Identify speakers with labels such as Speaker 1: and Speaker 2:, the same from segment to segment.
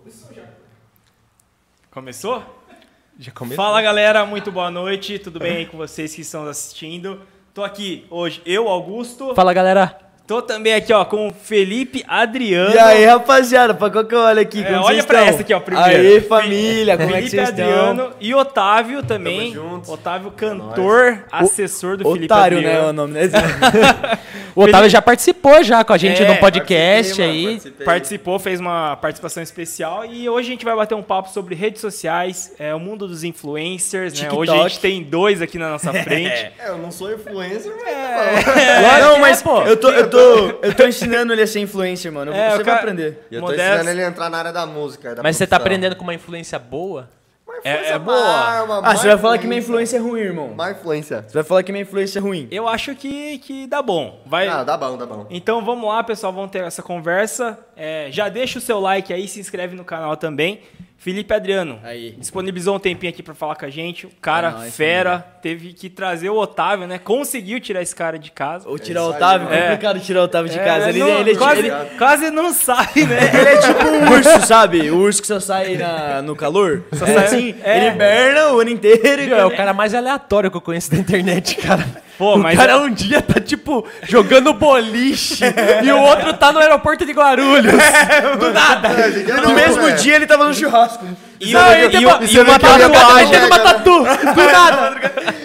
Speaker 1: Começou já.
Speaker 2: Começou?
Speaker 3: Já começou?
Speaker 2: Fala galera, muito boa noite, tudo bem aí com vocês que estão assistindo? Tô aqui hoje, eu, Augusto.
Speaker 3: Fala, galera.
Speaker 2: Tô também aqui, ó, com o Felipe Adriano.
Speaker 4: E aí, rapaziada, pra qual que eu olho aqui?
Speaker 2: É,
Speaker 4: Como
Speaker 2: olha
Speaker 4: vocês
Speaker 2: pra
Speaker 4: estão?
Speaker 2: essa aqui, ó, primeiro.
Speaker 4: Aê, família, como é
Speaker 2: Felipe
Speaker 4: que vocês estão?
Speaker 2: Adriano e Otávio também.
Speaker 4: Tamo junto.
Speaker 2: Otávio, cantor, assessor do Felipe
Speaker 4: Otário, né,
Speaker 2: Adriano.
Speaker 4: o nome, né?
Speaker 3: O Otávio já participou já com a gente
Speaker 2: É,
Speaker 3: no podcast aí.
Speaker 2: Participou, fez uma participação especial e hoje a gente vai bater um papo sobre redes sociais, é, o mundo dos influencers, né?
Speaker 4: TikTok.
Speaker 2: Hoje a gente tem dois aqui na nossa frente.
Speaker 5: É, eu não sou influencer, mas tá
Speaker 3: É,
Speaker 4: não, mas eu, tô, eu, tô, eu tô ensinando ele a ser influencer, mano.
Speaker 2: É,
Speaker 4: Você
Speaker 2: o
Speaker 4: vai
Speaker 2: cara-
Speaker 4: aprender.
Speaker 5: eu tô
Speaker 2: Modesto.
Speaker 5: ensinando ele a entrar na área da música. Da
Speaker 3: Mas você tá
Speaker 5: profissão.
Speaker 3: aprendendo com uma influência boa?
Speaker 5: Uma
Speaker 2: É-
Speaker 5: influência
Speaker 2: é boa.
Speaker 5: má, uma
Speaker 4: Ah,
Speaker 5: má
Speaker 4: você vai falar que minha influência é ruim, irmão.
Speaker 5: Má influência.
Speaker 4: Você vai falar que minha influência é ruim.
Speaker 2: Eu acho que, que dá bom. Vai.
Speaker 5: Ah, dá bom, dá bom.
Speaker 2: Então vamos lá, pessoal, vamos ter essa conversa. É, já deixa o seu like aí, se inscreve no canal também. Felipe Adriano,
Speaker 4: Aí.
Speaker 2: disponibilizou um tempinho aqui pra falar com a gente. O cara
Speaker 4: É nóis,
Speaker 2: fera, teve que trazer o Otávio, né? Conseguiu tirar esse cara de casa.
Speaker 4: Ou tirar o
Speaker 5: É isso aí,
Speaker 4: Otávio,
Speaker 2: mano.
Speaker 4: complicado tirar o Otávio de casa.
Speaker 2: É,
Speaker 4: Ele,
Speaker 2: não-
Speaker 4: ele, ele-
Speaker 2: quase,
Speaker 4: ele-
Speaker 2: quase não sai, né?
Speaker 4: ele é tipo um urso, sabe? O urso que só sai na- no calor. Só
Speaker 2: sai-
Speaker 4: sai assim.
Speaker 2: é.
Speaker 4: Ele hiberna o ano inteiro. e
Speaker 3: Meu, é o cara mais aleatório que eu conheço da internet, cara.
Speaker 2: Pô,
Speaker 3: o
Speaker 2: mas-
Speaker 3: cara um dia tá, tipo, jogando boliche e o outro tá no aeroporto de Guarulhos. Do nada.
Speaker 2: é.
Speaker 4: No
Speaker 5: É.
Speaker 4: mesmo dia ele tava no churrasco.
Speaker 2: E,
Speaker 3: Não,
Speaker 2: o-
Speaker 3: ele tem
Speaker 2: e
Speaker 3: uma-
Speaker 2: o-
Speaker 3: e tipo, uma
Speaker 4: que eu ia
Speaker 2: é
Speaker 3: tatuagem. Ele tem uma
Speaker 5: bater, né,
Speaker 3: tatu. Do nada.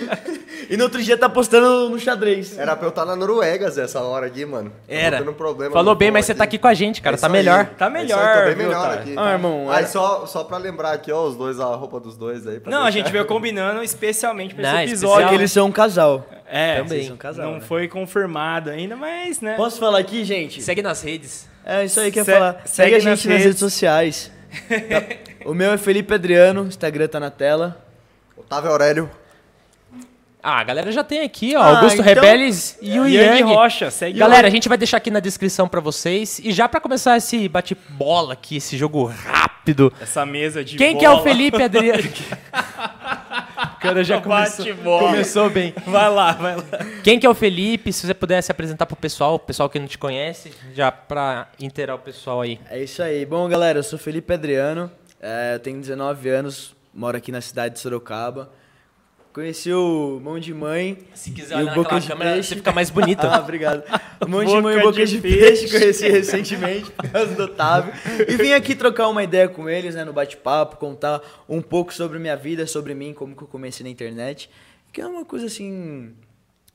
Speaker 4: E no outro dia tá postando no xadrez.
Speaker 5: Era pra eu estar na Noruega, Zé, essa hora aqui, mano. Tô
Speaker 3: Era.
Speaker 5: tendo um problema
Speaker 3: Falou
Speaker 5: no
Speaker 3: bem,
Speaker 5: pão
Speaker 3: mas você tá aqui com a gente, cara.
Speaker 5: É
Speaker 3: Tá
Speaker 5: isso aí.
Speaker 3: melhor.
Speaker 2: Tá
Speaker 5: É isso aí,
Speaker 2: melhor,
Speaker 5: Tô bem
Speaker 2: viu,
Speaker 5: melhor
Speaker 2: Otávio?
Speaker 5: aqui.
Speaker 4: Ah, irmão,
Speaker 5: Aí
Speaker 4: era-
Speaker 5: só, só pra lembrar aqui, ó, os dois, a roupa dos dois aí. pra
Speaker 2: Não, a
Speaker 5: deixar.
Speaker 2: gente veio combinando especialmente pra
Speaker 3: Não,
Speaker 2: esse
Speaker 3: especial,
Speaker 2: episódio.
Speaker 4: Porque eles são um casal.
Speaker 2: É,
Speaker 3: Também.
Speaker 2: vocês são casal, não foi confirmado ainda, mas, né?
Speaker 4: Posso falar aqui, gente?
Speaker 3: Segue nas redes.
Speaker 4: É isso aí que eu ia
Speaker 2: Se-
Speaker 4: falar.
Speaker 2: segue
Speaker 4: Segue, a gente
Speaker 2: nas
Speaker 4: nas redes,
Speaker 2: redes
Speaker 4: sociais. Tá. o meu é Felipe Adriano, Instagram tá na tela.
Speaker 5: Otávio Aurélio.
Speaker 3: Ah, a galera já tem aqui, ó.
Speaker 4: Ah,
Speaker 3: Augusto
Speaker 4: então-
Speaker 3: Rebeles e o
Speaker 2: Yang
Speaker 3: Yang.
Speaker 2: Rocha, segue
Speaker 3: Galera, a
Speaker 2: lá.
Speaker 3: gente vai deixar aqui na descrição pra vocês. E já pra começar esse bate-bola aqui, esse jogo rápido.
Speaker 2: essa mesa de
Speaker 3: Quem
Speaker 2: bola.
Speaker 3: que é o Felipe Adriano? o cara já começou,
Speaker 2: Bate-bola.
Speaker 3: começou bem.
Speaker 2: Vai lá, vai lá.
Speaker 3: Quem que é o Felipe? Se você pudesse apresentar pro pessoal, o pessoal que não te conhece, já pra inteirar o pessoal aí.
Speaker 4: É isso aí. Bom, galera, eu sou Felipe Adriano. é, eu tenho 19 anos, moro aqui na cidade de Sorocaba. Conheci o Mão de Mãe.
Speaker 3: Se quiser
Speaker 4: E olhar o naquela Boca de câmera, Peixe?
Speaker 3: você
Speaker 4: você
Speaker 3: fica
Speaker 4: fica
Speaker 3: mais bonito.
Speaker 4: Ah, obrigado. Um monte de
Speaker 2: Boca
Speaker 4: mãe
Speaker 2: de
Speaker 4: boca de,
Speaker 2: peixe.
Speaker 4: peixe, conheci recentemente por causa do Otávio. E vim aqui trocar uma ideia com eles, né, no bate-papo, contar um pouco sobre minha vida, sobre mim, como que eu comecei na internet. Que é uma coisa assim.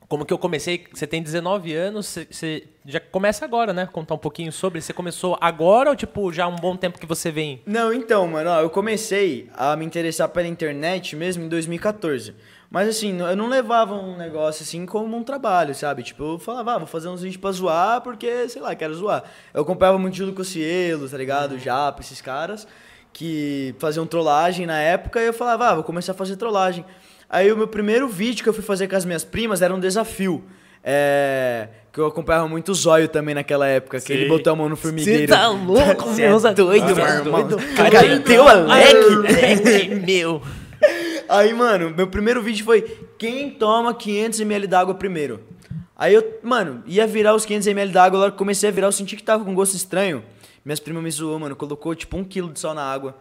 Speaker 3: Como que eu comecei, você tem 19 anos, você- você já começa agora, né? Contar um pouquinho sobre. Você começou agora ou, tipo, já há um bom tempo que você vem?
Speaker 4: Não, então, mano, ó, eu comecei a me interessar pela internet mesmo em 2014. Mas assim, eu não levava um negócio assim como um trabalho, sabe? Tipo, eu falava, ah, vou fazer uns vídeos pra zoar, porque, sei lá, quero zoar. Eu acompanhava muito Júlio Cocielo, tá ligado? Japa, esses caras, que faziam trollagem na época, e eu falava, ah, vou começar a fazer trollagem. Aí o meu primeiro vídeo que eu fui fazer com as minhas primas era um desafio. É. Que eu acompanhava muito o Zóio também naquela época, que ele botou a mão no formigueiro.
Speaker 3: tá louco,
Speaker 4: tá Cê é doido, meu irmão. Cara,
Speaker 3: Teu
Speaker 4: teu
Speaker 3: Alec, meu.
Speaker 4: Aí, mano, meu primeiro vídeo foi quem toma 500ml d'água primeiro. Aí eu, mano, ia virar os 500ml d'água, logo que comecei a virar, eu senti que tava com gosto estranho. Minhas primas me zoou, mano, colocou tipo um quilo de sal na água.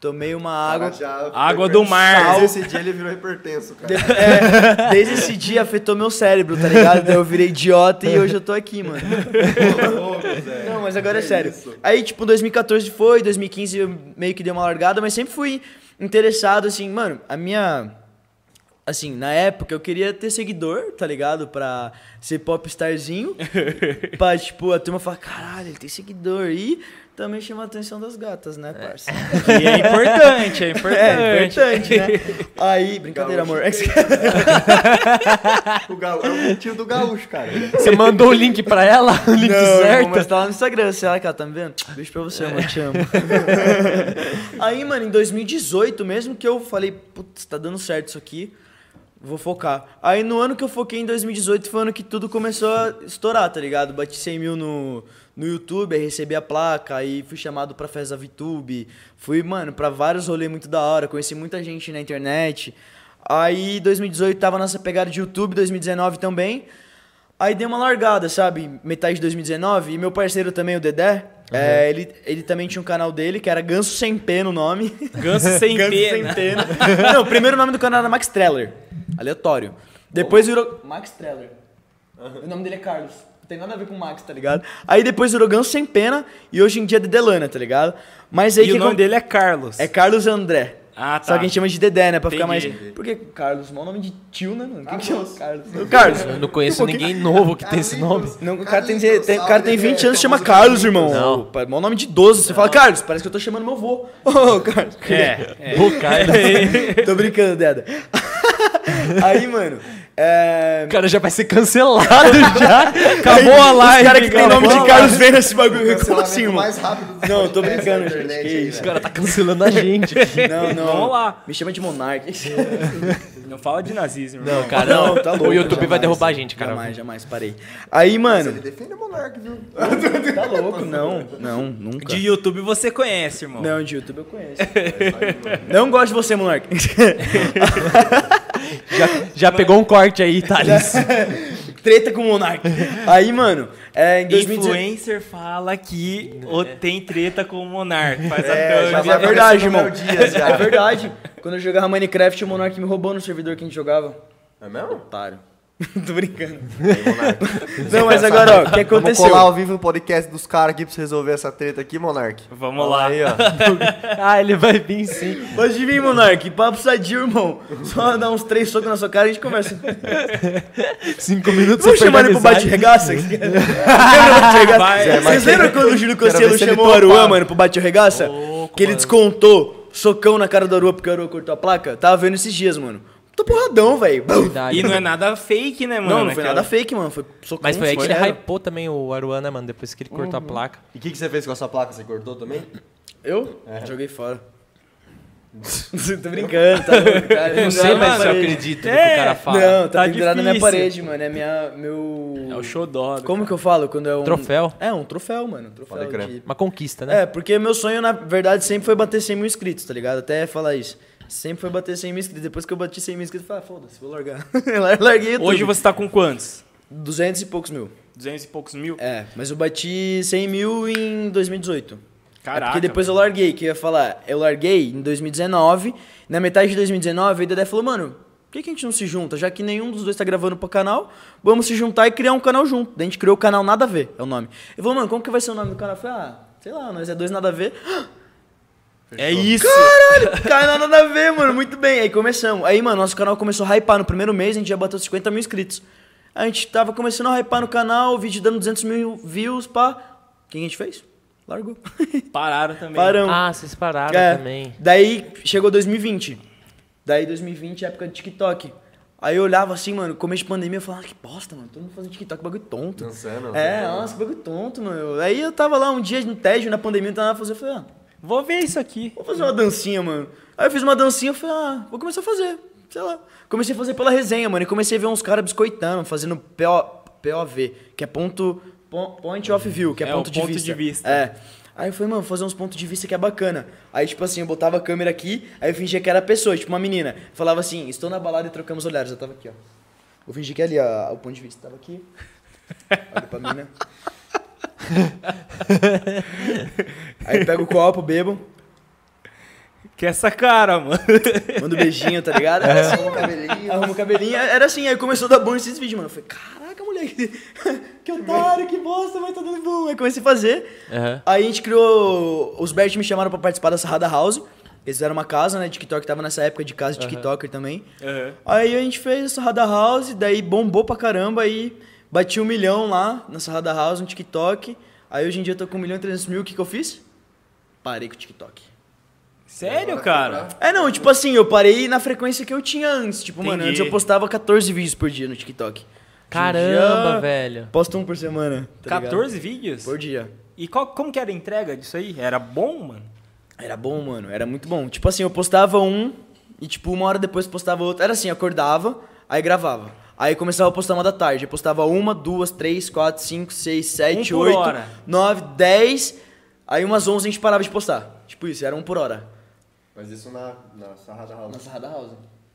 Speaker 4: Tomei uma água.
Speaker 5: Cara, já foi
Speaker 2: Água
Speaker 5: hiper-
Speaker 2: do mar.
Speaker 5: Mas Esse dia ele virou hipertenso, cara.
Speaker 4: É, desde esse dia afetou meu cérebro, tá ligado? Daí eu virei idiota e hoje eu tô aqui, mano. Não, mas agora é sério. Aí, tipo, 2014 foi, 2015 eu meio que dei uma largada, mas sempre fui interessado, assim, mano, a minha. Assim, na época eu queria ter seguidor, tá ligado? Pra ser popstarzinho. pra, tipo, a turma falar, caralho, ele tem seguidor. E também chama a atenção das gatas, né, parça?
Speaker 2: E é importante, é importante.
Speaker 4: É, importante, né? Aí, brincadeira, amor.
Speaker 5: O gaú- é o tio do gaúcho, cara.
Speaker 3: Você mandou o link pra ela? O link
Speaker 4: Irmão,
Speaker 3: certo?
Speaker 4: mas tá lá no Instagram, será que ela tá me vendo? Beijo pra você, amor, te amo. Aí, mano, em 2018 mesmo que eu falei, putz, tá dando certo isso aqui, vou focar. Aí no ano que eu foquei em 2018 foi o ano que tudo começou a estourar, tá ligado? Bati 100 mil no, no YouTube, aí recebi a placa, aí fui chamado pra festa VTube, fui, mano, pra vários rolês muito da hora, conheci muita gente na internet. Aí 2018 tava nessa pegada de YouTube, 2019 também. Aí dei uma largada, sabe? Metade de 2019. E meu parceiro também, o Dedé, É, ele, ele também tinha um canal dele que era Ganso Sem P no nome.
Speaker 2: Ganso sem né? pena.
Speaker 4: Ganso Pena. Não, o primeiro nome do canal era Max Treller. Aleatório. Depois virou. Max Treller. O nome dele é Carlos. Não tem nada a ver com Max, tá ligado? Aí depois virou Ganso Sem Pena e hoje em dia é Dedelana, tá ligado? Mas aí
Speaker 2: E
Speaker 4: que
Speaker 2: o nome
Speaker 4: acon-
Speaker 2: dele é Carlos.
Speaker 4: é Carlos André.
Speaker 2: Ah, tá.
Speaker 4: Só que a gente chama de Dedé, né? Pra ficar mais.
Speaker 2: Entendi.
Speaker 4: Porque Carlos, mau nome de tio, né, mano? Quem que chama
Speaker 5: Carlos.
Speaker 4: Carlos? O Carlos.
Speaker 3: Eu não conheço ninguém novo que tem
Speaker 4: Ah,
Speaker 3: esse nome.
Speaker 4: Não, o cara tem, tem- o cara tem 20 anos e chama Carlos, irmão.
Speaker 3: Não.
Speaker 4: Não. Mau nome de 12. Você fala, Carlos, parece que eu tô chamando meu vô. Ô, Carlos.
Speaker 2: É, é.
Speaker 3: O cara,
Speaker 4: Tô brincando, Deda. Aí, mano. É...
Speaker 3: o cara já vai ser cancelado já. Acabou a live.
Speaker 4: Os cara que tem
Speaker 3: acabou
Speaker 4: nome
Speaker 3: a
Speaker 4: de
Speaker 3: live.
Speaker 4: Carlos vendo esse bagulho. Como
Speaker 5: Cancelamento
Speaker 4: assim, mano?
Speaker 5: mais rápido dos
Speaker 4: Não, eu tô
Speaker 5: podcasts
Speaker 4: brincando,
Speaker 5: da
Speaker 4: gente,
Speaker 5: internet
Speaker 4: que isso,
Speaker 5: aí,
Speaker 3: O
Speaker 5: velho.
Speaker 3: cara tá cancelando a gente.
Speaker 4: Não, não.
Speaker 2: Vamos lá.
Speaker 4: Me chama de monarca.
Speaker 2: Não fala de nazismo, irmão.
Speaker 3: Não, cara, não.
Speaker 4: Não, tá louco,
Speaker 3: o YouTube vai
Speaker 4: jamais.
Speaker 3: derrubar a gente, cara.
Speaker 4: Jamais, jamais, parei. Aí,
Speaker 5: Ele
Speaker 4: mano.
Speaker 5: defende o Monark, viu?
Speaker 4: Tá louco? Não, não, nunca.
Speaker 2: De YouTube você conhece, irmão.
Speaker 4: Não, de YouTube eu conheço. não gosto de você, monarca.
Speaker 3: Já, já pegou um corte aí, Thales.
Speaker 4: Treta com o monarca. Aí, mano, é, em 2019.
Speaker 2: Influencer fala que o- tem treta com o Monark. Faz
Speaker 4: É,
Speaker 2: a
Speaker 4: mas
Speaker 2: thumb.
Speaker 4: é verdade,
Speaker 5: Meu
Speaker 4: irmão.
Speaker 5: Dias, já.
Speaker 4: É verdade. Quando eu jogava Minecraft, o Monark me roubou no servidor que a gente jogava.
Speaker 5: É mesmo?
Speaker 4: Otário. Tô brincando.
Speaker 5: Aí, Monark.
Speaker 4: Não, mas agora, ó, o que
Speaker 5: Vamos
Speaker 4: aconteceu?
Speaker 5: colar ao vivo o podcast dos caras aqui pra você resolver essa treta aqui, Monark.
Speaker 2: Vamos lá.
Speaker 5: Aí, ó.
Speaker 3: ah, ele vai vir sim.
Speaker 4: Pode vir, Monark. Papo sadio, irmão. Só dar uns três socos na sua cara e a gente conversa.
Speaker 3: Cinco minutos
Speaker 4: Vamos
Speaker 3: você
Speaker 4: chamar ele
Speaker 3: perdeu
Speaker 4: pro bate-regaça? Lembra do bate-regaça?
Speaker 2: Vai.
Speaker 4: Vocês lembram quando o Júlio
Speaker 5: Quero ver
Speaker 4: Cossielo
Speaker 5: se ele
Speaker 4: chamou o Aruan,
Speaker 5: topava.
Speaker 4: mano, pro bate-regaça? Que ele descontou socão na cara do Aruan porque o Aruan cortou a placa? Tava vendo esses dias, mano. Tô porradão, velho.
Speaker 3: amizade.
Speaker 2: E não é nada fake, né, mano?
Speaker 4: Não, não foi nada fake, mano. Foi socão.
Speaker 3: Mas foi aí que ele
Speaker 4: sincero.
Speaker 3: hypou também o Aruan, né, mano? Depois que ele cortou a placa.
Speaker 5: E o que, que você fez com a sua placa? Você cortou também?
Speaker 4: Eu? Joguei fora. Tô brincando, tá louco, cara.
Speaker 3: Eu não sei
Speaker 4: Pendurado na
Speaker 3: mais se eu
Speaker 4: parede.
Speaker 3: acredito no que
Speaker 2: É.
Speaker 3: o cara fala.
Speaker 4: Não, tá,
Speaker 2: Tá
Speaker 4: pendurado na minha
Speaker 2: difícil.
Speaker 4: parede, mano. É minha, meu...
Speaker 2: É o show dó.
Speaker 4: Como que eu falo quando é um...
Speaker 3: Troféu.
Speaker 4: É, um troféu, mano. Um troféu
Speaker 5: Pode crer.
Speaker 4: de...
Speaker 3: Uma conquista, né?
Speaker 4: É, porque meu sonho, na verdade, sempre foi bater 100 mil inscritos, tá ligado? Até falar isso. Sempre foi bater 100 mil inscritos. Depois que eu bati 100 mil inscritos, eu falei, ah, foda-se, vou largar. Lar- Larguei é tudo.
Speaker 2: Hoje você tá com quantos?
Speaker 4: 200 e poucos mil.
Speaker 2: 200 e poucos mil?
Speaker 4: É, mas eu bati 100 mil em 2018.
Speaker 2: Caraca.
Speaker 4: É porque depois eu larguei, que eu ia falar, eu larguei em 2019, na metade de 2019, aí o Dedé falou, mano, por que, que a gente não se junta? Já que nenhum dos dois tá gravando pro canal, vamos se juntar e criar um canal junto. Daí a gente criou o canal Nada a Ver, é o nome. Ele falou, mano, como que vai ser o nome do canal? Eu falei, ah, sei lá, nós é dois nada a ver.
Speaker 2: É isso.
Speaker 4: canal Nada a Ver, mano, muito bem. Aí começamos. Aí, mano, nosso canal começou a hypar. No primeiro mês a gente já bateu 50 mil inscritos. A gente tava começando a hypar no canal, o vídeo dando 200 mil views, pá. O que a gente fez? Largou.
Speaker 2: Pararam também.
Speaker 4: Paramos.
Speaker 3: Ah, vocês pararam
Speaker 4: É,
Speaker 3: também.
Speaker 4: Daí chegou 2020. Daí 2020 é época de TikTok. Aí eu olhava assim, mano, começo de pandemia, eu falava, ah, que bosta, mano, todo mundo fazendo TikTok, que bagulho tonto.
Speaker 5: Dançando.
Speaker 4: É, nossa, que bagulho tonto, mano. Aí eu tava lá um dia no tédio, na pandemia, não tava nada a fazer, eu falei, ah,
Speaker 2: Vou ver isso aqui.
Speaker 4: vou fazer uma dancinha, mano. Aí eu fiz uma dancinha, eu falei, ah, vou começar a fazer, sei lá. Comecei a fazer pela resenha, mano, e comecei a ver uns caras biscoitando, fazendo PO, POV, que é ponto, pon- point of view, que é,
Speaker 2: É, o
Speaker 4: ponto, de,
Speaker 2: ponto
Speaker 4: vista.
Speaker 2: de vista.
Speaker 4: É. Aí eu falei, mano, vou fazer uns pontos de vista que é bacana. Aí, tipo assim, eu botava a câmera aqui, aí eu fingia que era a pessoa, tipo uma menina. Falava assim, estou na balada e trocamos olhares. Eu tava aqui, ó. Eu fingi que é ali, ó, o ponto de vista tava aqui. Olha pra né? mina. Aí pego o copo, bebo,
Speaker 2: Que é essa cara, mano.
Speaker 4: mando beijinho, tá ligado? Era assim,
Speaker 5: Arruma o cabelinho.
Speaker 4: Arruma o cabelinho, era assim, aí começou a dar bom esses vídeos, mano. Eu falei, caraca, moleque, que otário, que bosta, mas tá dando bom. Aí comecei a fazer.
Speaker 3: Aham.
Speaker 4: Aí a gente criou. Os Bert me chamaram pra participar da Sarrada House. Eles fizeram uma casa, né? TikTok tava nessa época de casa de TikToker também.
Speaker 2: Aham.
Speaker 4: Aí a gente fez a Sarrada House, daí bombou pra caramba aí bati um milhão lá na Sarrada House, no TikTok. Aí hoje em dia eu tô com 1 milhão e 300 mil, o que, que eu fiz? Parei com o TikTok.
Speaker 2: Sério, cara?
Speaker 4: É, não, tipo assim, eu parei na frequência que eu tinha antes. Tipo, mano,
Speaker 2: Entendi.
Speaker 4: antes eu postava 14 vídeos por dia no TikTok. Hoje em
Speaker 3: Caramba,
Speaker 4: dia,
Speaker 3: velho.
Speaker 4: Posto um por semana. tá ligado?
Speaker 2: 14 vídeos?
Speaker 4: Por dia.
Speaker 2: E qual, como que era a entrega disso aí? Era bom, mano?
Speaker 4: Era bom, mano. Era muito bom. Tipo assim, eu postava um e, tipo, uma hora depois postava outro. Era assim, eu acordava, aí gravava. Aí começava a postar uma da tarde. Eu postava uma, duas, três, quatro, cinco, seis, sete,
Speaker 2: Um por
Speaker 4: oito,
Speaker 2: hora.
Speaker 4: nove, dez. Aí umas onze a gente parava de postar. Tipo isso, era um por hora.
Speaker 5: Mas isso na, na sarrada house.
Speaker 4: Sarrada House.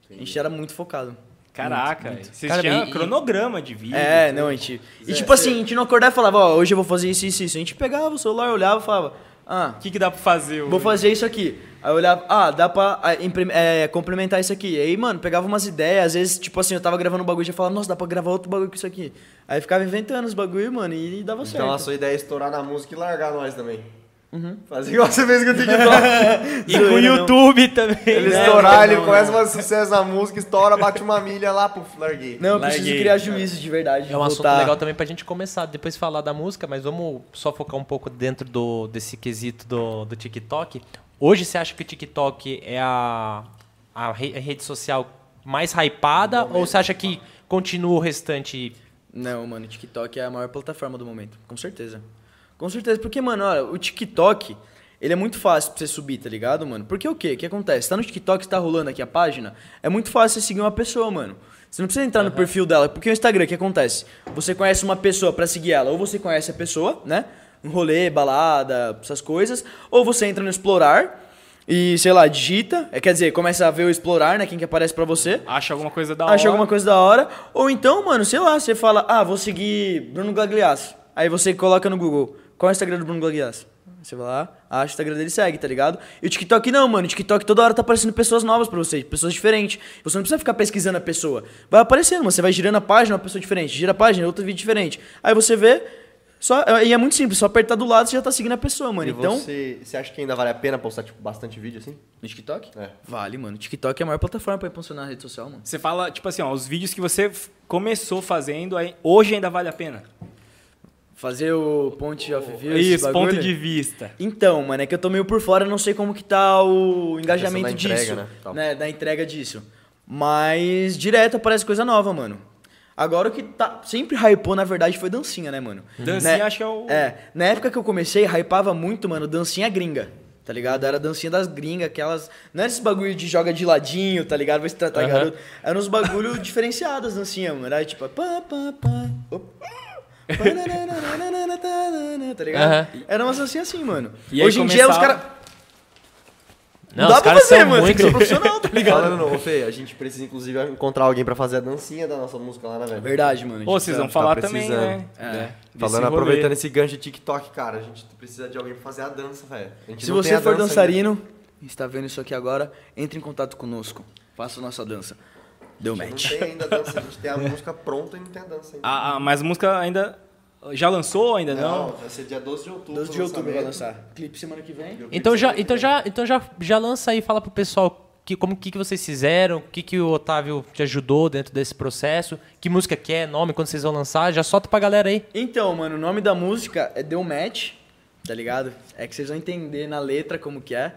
Speaker 4: A gente era muito focado.
Speaker 2: Caraca, vocês
Speaker 3: Cara,
Speaker 2: tinham
Speaker 3: e-
Speaker 2: cronograma de vídeo.
Speaker 4: É, não, a gente. E tipo assim, a gente não acordava e falava, ó, hoje eu vou fazer isso, isso, isso. A gente pegava o celular, olhava e falava, ah,
Speaker 2: O que, que dá pra fazer?
Speaker 4: vou
Speaker 2: hoje?
Speaker 4: fazer isso aqui. Aí eu olhava, ah, dá pra ah, imprim- é, complementar isso aqui. Aí, mano, pegava umas ideias, às vezes, tipo assim, eu tava gravando um bagulho e já falava, nossa, dá pra gravar outro bagulho com isso aqui. Aí ficava inventando os bagulho, mano, e, dava certo.
Speaker 5: Então a sua ideia é estourar na música e largar nós também. Fazer igual você fez com o TikTok.
Speaker 2: E com o
Speaker 4: né,
Speaker 2: YouTube também.
Speaker 5: ele
Speaker 2: né?
Speaker 5: estourar, ele
Speaker 4: não,
Speaker 5: começa a fazer sucesso na música, estoura, bate uma milha lá, puf, larguei.
Speaker 4: Não, eu
Speaker 2: Larguei,
Speaker 4: preciso criar juízo de verdade.
Speaker 3: É um assunto
Speaker 4: voltar.
Speaker 3: legal também pra gente começar depois falar da música, mas vamos só focar um pouco dentro do, desse quesito do, do TikTok. Hoje você acha que o TikTok é a, a re- a rede social mais hypada ou você acha que continua o restante?
Speaker 4: Não, mano, o TikTok é a maior plataforma do momento, com certeza. Com certeza, porque, mano, olha, o TikTok, ele é muito fácil pra você subir, tá ligado, mano? Porque o quê? O que acontece? Tá no TikTok, você tá rolando aqui a página, é muito fácil você seguir uma pessoa, mano. Você não precisa entrar no perfil dela, porque o Instagram, o que acontece? Você conhece uma pessoa pra seguir ela, ou você conhece a pessoa, né? Um rolê, balada, essas coisas, ou você entra no Explorar e, sei lá, digita, é, quer dizer, começa a ver o Explorar, né? Quem que aparece pra você.
Speaker 2: Acha alguma coisa da
Speaker 4: Acha
Speaker 2: hora.
Speaker 4: alguma coisa da hora. Ou então, mano, sei lá, você fala, ah, vou seguir Bruno Gagliasso. Aí você coloca no Google, qual é o Instagram do Bruno Gagliasso? Você vai lá, acha o Instagram dele e segue, tá ligado? E o TikTok não, mano. O TikTok toda hora tá aparecendo pessoas novas pra você, pessoas diferentes. Você não precisa ficar pesquisando a pessoa. Vai aparecendo, mano. Você vai girando a página, uma pessoa diferente. Gira a página, outro vídeo diferente. Aí você vê, só, e é muito simples, só apertar do lado você já tá seguindo a pessoa, mano.
Speaker 5: E
Speaker 4: então.
Speaker 5: você, você acha que ainda vale a pena postar, tipo, bastante vídeo assim?
Speaker 4: No TikTok?
Speaker 5: É.
Speaker 4: Vale, mano. TikTok é a maior plataforma pra impulsionar a rede social, mano.
Speaker 2: Você fala, tipo assim, ó, os vídeos que você f- começou fazendo, aí, hoje ainda vale a pena.
Speaker 4: Fazer o Ponte of View. esse
Speaker 2: É Isso,
Speaker 4: bagulho.
Speaker 2: ponto de vista.
Speaker 4: Então, mano, é que eu tô meio por fora, eu não sei como que tá o engajamento
Speaker 5: da entrega,
Speaker 4: disso,
Speaker 5: né? Tal.
Speaker 4: né, da entrega disso. Mas direto aparece coisa nova, mano. Agora o que tá sempre hypou, na verdade, foi dancinha, né, mano?
Speaker 5: Uhum.
Speaker 2: Dancinha
Speaker 4: Né-
Speaker 2: acho que é o-
Speaker 4: É, na época que eu comecei, hypava muito, mano, dancinha gringa. Tá ligado? Era dancinha das gringas, aquelas. Não era esse bagulho de joga de ladinho, tá ligado? Vai se tratar
Speaker 3: Aham.
Speaker 4: garoto. Eram uns bagulho diferenciados, dancinha, mano. Era tipo. Pá, pá, pá, op- tá ligado?
Speaker 3: Aham.
Speaker 4: Era umas dancinhas assim, mano.
Speaker 2: E aí
Speaker 4: Hoje em dia os
Speaker 2: começava-
Speaker 4: caras. Não, dá pra fazer, mano. Tem que ser profissional, tá ligado?
Speaker 5: Falando, ô Fê, a gente precisa inclusive encontrar alguém pra fazer a dancinha da nossa música lá, né, velho?
Speaker 4: Verdade, mano.
Speaker 2: Ô, vocês vão
Speaker 5: tá
Speaker 2: falar também,
Speaker 5: precisando.
Speaker 2: né?
Speaker 4: É.
Speaker 2: Desse
Speaker 5: Falando,
Speaker 2: rolê.
Speaker 5: aproveitando esse gancho de TikTok, cara, a gente precisa de alguém pra fazer a dança, velho. A gente
Speaker 4: Se
Speaker 5: não tem
Speaker 4: você
Speaker 5: a
Speaker 4: for
Speaker 5: dança
Speaker 4: dançarino e está vendo isso aqui agora, entre em contato conosco. Faça a nossa dança. Deu
Speaker 5: ainda.
Speaker 4: match.
Speaker 5: Não tem ainda a dança, a gente tem a música pronta e não tem a dança ainda. É,
Speaker 2: Ah, ah, mas a música ainda. Já lançou ainda não?
Speaker 5: vai ser dia 12 de outubro.
Speaker 4: 12 de
Speaker 5: o
Speaker 4: outubro vai
Speaker 5: lançamento.
Speaker 4: lançar. Clipe semana que vem.
Speaker 3: Então já, então já, então já, já lança aí, fala pro pessoal que como que, que vocês fizeram, o que que o Otávio te ajudou dentro desse processo, que música que é, nome, quando vocês vão lançar, já solta pra galera aí.
Speaker 4: Então, mano, o nome da música é Deu Match, tá ligado? É que vocês vão entender na letra como que é.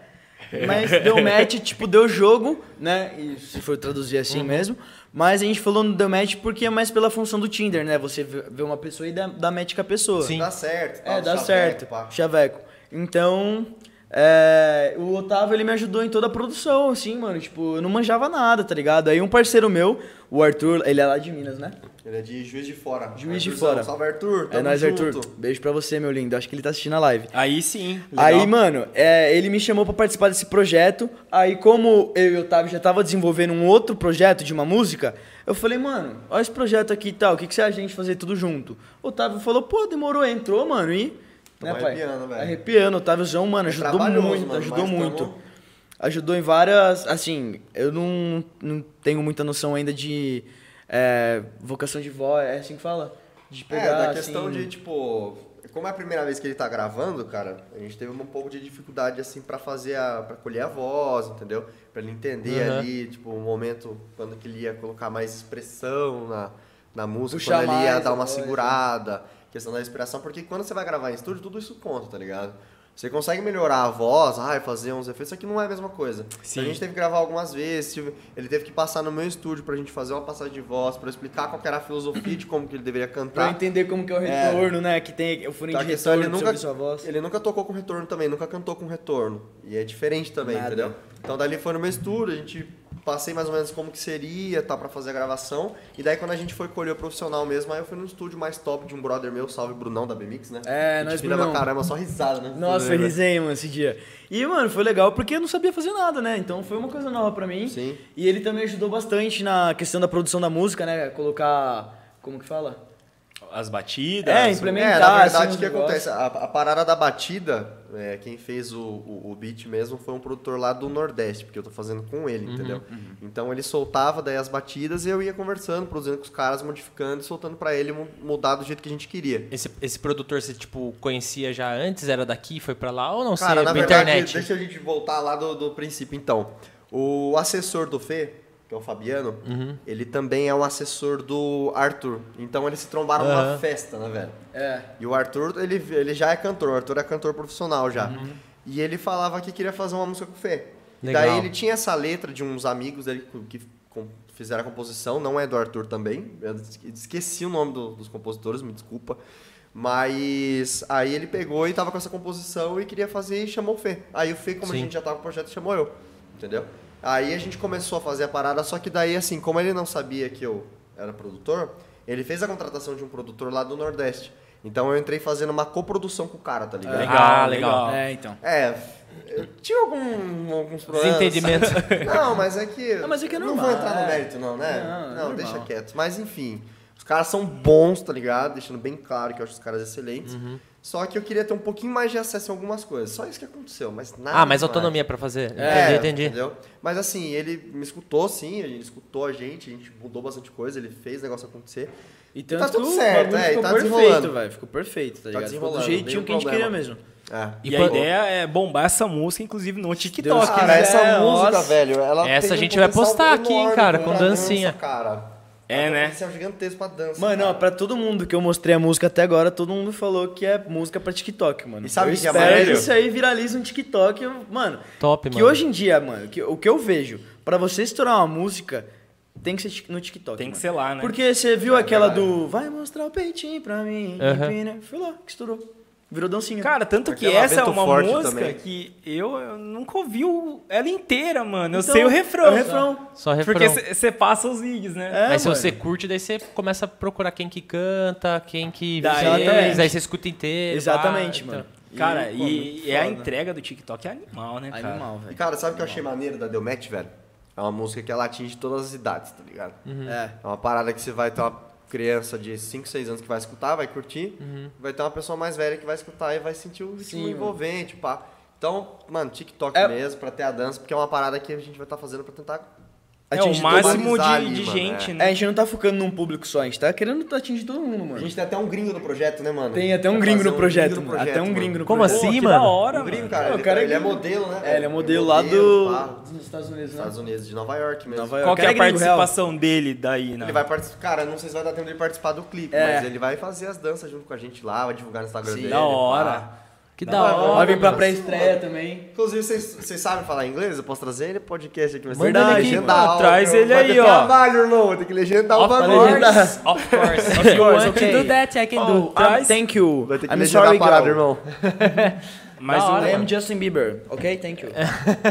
Speaker 4: Mas deu match, tipo, deu jogo, né? E se for traduzir assim mesmo. Mas a gente falou no deu match porque é mais pela função do Tinder, né? Você vê vê uma pessoa e dá, dá match com a pessoa.
Speaker 3: Sim.
Speaker 5: Dá certo.
Speaker 4: É,
Speaker 5: tal,
Speaker 4: dá
Speaker 5: chaveco,
Speaker 4: certo.
Speaker 5: pá.
Speaker 4: Chaveco. Então, é, o Otávio, ele me ajudou em toda a produção, assim, mano. Tipo, eu não manjava nada, tá ligado? Aí um parceiro meu, o Arthur, ele é lá de Minas, né?
Speaker 5: Ele é de Juiz de Fora.
Speaker 4: Juiz de
Speaker 5: Arthurzão,
Speaker 4: Fora.
Speaker 5: Salve, Arthur.
Speaker 4: É
Speaker 5: tamo
Speaker 4: nóis,
Speaker 5: junto.
Speaker 4: Arthur. Beijo pra você, meu lindo. Acho que ele tá assistindo a live.
Speaker 2: Aí sim.
Speaker 4: Aí, mano, é, ele me chamou pra participar desse projeto. Aí, como eu e o Otávio já tava desenvolvendo um outro projeto de uma música, eu falei, mano, olha esse projeto aqui e tal, o que, que você acha de a gente fazer tudo junto? O Otávio falou, pô, demorou, entrou, mano, e. né,
Speaker 5: Tamo arrepiando, velho.
Speaker 4: Arrepiando, o Otáviozão, mano,
Speaker 5: É
Speaker 4: ajudou
Speaker 5: trabalhoso,
Speaker 4: muito,
Speaker 5: mano,
Speaker 4: ajudou
Speaker 5: mas
Speaker 4: muito.
Speaker 5: tamo-
Speaker 4: Ajudou em várias. Assim, eu não, não tenho muita noção ainda de é, vocação de voz, é assim que fala? De pegar.
Speaker 5: é, da questão
Speaker 4: assim,
Speaker 5: de, tipo... Como é a primeira vez que ele tá gravando, cara, a gente teve um pouco de dificuldade, assim, pra fazer a... Pra colher a voz, entendeu? Pra ele entender
Speaker 3: Uhum.
Speaker 5: ali, tipo, o momento quando que ele ia colocar mais expressão na, na música,
Speaker 4: Puxar
Speaker 5: quando ele ia
Speaker 4: mais a
Speaker 5: dar uma
Speaker 4: voz, né?
Speaker 5: segurada, questão da respiração, porque quando você vai gravar em estúdio, tudo isso conta, tá ligado? Você consegue melhorar a voz, ai, fazer uns efeitos, só que não é a mesma coisa.
Speaker 2: Sim.
Speaker 5: A gente teve que gravar algumas vezes, tive- ele teve que passar no meu estúdio pra gente fazer uma passagem de voz, pra eu explicar qual que era a filosofia de como que ele deveria
Speaker 4: Pra
Speaker 5: cantar.
Speaker 4: eu entender como que é o
Speaker 5: É.
Speaker 4: retorno, né? Que então tem o furinho
Speaker 5: Tá, a
Speaker 4: de
Speaker 5: questão,
Speaker 4: retorno,
Speaker 5: ele
Speaker 4: sobre
Speaker 5: nunca,
Speaker 4: sua voz.
Speaker 5: ele nunca tocou com retorno também, nunca cantou com retorno. E é diferente também,
Speaker 4: Nada.
Speaker 5: entendeu? Então dali foi no meu estúdio, a gente passei mais ou menos como que seria, tá, pra fazer a gravação. E daí quando a gente foi colher o profissional mesmo, aí eu fui num estúdio mais top de um brother meu, salve Brunão da BMX, né?
Speaker 4: É,
Speaker 5: A gente
Speaker 4: nós,
Speaker 5: vira pra
Speaker 4: Brunão.
Speaker 5: caramba, só risada, né?
Speaker 4: Nossa, eu risei, mano, esse dia. E, mano, foi legal porque eu não sabia fazer nada, né? Então foi uma coisa nova pra mim.
Speaker 5: Sim.
Speaker 4: E ele também ajudou bastante na questão da produção da música, né? Colocar. Como que fala?
Speaker 2: As batidas.
Speaker 4: É,
Speaker 2: o-
Speaker 4: implementa-
Speaker 5: É,
Speaker 4: Comentar,
Speaker 5: na
Speaker 4: assim,
Speaker 5: verdade,
Speaker 4: uns
Speaker 5: o que acontece? A, a parada da batida, é, quem fez o, o, o beat mesmo foi um produtor lá do Nordeste, porque eu tô fazendo com ele,
Speaker 3: Uhum,
Speaker 5: entendeu? Então ele soltava daí as batidas e eu ia conversando, produzindo com os caras, modificando e soltando pra ele mu- mudar do jeito que a gente queria.
Speaker 3: Esse, esse produtor você, tipo, conhecia já antes, era daqui, foi pra lá, ou não sei,
Speaker 5: Cara,
Speaker 3: na
Speaker 5: na verdade,
Speaker 3: internet?
Speaker 5: deixa a gente voltar lá do, do princípio, então. O assessor do Fê, que é o Fabiano,
Speaker 3: Uhum.
Speaker 5: ele também é um assessor do Arthur. Então eles se trombaram numa
Speaker 3: Aham.
Speaker 5: festa, né, velho?
Speaker 4: É.
Speaker 5: E o Arthur, ele, ele já é cantor, o Arthur é cantor profissional já.
Speaker 3: Uhum.
Speaker 5: E ele falava que queria fazer uma música com o Fê. E
Speaker 3: Legal.
Speaker 5: Daí ele tinha essa letra de uns amigos dele que que com- fizeram a composição, não é do Arthur também. Eu esque- esqueci o nome do- dos compositores, me desculpa. Mas aí ele pegou e tava com essa composição e queria fazer e chamou o Fê. Aí o Fê, como a
Speaker 3: Sim.
Speaker 5: gente já tava com o projeto, chamou eu. Entendeu? Aí a gente começou a fazer a parada, só que daí, assim, como ele não sabia que eu era produtor, ele fez a contratação de um produtor lá do Nordeste. Então eu entrei fazendo uma coprodução com o cara, tá ligado?
Speaker 3: Ah, legal.
Speaker 4: É, então.
Speaker 5: É, eu tive algum, alguns problemas.
Speaker 3: Desentendimento.
Speaker 5: Não, mas é que.
Speaker 4: Não, mas é que é
Speaker 5: não vou
Speaker 4: normal,
Speaker 5: entrar no
Speaker 4: é.
Speaker 5: mérito, não, né?
Speaker 4: Não, é
Speaker 5: Não,
Speaker 4: normal.
Speaker 5: deixa quieto. Mas enfim, os caras são bons, tá ligado? Deixando bem claro que eu acho os caras excelentes.
Speaker 3: Uhum.
Speaker 5: Só que eu queria ter um pouquinho mais de acesso em algumas coisas. Só isso que aconteceu, mas nada.
Speaker 3: Ah, mas
Speaker 5: demais.
Speaker 3: autonomia pra fazer.
Speaker 5: É,
Speaker 3: entendi, entendi.
Speaker 5: Entendeu? Mas assim, ele me escutou sim, ele escutou a gente, a gente mudou bastante coisa, ele fez o negócio acontecer.
Speaker 4: E
Speaker 5: Tá
Speaker 4: tanto
Speaker 5: tudo
Speaker 4: que o
Speaker 5: certo,
Speaker 4: bagulho
Speaker 5: é, e
Speaker 4: ficou
Speaker 5: tá
Speaker 4: perfeito,
Speaker 5: desenrolando.
Speaker 4: velho. Ficou perfeito, tá ligado? Ficou do
Speaker 5: desenrolando,
Speaker 4: jeitinho
Speaker 5: nenhum
Speaker 4: que a gente queria
Speaker 5: problema.
Speaker 4: mesmo.
Speaker 5: É.
Speaker 2: E, a
Speaker 3: pô-
Speaker 2: ideia é bombar essa música, inclusive no TikTok.
Speaker 4: Deus
Speaker 2: né?
Speaker 5: Cara, Ah, essa
Speaker 4: quiser,
Speaker 5: música,
Speaker 4: nossa.
Speaker 5: velho, ela
Speaker 3: Essa
Speaker 5: tem
Speaker 3: a gente
Speaker 5: um
Speaker 3: vai
Speaker 5: potencial
Speaker 3: postar aqui, hein,
Speaker 5: enorme
Speaker 3: cara,
Speaker 5: pra
Speaker 3: com
Speaker 5: dança,
Speaker 3: dança,
Speaker 5: cara.
Speaker 2: É,
Speaker 5: Ela tem um
Speaker 2: né?
Speaker 5: potencial gigantesco pra dança.
Speaker 4: Mano, ó,
Speaker 5: cara.
Speaker 4: pra todo mundo que eu mostrei a música até agora, todo mundo falou que é música pra TikTok, mano.
Speaker 5: E sabe
Speaker 4: eu
Speaker 5: o que é
Speaker 4: espero
Speaker 5: maneiro?
Speaker 4: que isso aí viralize um TikTok, eu- mano.
Speaker 3: Top,
Speaker 4: que
Speaker 3: mano.
Speaker 4: hoje em dia, mano, que- o que eu vejo, pra você estourar uma música, tem que ser ti- no TikTok.
Speaker 2: Tem que
Speaker 4: mano.
Speaker 2: ser lá, né?
Speaker 4: Porque você viu
Speaker 5: É
Speaker 4: aquela
Speaker 5: verdade.
Speaker 4: do Vai mostrar o peitinho pra mim,
Speaker 3: Aham.
Speaker 4: empina. Foi lá, que estourou. Virou dancinha.
Speaker 2: Cara, tanto que
Speaker 5: Aquela
Speaker 2: essa é
Speaker 5: Vento
Speaker 2: uma
Speaker 5: Forte
Speaker 2: música
Speaker 5: também.
Speaker 2: que eu, eu nunca ouvi o- ela inteira, mano. Eu
Speaker 4: Então,
Speaker 2: sei o
Speaker 4: é
Speaker 2: refrão.
Speaker 4: o refrão.
Speaker 3: Só refrão.
Speaker 2: Porque você passa os gigs, né?
Speaker 4: É,
Speaker 3: Aí se
Speaker 4: mano.
Speaker 3: você curte, daí você começa a procurar quem que canta, quem que
Speaker 2: Daí-
Speaker 3: fez,
Speaker 4: Exatamente.
Speaker 3: aí você escuta inteiro. pá,
Speaker 4: Exatamente,
Speaker 3: então.
Speaker 4: mano.
Speaker 2: então. Cara,
Speaker 5: É. Ih, pô,
Speaker 2: e,
Speaker 5: muito
Speaker 2: e a
Speaker 5: foda.
Speaker 2: entrega do TikTok é animal, né, cara?
Speaker 4: Animal,
Speaker 5: E
Speaker 4: velho.
Speaker 5: cara, sabe o que eu achei maneiro da Del Match, velho? É uma música que ela atinge todas as idades, tá ligado?
Speaker 4: É.
Speaker 5: É uma parada que você vai ter uma criança de 5, 6 anos que vai escutar, vai curtir, vai ter uma pessoa mais velha que vai escutar e vai sentir o ritmo
Speaker 4: Uhum. Sim,
Speaker 5: envolvente, pá. Então, mano, TikTok
Speaker 4: É-
Speaker 5: mesmo, pra ter a dança, porque é uma parada que a gente vai estar fazendo pra tentar.
Speaker 2: É o
Speaker 4: Atinge
Speaker 2: máximo de,
Speaker 5: globalizar ali,
Speaker 2: de
Speaker 5: mano,
Speaker 2: gente,
Speaker 5: é.
Speaker 4: É, tá a
Speaker 2: né?
Speaker 4: gente não tá focando num público só, a gente tá querendo atingir todo mundo,
Speaker 5: A
Speaker 4: mano.
Speaker 5: gente tem até um gringo no projeto, né, mano?
Speaker 4: Tem até um
Speaker 5: Vai
Speaker 4: gringo
Speaker 5: fazer
Speaker 4: no projeto,
Speaker 5: gringo no
Speaker 4: mano. Até um
Speaker 5: mano.
Speaker 4: gringo no
Speaker 3: Como
Speaker 4: projeto.
Speaker 3: assim,
Speaker 2: que
Speaker 3: mano?
Speaker 2: da hora,
Speaker 5: Um gringo,
Speaker 2: mano.
Speaker 5: cara.
Speaker 4: Pô,
Speaker 5: ele,
Speaker 4: o cara é
Speaker 5: ele é
Speaker 4: gringo.
Speaker 5: modelo, né?
Speaker 4: É, ele é
Speaker 5: velho?
Speaker 4: modelo lá do.
Speaker 5: pá,
Speaker 4: Dos Estados Unidos, né?
Speaker 5: Estados Unidos, de Nova York mesmo.
Speaker 4: Nova York.
Speaker 2: Qual que é a
Speaker 4: Cara, gringo, real.
Speaker 2: participação dele daí, né?
Speaker 5: Ele vai participar. Cara, não sei se vai dar tempo de participar do clipe,
Speaker 4: É.
Speaker 5: mas ele vai fazer as danças junto com a gente lá, vai divulgar no Instagram
Speaker 4: Sim.
Speaker 5: dele.
Speaker 2: Da
Speaker 5: pá.
Speaker 2: hora.
Speaker 3: Que
Speaker 5: Não,
Speaker 3: da
Speaker 5: vai-
Speaker 3: hora.
Speaker 4: Vai vir pra
Speaker 5: mano.
Speaker 4: pré-estreia também.
Speaker 5: Inclusive, vocês vocês sabem falar inglês? Eu posso trazer ele pro podcast aqui. Mas
Speaker 3: Manda
Speaker 5: tem que
Speaker 3: ele aqui,
Speaker 5: legendar.
Speaker 2: mano.
Speaker 5: ó,
Speaker 2: Traz
Speaker 5: meu.
Speaker 2: ele
Speaker 5: vai
Speaker 2: aí,
Speaker 5: ter
Speaker 2: ó.
Speaker 5: trabalho, irmão. Vai ter que legendar o
Speaker 3: Of
Speaker 5: bagulho.
Speaker 3: course, of course. If you
Speaker 4: course,
Speaker 3: want
Speaker 4: okay.
Speaker 3: to do that, I can do.
Speaker 2: Ah, traz.
Speaker 4: Oh, um thank you.
Speaker 5: Vai ter que
Speaker 4: I'm
Speaker 5: legendar
Speaker 4: sorry,
Speaker 5: a parada,
Speaker 4: girl.
Speaker 5: irmão.
Speaker 2: Mas
Speaker 4: I
Speaker 2: o,
Speaker 4: am Justin Bieber. Ok, thank you.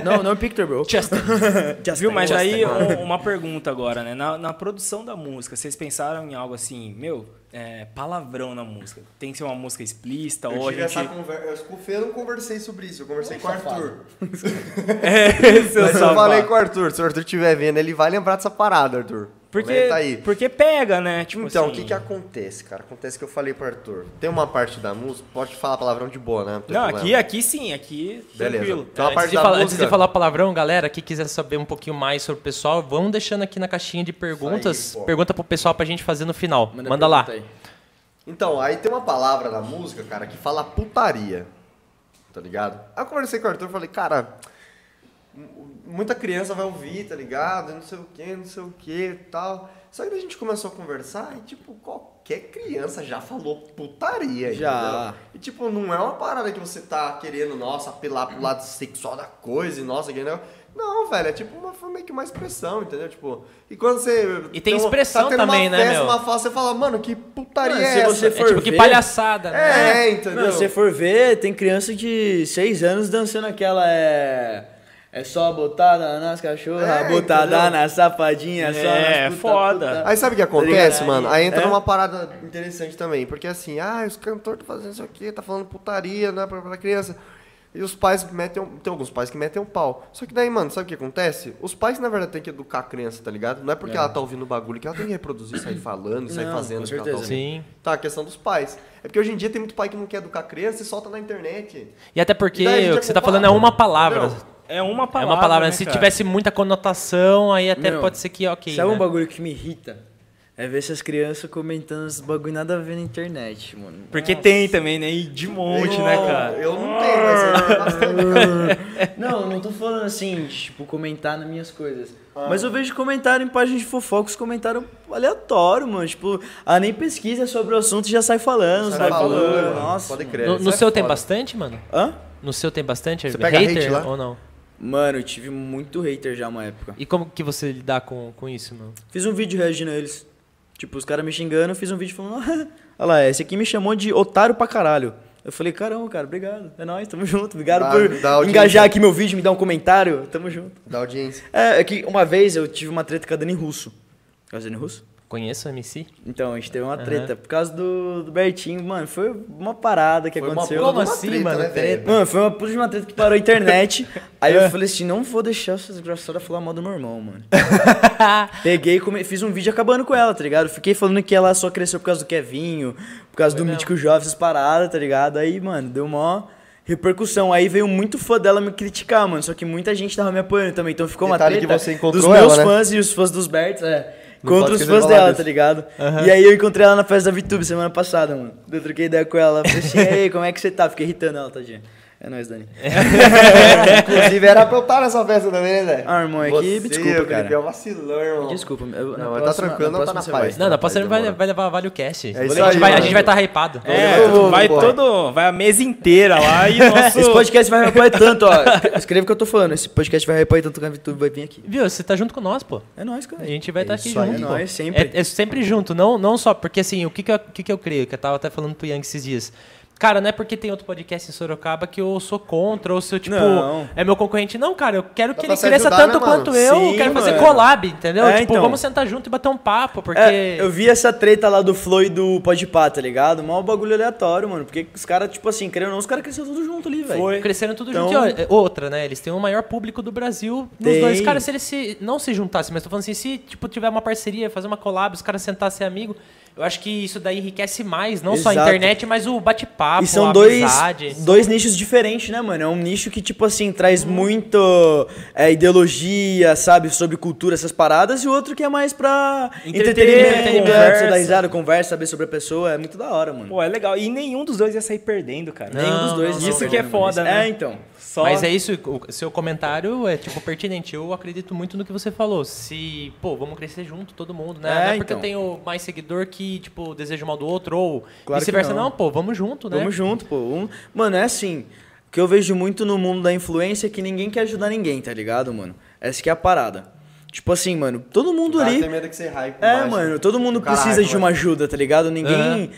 Speaker 4: no, no picture, bro.
Speaker 3: Justin.
Speaker 4: Justin.
Speaker 2: Viu, mas
Speaker 4: Justin.
Speaker 2: aí um- uma pergunta agora, né? Na, na produção da música, vocês pensaram em algo assim, meu, é, palavrão na música? Tem que ser uma música explícita
Speaker 5: Eu
Speaker 2: ou a
Speaker 5: tive
Speaker 2: gente.
Speaker 5: essa conversa. Com o Fê, eu não conversei sobre isso. Eu conversei com o Arthur.
Speaker 2: É, seu
Speaker 5: Mas eu
Speaker 2: safado.
Speaker 5: falei com o Arthur. Se o Arthur estiver vendo, ele vai lembrar dessa parada, Arthur.
Speaker 2: Porque,
Speaker 5: Comenta "Tá aí.
Speaker 2: porque pega, né? Tipo
Speaker 5: Então, o
Speaker 2: assim,
Speaker 5: que que acontece, cara? Acontece que eu falei pro Arthur. Tem uma parte da música, pode falar palavrão de boa, né? tem
Speaker 2: Não,
Speaker 5: problema.
Speaker 2: aqui, aqui sim, aqui
Speaker 5: Beleza.
Speaker 2: tranquilo. É,
Speaker 5: Então a
Speaker 3: Antes
Speaker 5: parte
Speaker 3: de,
Speaker 5: da
Speaker 3: falar, antes
Speaker 5: música.
Speaker 3: de falar palavrão, galera, que quiser saber um pouquinho mais sobre o pessoal, vão deixando aqui na caixinha de perguntas.
Speaker 5: Isso aí, pô.
Speaker 3: pergunta pro pessoal pra gente fazer no final. Manda,
Speaker 4: pergunta
Speaker 3: lá.
Speaker 4: aí.
Speaker 5: Então, aí tem uma palavra na música, cara, que fala putaria. Tá ligado? Aí eu conversei com o Arthur e falei, cara, m- muita criança vai ouvir, tá ligado? Não sei o que, não sei o que e tal. Só que daí a gente começou a conversar e, tipo, qualquer criança já falou putaria.
Speaker 4: Já.
Speaker 5: entendeu? E, tipo, não é uma parada que você tá querendo, nossa, apelar pro lado sexual da coisa e, nossa, que negócio. Não, velho, é tipo uma, meio que uma expressão, entendeu? Tipo, e quando você.
Speaker 3: E tem
Speaker 5: uma-
Speaker 3: expressão
Speaker 5: tá tendo
Speaker 3: também,
Speaker 5: uma
Speaker 3: né,
Speaker 5: festa,
Speaker 3: meu?
Speaker 5: Uma festa, você fala, mano, que putaria
Speaker 4: Mano,
Speaker 5: é
Speaker 4: se
Speaker 5: essa?
Speaker 4: você
Speaker 3: É
Speaker 4: for
Speaker 3: tipo que
Speaker 4: ver-
Speaker 3: palhaçada, né?
Speaker 5: É,
Speaker 4: Mano,
Speaker 5: entendeu?
Speaker 4: se você for ver, tem criança de 6 anos dançando aquela. É... É só botada nas cachorras,
Speaker 5: É,
Speaker 4: botada
Speaker 5: entendeu?
Speaker 4: na safadinha, só
Speaker 2: É,
Speaker 4: nas puta,
Speaker 2: foda.
Speaker 4: puta.
Speaker 5: Aí sabe o que acontece,
Speaker 4: Obrigado.
Speaker 5: mano? Aí entra
Speaker 4: tá É.
Speaker 5: numa parada interessante também, porque assim, ah, os cantores estão fazendo isso aqui, tá falando putaria, né, pra, pra criança. E os pais metem. um- Tem alguns pais que metem um pau. Só que daí, mano, sabe o que acontece? Os pais, na verdade, têm que educar a criança, tá ligado? Não é porque ela tá ouvindo o bagulho que ela tem que reproduzir, sair falando, sair
Speaker 4: Não,
Speaker 5: fazendo
Speaker 4: com
Speaker 5: o que ela tá
Speaker 4: certeza.
Speaker 5: ouvindo.
Speaker 3: Sim.
Speaker 5: Tá, a questão dos pais. É porque hoje em dia tem muito pai que não quer educar a criança e solta na internet.
Speaker 3: E até porque
Speaker 5: E daí a gente
Speaker 3: o
Speaker 5: é
Speaker 3: que você tá
Speaker 5: culpado.
Speaker 3: falando é uma palavra.
Speaker 5: Não,
Speaker 2: É uma
Speaker 3: é
Speaker 2: palavra.
Speaker 3: uma palavra.
Speaker 2: né,
Speaker 3: Se
Speaker 2: cara?
Speaker 3: tivesse muita conotação, aí até
Speaker 4: Meu,
Speaker 3: pode ser que ok.
Speaker 5: é
Speaker 4: Sabe
Speaker 3: né?
Speaker 4: um bagulho que me irrita? É ver essas crianças comentando os bagulho nada a ver na internet, mano.
Speaker 2: Porque tem também, né? E de monte, né, cara?
Speaker 5: Eu não tenho, mas eu tenho bastante.
Speaker 4: não, não tô falando assim, tipo, comentar nas minhas coisas.
Speaker 5: Ah.
Speaker 4: Mas eu vejo comentário em página de fofocos, comentário aleatório, mano. Tipo, a nem pesquisa sobre o assunto e já sai falando, sai,
Speaker 5: Sai
Speaker 4: Tá falando.
Speaker 5: falando,
Speaker 4: Nossa.
Speaker 5: Pode crer.
Speaker 3: No,
Speaker 5: isso
Speaker 3: no
Speaker 5: é
Speaker 3: seu tem
Speaker 5: foda.
Speaker 3: bastante, mano?
Speaker 4: Hã?
Speaker 3: No seu tem bastante?
Speaker 5: Você pega
Speaker 3: hater
Speaker 5: hate lá?
Speaker 3: ou não?
Speaker 4: Mano, eu tive muito hater já uma época.
Speaker 3: E como que você lidar com, com isso, mano?
Speaker 4: Fiz um vídeo reagindo a eles. Tipo, os caras me xingando, eu fiz um vídeo falando, "Ah, olha lá, esse aqui me chamou de otário pra caralho. Eu falei, caramba, cara, obrigado. É nóis, tamo junto. Obrigado
Speaker 5: Dá-
Speaker 4: por
Speaker 5: dá audiência.
Speaker 4: engajar aqui meu vídeo, me dar um comentário. Tamo junto.
Speaker 5: Da audiência.
Speaker 4: É, é que uma vez eu tive uma treta com a Dani Russo. Com a Dani Russo?
Speaker 3: Conheço o MC?
Speaker 4: Então, a gente teve uma
Speaker 3: Aham.
Speaker 4: treta por causa do, do Bertinho. Mano, foi uma parada que
Speaker 5: Foi uma
Speaker 4: aconteceu.
Speaker 5: puta de uma
Speaker 3: assim,
Speaker 5: treta,
Speaker 3: mano?
Speaker 5: né, velho?
Speaker 4: Mano, foi uma puta de uma treta que parou a internet. aí
Speaker 5: É.
Speaker 4: eu falei assim, não vou deixar essa desgraçada falar mal do meu irmão, mano. Peguei e come- fiz um vídeo acabando com ela, tá ligado? Fiquei falando que ela só cresceu por causa do Kevinho, por causa do Mítico Jovem, essas paradas, tá ligado? Aí, mano, deu mó repercussão. Aí veio muito fã dela me criticar, mano. Só que muita gente tava me apoiando também. Então ficou uma
Speaker 5: Detalhe que
Speaker 4: treta
Speaker 5: você encontrou
Speaker 4: dos meus
Speaker 5: ela, né?
Speaker 4: fãs e os fãs dos Berts, é.
Speaker 5: Não
Speaker 4: contra
Speaker 5: pode
Speaker 4: os
Speaker 5: esquecer de
Speaker 4: fãs
Speaker 5: falar
Speaker 4: dela, tá
Speaker 5: disso.
Speaker 4: ligado? E aí eu encontrei ela na festa da VTube semana passada, mano. Eu troquei ideia com ela. Falei assim, ei, como é que você tá? Fiquei irritando ela, tadinha. É nóis, Dani.
Speaker 5: Inclusive, era pra eu estar nessa festa também, né, velho?
Speaker 4: Ah, irmão, é que me desculpa,
Speaker 5: Felipe,
Speaker 4: cara.
Speaker 5: É um vacilão, irmão.
Speaker 4: Desculpa, eu, na
Speaker 5: Não, mas
Speaker 4: próxima-
Speaker 5: tá tranquilo, não tá na
Speaker 4: próxima você
Speaker 5: paz.
Speaker 4: vai.
Speaker 3: Não, na próxima
Speaker 5: demorou.
Speaker 3: vai, vai levar Vale o Cash. a,
Speaker 5: É isso
Speaker 3: gente
Speaker 5: aí,
Speaker 3: vai, a
Speaker 5: mano.
Speaker 3: gente vai estar hypado.
Speaker 2: É,
Speaker 5: Ô,
Speaker 2: vai
Speaker 5: pô.
Speaker 2: todo. Vai a mesa inteira lá e nosso.
Speaker 4: Esse podcast vai reapoiar tanto, ó. Escreva o que eu tô falando. Esse podcast vai reapoiar tanto que a VTube vai vir aqui.
Speaker 3: Viu? Você tá junto com nós, pô.
Speaker 4: É nóis,
Speaker 3: A
Speaker 4: cara.
Speaker 3: gente vai
Speaker 5: É
Speaker 3: estar aqui
Speaker 5: isso aí,
Speaker 3: junto.
Speaker 4: é
Speaker 3: pô.
Speaker 4: nóis, sempre.
Speaker 3: É, é sempre junto, não, não só. Porque assim, o que que eu, o que que eu creio? Que eu tava até falando pro Yang esses dias. Cara, não é porque tem outro podcast em Sorocaba que eu sou contra, ou se eu, tipo,
Speaker 4: Não.
Speaker 3: é meu concorrente. Não, cara, eu quero que
Speaker 5: pra
Speaker 3: ele
Speaker 5: se
Speaker 3: cresça
Speaker 5: ajudar,
Speaker 3: tanto
Speaker 5: né, mano?
Speaker 3: quanto eu.
Speaker 4: Sim,
Speaker 3: quero fazer
Speaker 4: mano.
Speaker 3: collab, entendeu?
Speaker 4: É,
Speaker 3: tipo,
Speaker 4: então.
Speaker 3: vamos sentar junto e bater um papo, porque.
Speaker 4: É, eu vi essa treta lá do Flow e do Podpah, tá ligado? Mó bagulho aleatório, mano. Porque os caras, tipo assim, querendo ou não, os caras cresceram tudo junto ali, velho.
Speaker 2: Foi.
Speaker 3: Cresceram tudo
Speaker 4: Então-
Speaker 3: junto. E ó, é outra, né? Eles têm o maior público do Brasil nos
Speaker 4: Tem.
Speaker 3: dois. Cara, se eles se, não se juntassem, mas tô falando assim, se tipo, tiver uma parceria, fazer uma collab, os caras sentassem amigo, eu acho que isso daí enriquece mais, não só a
Speaker 4: Exato.
Speaker 3: internet, mas o bate-papo,
Speaker 4: E são
Speaker 3: a
Speaker 4: dois,
Speaker 3: amizade.
Speaker 4: dois nichos diferentes, né, mano? É um nicho que, tipo assim, traz muito é, ideologia, sabe? Sobre cultura, essas paradas. E o outro que é mais pra
Speaker 2: Entreter-
Speaker 4: entretenimento,
Speaker 2: conversa.
Speaker 4: você dar risada, conversa, saber sobre a pessoa. É muito da hora, mano.
Speaker 2: Pô, é legal. E nenhum dos dois ia sair perdendo, cara.
Speaker 3: Não,
Speaker 4: Nenhum dos dois.
Speaker 3: não,
Speaker 4: né?
Speaker 2: não, Isso que é foda, né?
Speaker 4: É, então.
Speaker 2: Só...
Speaker 3: Mas é isso, o seu comentário é, tipo, pertinente. Eu acredito muito no que você falou. Se, pô, vamos crescer junto, todo mundo, né?
Speaker 4: É,
Speaker 3: não é porque
Speaker 4: então.
Speaker 3: eu tenho mais seguidor que, tipo, desejo mal do outro, ou
Speaker 4: Claro que
Speaker 3: vice-versa.
Speaker 4: não.
Speaker 3: Não. pô, vamos junto, né?
Speaker 4: Tamo junto, pô. Um- Mano, é assim. O que eu vejo muito no mundo da influência é que ninguém quer ajudar ninguém, tá ligado, mano? Essa que é a parada. Tipo assim, mano, todo mundo
Speaker 5: O cara
Speaker 4: ali.
Speaker 5: tem medo que você hype
Speaker 4: É,
Speaker 5: mais, né?
Speaker 4: mano, todo mundo
Speaker 5: O cara
Speaker 4: precisa
Speaker 5: hype
Speaker 4: de uma
Speaker 5: mais.
Speaker 4: ajuda, tá ligado? Ninguém.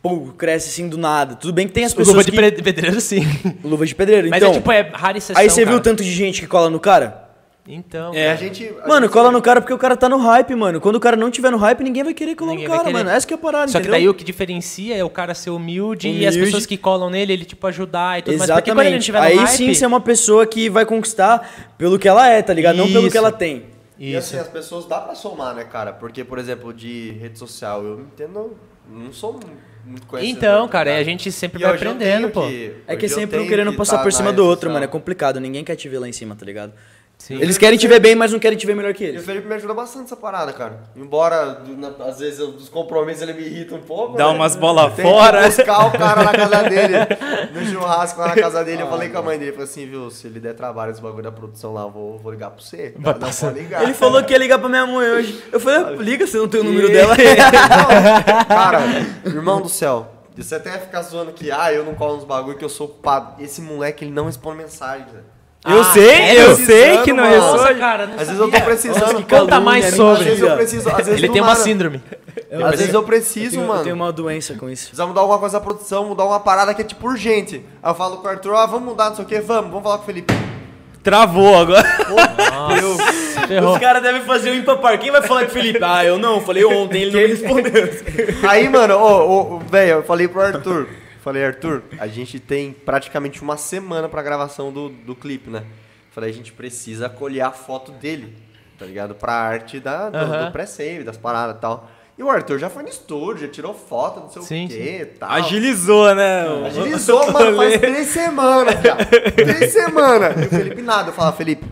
Speaker 4: Pô, cresce assim do nada. Tudo bem que tem as pessoas.
Speaker 3: Luva de
Speaker 4: que...
Speaker 3: pre- pedreiro, sim.
Speaker 4: Luva de pedreiro,
Speaker 3: Mas
Speaker 4: então.
Speaker 3: é tipo, é rara exceção,
Speaker 4: Aí você viu
Speaker 3: cara.
Speaker 4: o tanto de gente que cola no cara?
Speaker 3: Então,
Speaker 5: A
Speaker 3: cara,
Speaker 5: gente... a
Speaker 4: é. Mano,
Speaker 5: gente-
Speaker 4: cola no cara porque o cara tá no hype, mano. Quando o cara não tiver no hype, ninguém vai querer colar
Speaker 3: ninguém
Speaker 4: no
Speaker 3: vai
Speaker 4: cara,
Speaker 3: querer.
Speaker 4: mano. Essa que é a parada,
Speaker 3: Só que
Speaker 4: entendeu?
Speaker 3: daí o que diferencia é o cara ser humilde, e as
Speaker 4: Humilde.
Speaker 3: pessoas que colam nele, ele tipo ajudar e tudo mais. Porque quando ele não
Speaker 4: Exatamente.
Speaker 3: tiver no
Speaker 4: Aí
Speaker 3: hype,
Speaker 4: sim você é uma pessoa que vai conquistar pelo que ela é, tá ligado? Não pelo
Speaker 3: Isso.
Speaker 4: que ela tem.
Speaker 5: E
Speaker 3: Isso.
Speaker 5: assim, as pessoas dá pra somar, né, cara? Porque, por exemplo, de rede social, eu entendo... Não sou muito conhecido.
Speaker 3: Então, cara, aí a gente sempre
Speaker 5: né? E
Speaker 3: vai
Speaker 5: hoje eu
Speaker 3: aprendendo,
Speaker 5: tenho
Speaker 3: pô.
Speaker 4: É
Speaker 5: que- hoje
Speaker 4: que é
Speaker 5: eu
Speaker 4: sempre um
Speaker 5: tenho
Speaker 4: querendo
Speaker 5: que
Speaker 4: passar
Speaker 5: tá
Speaker 4: por
Speaker 5: na
Speaker 4: cima
Speaker 5: rede
Speaker 4: do outro,
Speaker 5: social.
Speaker 4: mano. É complicado. Ninguém quer te ver lá em cima, tá ligado?
Speaker 3: Sim.
Speaker 4: Eles querem te ver bem, mas não querem te ver melhor que
Speaker 5: E o
Speaker 4: eles.
Speaker 5: Felipe me ajuda bastante nessa parada, cara. Embora, do- na- às vezes, eu- dos compromissos ele me irrita um pouco.
Speaker 2: Dá
Speaker 5: né?
Speaker 2: umas bola
Speaker 5: Tem
Speaker 2: fora.
Speaker 5: que buscar o cara na casa dele. No churrasco lá na casa dele,
Speaker 2: Ah,
Speaker 5: eu falei com a mãe dele. Falei assim, viu, se ele der trabalho esse bagulho da produção lá, eu vou, vou ligar pra você. Vai não, vou ligar.
Speaker 4: Ele falou que ia ligar pra minha mãe hoje. Eu falei, ah, liga, você não tem o número
Speaker 2: E-
Speaker 4: dela.
Speaker 5: É. Cara, irmão do céu. Você até ficar zoando que, ah, eu não colo nos bagulho que eu sou culpado. Esse moleque, ele não responde mensagem, velho.
Speaker 2: Eu
Speaker 3: Ah,
Speaker 2: sei,
Speaker 3: sério?
Speaker 2: eu sei que não
Speaker 5: Mano,
Speaker 2: ressoa.
Speaker 3: Nossa, cara, não
Speaker 5: Às vezes eu
Speaker 3: sabia.
Speaker 5: tô precisando.
Speaker 3: Nossa, Conta mais
Speaker 4: calúnia,
Speaker 5: Às
Speaker 3: sobre.
Speaker 5: vezes eu preciso. Às vezes
Speaker 3: Ele
Speaker 5: do
Speaker 3: tem uma
Speaker 5: nada-
Speaker 3: síndrome.
Speaker 5: Às vezes eu preciso,
Speaker 4: tenho-
Speaker 5: mano.
Speaker 4: Eu tenho uma doença com isso.
Speaker 5: Precisamos mudar alguma coisa da produção, mudar uma parada que é tipo urgente. Aí eu falo com o Arthur, ah, vamos mudar, não sei o que, vamos, vamos falar com o Felipe.
Speaker 2: Travou agora.
Speaker 3: Nossa, ferrou.
Speaker 4: Os caras devem fazer o Impa Par. Quem vai falar de Felipe? Ah, eu não, falei ontem, ele não me respondeu.
Speaker 5: Aí, mano, ô, ô, velho, eu falei pro Arthur. Falei, Arthur, a gente tem praticamente uma semana pra gravação do, do clipe, né? Falei, a gente precisa colher a foto dele, tá ligado? Pra arte da, do,
Speaker 3: Aham.
Speaker 5: do pré-save, das paradas e tal. E o Arthur já foi no estúdio, já tirou foto, não sei
Speaker 3: Sim,
Speaker 5: o quê e tal.
Speaker 2: Agilizou, né? o-
Speaker 5: Agilizou, mano, faz três semanas, cara. Três semanas. E o Felipe nada. Eu falava, Felipe,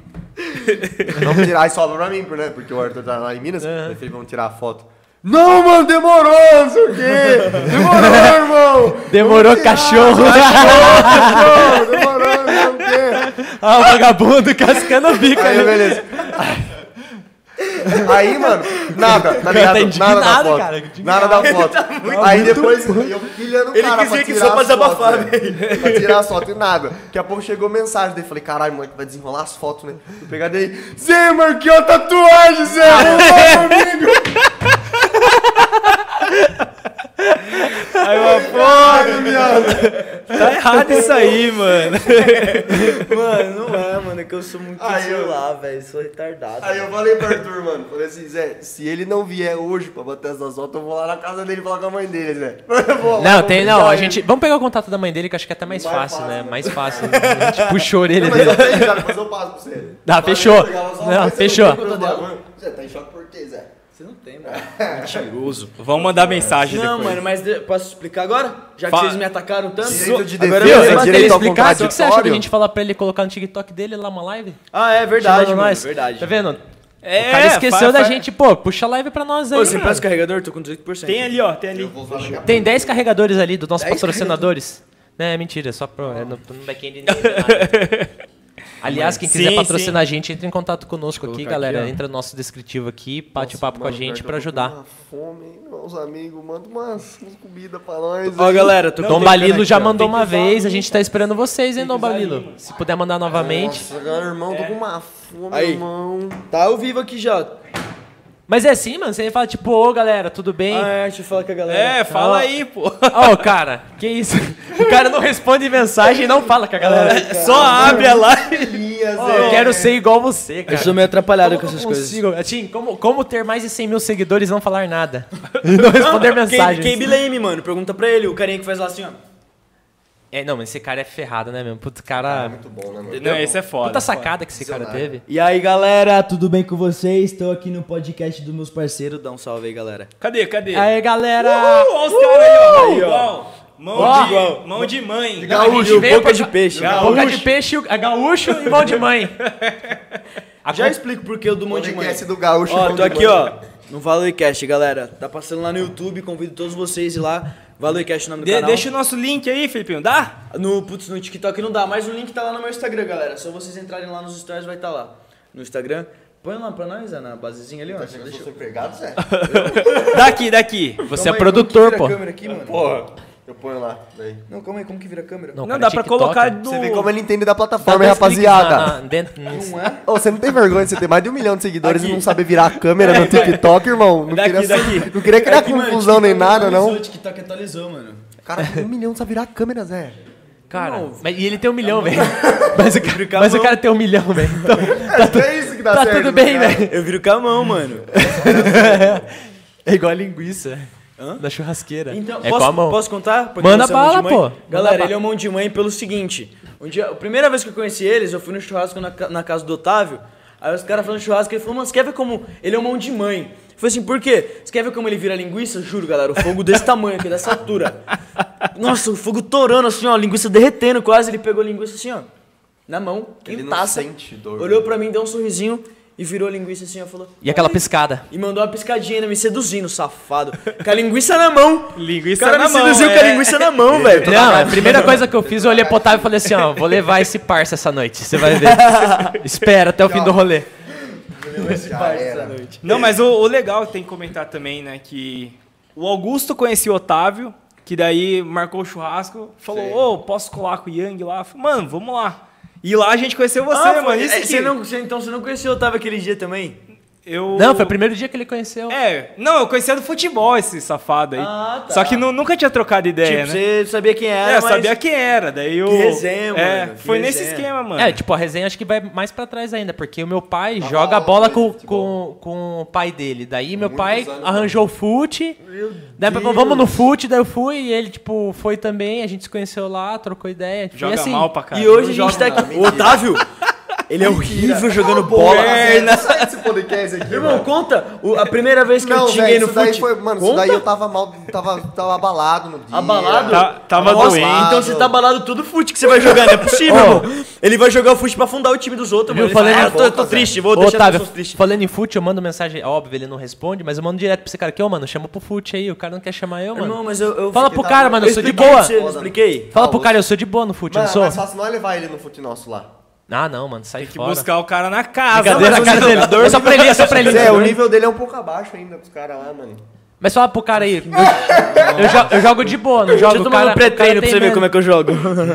Speaker 5: vamos tirar. Aí sobra pra mim, né? Porque o Arthur tá lá em Minas. Aí, Felipe, vamos tirar a foto. Não, mano, demorou, não sei o quê. Demorou, irmão.
Speaker 3: Demorou,
Speaker 5: Vamos tirar.
Speaker 3: cachorro.
Speaker 5: Cachorro, cachorro. Demorou, não sei o quê.
Speaker 3: Ah, o vagabundo cascando o bico
Speaker 5: Aí,
Speaker 3: ali.
Speaker 5: beleza. Aí, mano, nada, tá
Speaker 3: cara tá
Speaker 5: ligado? nada da
Speaker 3: indignado,
Speaker 5: foto.
Speaker 3: cara,
Speaker 5: nada da foto. Aí depois eu pilhando o
Speaker 4: Tá Ele
Speaker 5: cara
Speaker 4: quis
Speaker 5: pra
Speaker 4: dizer que
Speaker 5: tirar
Speaker 4: só pra
Speaker 5: as fotos,
Speaker 4: desabafar,
Speaker 5: né? Pra tirar as fotos e nada. Daqui a pouco chegou mensagem dele. Falei, caralho, moleque, vai desenrolar as fotos, né? Eu pegar dele. Zé, marquei a tatuagem, Zé! arruma pra mim."
Speaker 2: Aí eu,
Speaker 5: Caralho, viado.
Speaker 2: pô, tá errado isso aí, mano.
Speaker 4: Mano, não é, mano, é que eu sou muito
Speaker 5: Aí eu-
Speaker 4: celular, velho, sou retardado.
Speaker 5: Aí eu falei pro Arthur, mano. Falei assim, Zé, se ele não vier hoje pra bater essas fotos, eu vou lá na casa dele falar com a mãe dele, Zé. Eu vou lá,
Speaker 3: Não,
Speaker 5: vou
Speaker 3: tem,
Speaker 5: beijar
Speaker 3: não, a
Speaker 5: ele.
Speaker 3: gente... Vamos pegar o contato da mãe dele, que eu acho que é até mais,
Speaker 5: Mais
Speaker 3: fácil,
Speaker 5: fácil,
Speaker 3: né?
Speaker 5: né?
Speaker 3: Mais fácil. A gente puxou a
Speaker 5: Não,
Speaker 3: orelha
Speaker 5: mas
Speaker 3: dele.
Speaker 5: eu tenho, cara, mas eu passo pra você.
Speaker 3: Tá,
Speaker 5: Falei,
Speaker 3: fechou.
Speaker 5: pegava só-
Speaker 3: Não,
Speaker 5: Você
Speaker 3: fechou.
Speaker 5: tem conta dela? Você tá em choque por quê, Zé?
Speaker 4: Você não tem, mano. Mentiroso.
Speaker 2: Vamos mandar mensagem
Speaker 4: Não,
Speaker 2: depois.
Speaker 4: mano, mas de- posso explicar agora? Já que
Speaker 2: Fala.
Speaker 4: vocês me atacaram tanto?
Speaker 5: Direito de
Speaker 4: Agora
Speaker 5: defesa,
Speaker 4: eu vou
Speaker 5: é direito
Speaker 4: bater.
Speaker 3: explicar o
Speaker 5: ao
Speaker 3: que você acha da
Speaker 5: contraditório?
Speaker 3: gente falar pra ele colocar no TikTok dele lá uma live?
Speaker 4: Ah, é verdade,
Speaker 3: Chamando
Speaker 4: mano,
Speaker 3: nós.
Speaker 4: verdade.
Speaker 3: Tá vendo?
Speaker 2: É,
Speaker 3: o cara esqueceu
Speaker 2: faz-
Speaker 3: da
Speaker 2: faz-
Speaker 3: gente, pô, puxa a live pra nós aí.
Speaker 4: Ô, você
Speaker 3: mano.
Speaker 4: empresta o carregador? Tô com 18%.
Speaker 2: Tem ali, ó, tem ali.
Speaker 3: Tem 10 carregadores ali dos nossos
Speaker 4: 10
Speaker 3: patrocinadores. Né, é mentira, só pro, é no, no back-end. não tem nada. Aliás, quem quiser
Speaker 2: Sim,
Speaker 3: patrocinar a gente, entre em contato conosco aqui,
Speaker 4: colocar
Speaker 3: galera.
Speaker 4: aqui, ó.
Speaker 3: entra no nosso descritivo aqui, bate o papo com a
Speaker 5: Mano,
Speaker 3: gente
Speaker 5: pior que
Speaker 3: pra
Speaker 5: eu tô tá com
Speaker 3: ajudar.
Speaker 5: uma fome, hein, meus amigos, manda umas, umas comidas pra nós.
Speaker 4: Ó,
Speaker 5: aí.
Speaker 4: galera, tô
Speaker 3: Dom
Speaker 4: colocando
Speaker 3: Balilo já
Speaker 4: aqui, ó.
Speaker 3: mandou
Speaker 2: Tem que
Speaker 3: uma
Speaker 2: usar
Speaker 3: vez, a
Speaker 2: ali,
Speaker 3: gente tá esperando vocês, hein, Dom Balilo? Se puder mandar novamente.
Speaker 5: Nossa, galera, irmão, tô com uma fome,
Speaker 4: Aí.
Speaker 5: irmão.
Speaker 4: Tá ao vivo aqui já.
Speaker 3: Mas é assim, mano, você fala tipo, ô galera, tudo bem?
Speaker 4: Ah, é, deixa eu falar com a galera.
Speaker 2: É, fala
Speaker 3: Ah.
Speaker 2: aí, pô.
Speaker 3: Ó, cara, que isso? O cara não responde mensagem e não fala com a galera.
Speaker 2: Só abre a live.
Speaker 5: Elias,
Speaker 3: Ó, eu quero ser igual você, cara.
Speaker 4: Eu sou meio atrapalhado
Speaker 3: Como
Speaker 4: É com
Speaker 3: que eu
Speaker 4: essas
Speaker 5: um
Speaker 4: coisas.
Speaker 3: consigo? Tim, como, como ter mais de 100 mil seguidores e não falar nada? E não responder mensagens?
Speaker 4: Quem bileme, mano? Pergunta pra ele, o carinha que faz lá assim, ó.
Speaker 3: É, não, mas esse cara é ferrado, né, meu? Puta cara...
Speaker 5: Muito bom, né, mano?
Speaker 2: Não, esse é foda.
Speaker 3: puta sacada que esse cara teve.
Speaker 4: E aí, galera, tudo bem com vocês? Estou aqui no podcast dos meus parceiros. Dá um salve aí, galera.
Speaker 2: Cadê, cadê?
Speaker 3: Aí, galera!
Speaker 2: Uhul, olha os caras aí, ó.
Speaker 4: Uhul!
Speaker 2: Igual. Mão,
Speaker 3: Ó.
Speaker 2: de,
Speaker 4: Igual.
Speaker 2: mão de mãe.
Speaker 3: Não, a gente
Speaker 4: Gaúcho,
Speaker 3: veio
Speaker 4: boca
Speaker 3: pra-
Speaker 4: de peixe. né?
Speaker 2: Gaúcho.
Speaker 3: Boca de peixe, é gaúcho e mão de mãe. A
Speaker 4: Já
Speaker 3: con-
Speaker 4: explico por que o do
Speaker 3: um
Speaker 5: O
Speaker 4: Mão de Mãe.
Speaker 5: podcast do Gaúcho. um
Speaker 4: Ó,
Speaker 5: bom
Speaker 4: tô aqui,
Speaker 5: demais.
Speaker 4: ó, no Valorecast, galera. Tá passando lá no YouTube, convido todos vocês a ir lá. Valorecast, o nome do
Speaker 2: De-
Speaker 4: canal.
Speaker 2: deixa o nosso link aí, Felipinho. Dá?
Speaker 4: No, putz, no TikTok não dá, mas o link tá lá no meu Instagram, galera. Só vocês entrarem lá nos stories, vai tá lá. No Instagram. Põe lá pra nós, é, na basezinha ali, ó.
Speaker 5: Você acha que Tá assim,
Speaker 4: Deixa
Speaker 5: eu sou empregado, Zé?
Speaker 2: Daqui, daqui.
Speaker 3: Você é
Speaker 4: Calma aí, como que
Speaker 3: produtor,
Speaker 4: vira
Speaker 3: pô.
Speaker 4: a câmera aqui, mano?
Speaker 5: Porra. Eu ponho lá. Daí.
Speaker 4: Não, calma aí, como que vira a câmera?
Speaker 3: Não, cara,
Speaker 2: Não, dá
Speaker 3: é
Speaker 2: pra
Speaker 3: TikTok,
Speaker 2: colocar
Speaker 3: né?
Speaker 2: do...
Speaker 5: Você vê como ele entende da
Speaker 3: Dá
Speaker 5: plataforma, hein,
Speaker 3: dois cliques na-
Speaker 5: rapaziada.
Speaker 3: na- dentro-
Speaker 4: Não é?
Speaker 5: Ô, você não tem vergonha, você tem mais de um milhão de seguidores e não sabe virar a câmera no TikTok, irmão? Não,
Speaker 2: Daqui,
Speaker 5: queria,
Speaker 2: daqui.
Speaker 5: não queria criar
Speaker 4: É que, mano,
Speaker 5: confusão nem
Speaker 4: TikTok
Speaker 5: nada,
Speaker 4: atualizou,
Speaker 5: não.
Speaker 4: O TikTok atualizou, mano.
Speaker 5: Cara, um milhão sabe virar a câmera, Zé.
Speaker 3: Cara,
Speaker 4: Não.
Speaker 3: mas- e ele tem um milhão, velho. Mas, o cara,
Speaker 4: a
Speaker 3: mas o
Speaker 4: mão.
Speaker 3: cara tem um milhão, velho. Então,
Speaker 5: É, é isso que dá
Speaker 3: tá
Speaker 5: certo.
Speaker 3: tudo
Speaker 5: né,
Speaker 3: bem,
Speaker 5: cara?
Speaker 3: velho.
Speaker 4: Eu viro com a mão, mano.
Speaker 3: É igual a linguiça. Da churrasqueira.
Speaker 4: Então,
Speaker 3: é
Speaker 4: posso,
Speaker 3: com a mão.
Speaker 4: posso contar? Pra
Speaker 3: Manda
Speaker 4: quem não
Speaker 3: bala,
Speaker 4: sabe o Mão um de Mãe?
Speaker 3: pô. Manda
Speaker 4: Galera,
Speaker 3: bala.
Speaker 4: ele é um mão de mãe pelo seguinte. Um dia, a primeira vez que eu conheci eles, eu fui no churrasco na, ca- na casa do Otávio. Aí os caras falando churrasco, ele falou, mano, você quer ver como ele é um mão de mãe? Eu falei assim, por quê? Você quer ver como ele vira linguiça? Juro, galera, o fogo desse tamanho aqui, dessa altura. Nossa, o fogo torando assim, ó, a linguiça derretendo quase. Ele pegou a linguiça assim, ó, na mão,
Speaker 5: Ele não
Speaker 4: quentaça.
Speaker 5: sente dor. né?
Speaker 4: Olhou pra mim, deu um sorrisinho e virou a linguiça assim, ó, falou...
Speaker 3: E aquela
Speaker 4: "Ai,
Speaker 3: piscada.
Speaker 4: e mandou uma piscadinha ainda, me seduzindo, safado. Com a linguiça na mão.
Speaker 2: Linguiça
Speaker 4: o cara
Speaker 2: na
Speaker 4: me
Speaker 2: mão,
Speaker 4: seduziu com a
Speaker 2: é.
Speaker 4: linguiça na mão, velho. Toda
Speaker 3: Não, a
Speaker 4: hora.
Speaker 3: primeira coisa que eu fiz, eu olhei pro Otávio e falei assim, ó, vou levar esse parça essa noite, você vai ver. Espera até o fim do rolê.
Speaker 5: Já era.
Speaker 2: Não, mas o, o legal tem que comentar também, né, que o Augusto conhecia o Otávio, que daí marcou o churrasco, falou,
Speaker 5: Sim.
Speaker 2: ô, posso colar com o Yang lá? Eu falei, Mano, vamos lá. E lá a gente conheceu você,
Speaker 4: Ah,
Speaker 2: mano.
Speaker 4: mano,
Speaker 2: Isso
Speaker 4: é,
Speaker 2: aqui.
Speaker 4: você não, você- então você não conheceu o Otávio aquele dia também?
Speaker 2: eu.
Speaker 3: Não, foi o primeiro dia que ele conheceu.
Speaker 2: É, não, eu conhecia do futebol esse safado aí.
Speaker 4: Ah, tá.
Speaker 2: Só que nu- nunca tinha trocado ideia,
Speaker 4: tipo,
Speaker 2: né?
Speaker 4: você sabia quem era,
Speaker 2: é, eu
Speaker 4: mas...
Speaker 2: sabia quem era, daí eu.
Speaker 4: resenha,
Speaker 2: é,
Speaker 4: mano, que
Speaker 2: Foi nesse
Speaker 4: resenha.
Speaker 2: esquema, mano.
Speaker 3: É, tipo, a resenha acho que vai mais pra trás ainda, porque o meu pai joga bola com,
Speaker 5: Tá futebol.
Speaker 3: com, com o pai dele. Daí meu
Speaker 5: Muitos
Speaker 3: pai
Speaker 5: anos,
Speaker 3: arranjou o fute. Daí falou, vamos no fute, daí eu fui e ele, tipo, foi também, a gente se conheceu lá, trocou ideia. e
Speaker 2: Joga
Speaker 3: assim,
Speaker 2: mal pra caralho.
Speaker 4: E hoje a
Speaker 5: Não
Speaker 4: gente tá
Speaker 5: joga
Speaker 4: aqui...
Speaker 5: nada,
Speaker 4: O Otávio, ele é horrível jogando bola.
Speaker 5: Perna. Sai desse podcast aqui,
Speaker 4: Irmão,
Speaker 5: mano.
Speaker 4: conta o- a primeira vez que eu
Speaker 5: Não,
Speaker 4: xinguei
Speaker 5: velho,
Speaker 4: no
Speaker 5: isso daí
Speaker 4: fute.
Speaker 5: foi... Mano, isso
Speaker 4: conta.
Speaker 5: daí eu tava mal... Tava, tava abalado no dia.
Speaker 4: Abalado?
Speaker 2: Tá- tava
Speaker 5: Nossa,
Speaker 2: doente.
Speaker 4: Então você tá abalado todo o fute que você vai jogar, não é possível,
Speaker 3: Ó.
Speaker 4: irmão. Ele vai jogar o fute pra afundar o time dos outros,
Speaker 3: Viu?
Speaker 4: mano. Ele fala,
Speaker 3: Falei,
Speaker 4: "Ah,
Speaker 3: né?
Speaker 4: eu tô, eu tô
Speaker 5: Volta,
Speaker 4: triste, vou
Speaker 3: Ô,
Speaker 4: deixar as
Speaker 3: Otávio,
Speaker 4: pessoas tristes.
Speaker 3: falando em fute, eu mando mensagem, óbvio, ele não responde, mas eu mando direto pra esse cara aqui, ô, mano, chama pro fute aí, o cara não quer chamar eu, mano.
Speaker 4: Irmão, mas eu, eu
Speaker 3: Fala
Speaker 4: fiquei-
Speaker 3: pro cara, mano, eu sou de
Speaker 4: expliquei pra
Speaker 3: boa.
Speaker 4: você, não expliquei.
Speaker 3: Fala
Speaker 5: Ah,
Speaker 3: pro
Speaker 5: o-
Speaker 3: cara, eu sou de boa no fute, eu não
Speaker 5: Mano, é
Speaker 3: sou?
Speaker 5: mais fácil não é levar ele no fute nosso lá.
Speaker 3: Ah, não, mano, sai
Speaker 2: Tem que
Speaker 3: fora.
Speaker 2: buscar o cara na casa.
Speaker 3: Brincadeira,
Speaker 2: mano.
Speaker 3: na cara dele. É só pra ele, é só pra ele.
Speaker 5: Zé, o nível dele é um pouco abaixo ainda pros caras lá, mano.
Speaker 3: Mas fala pro cara aí. Eu, eu jo- eu jogo de boa, não
Speaker 4: Deixa
Speaker 3: jogo
Speaker 4: eu
Speaker 3: o
Speaker 4: tomar
Speaker 3: cara,
Speaker 4: um pré-treino pra você ver como é que eu jogo.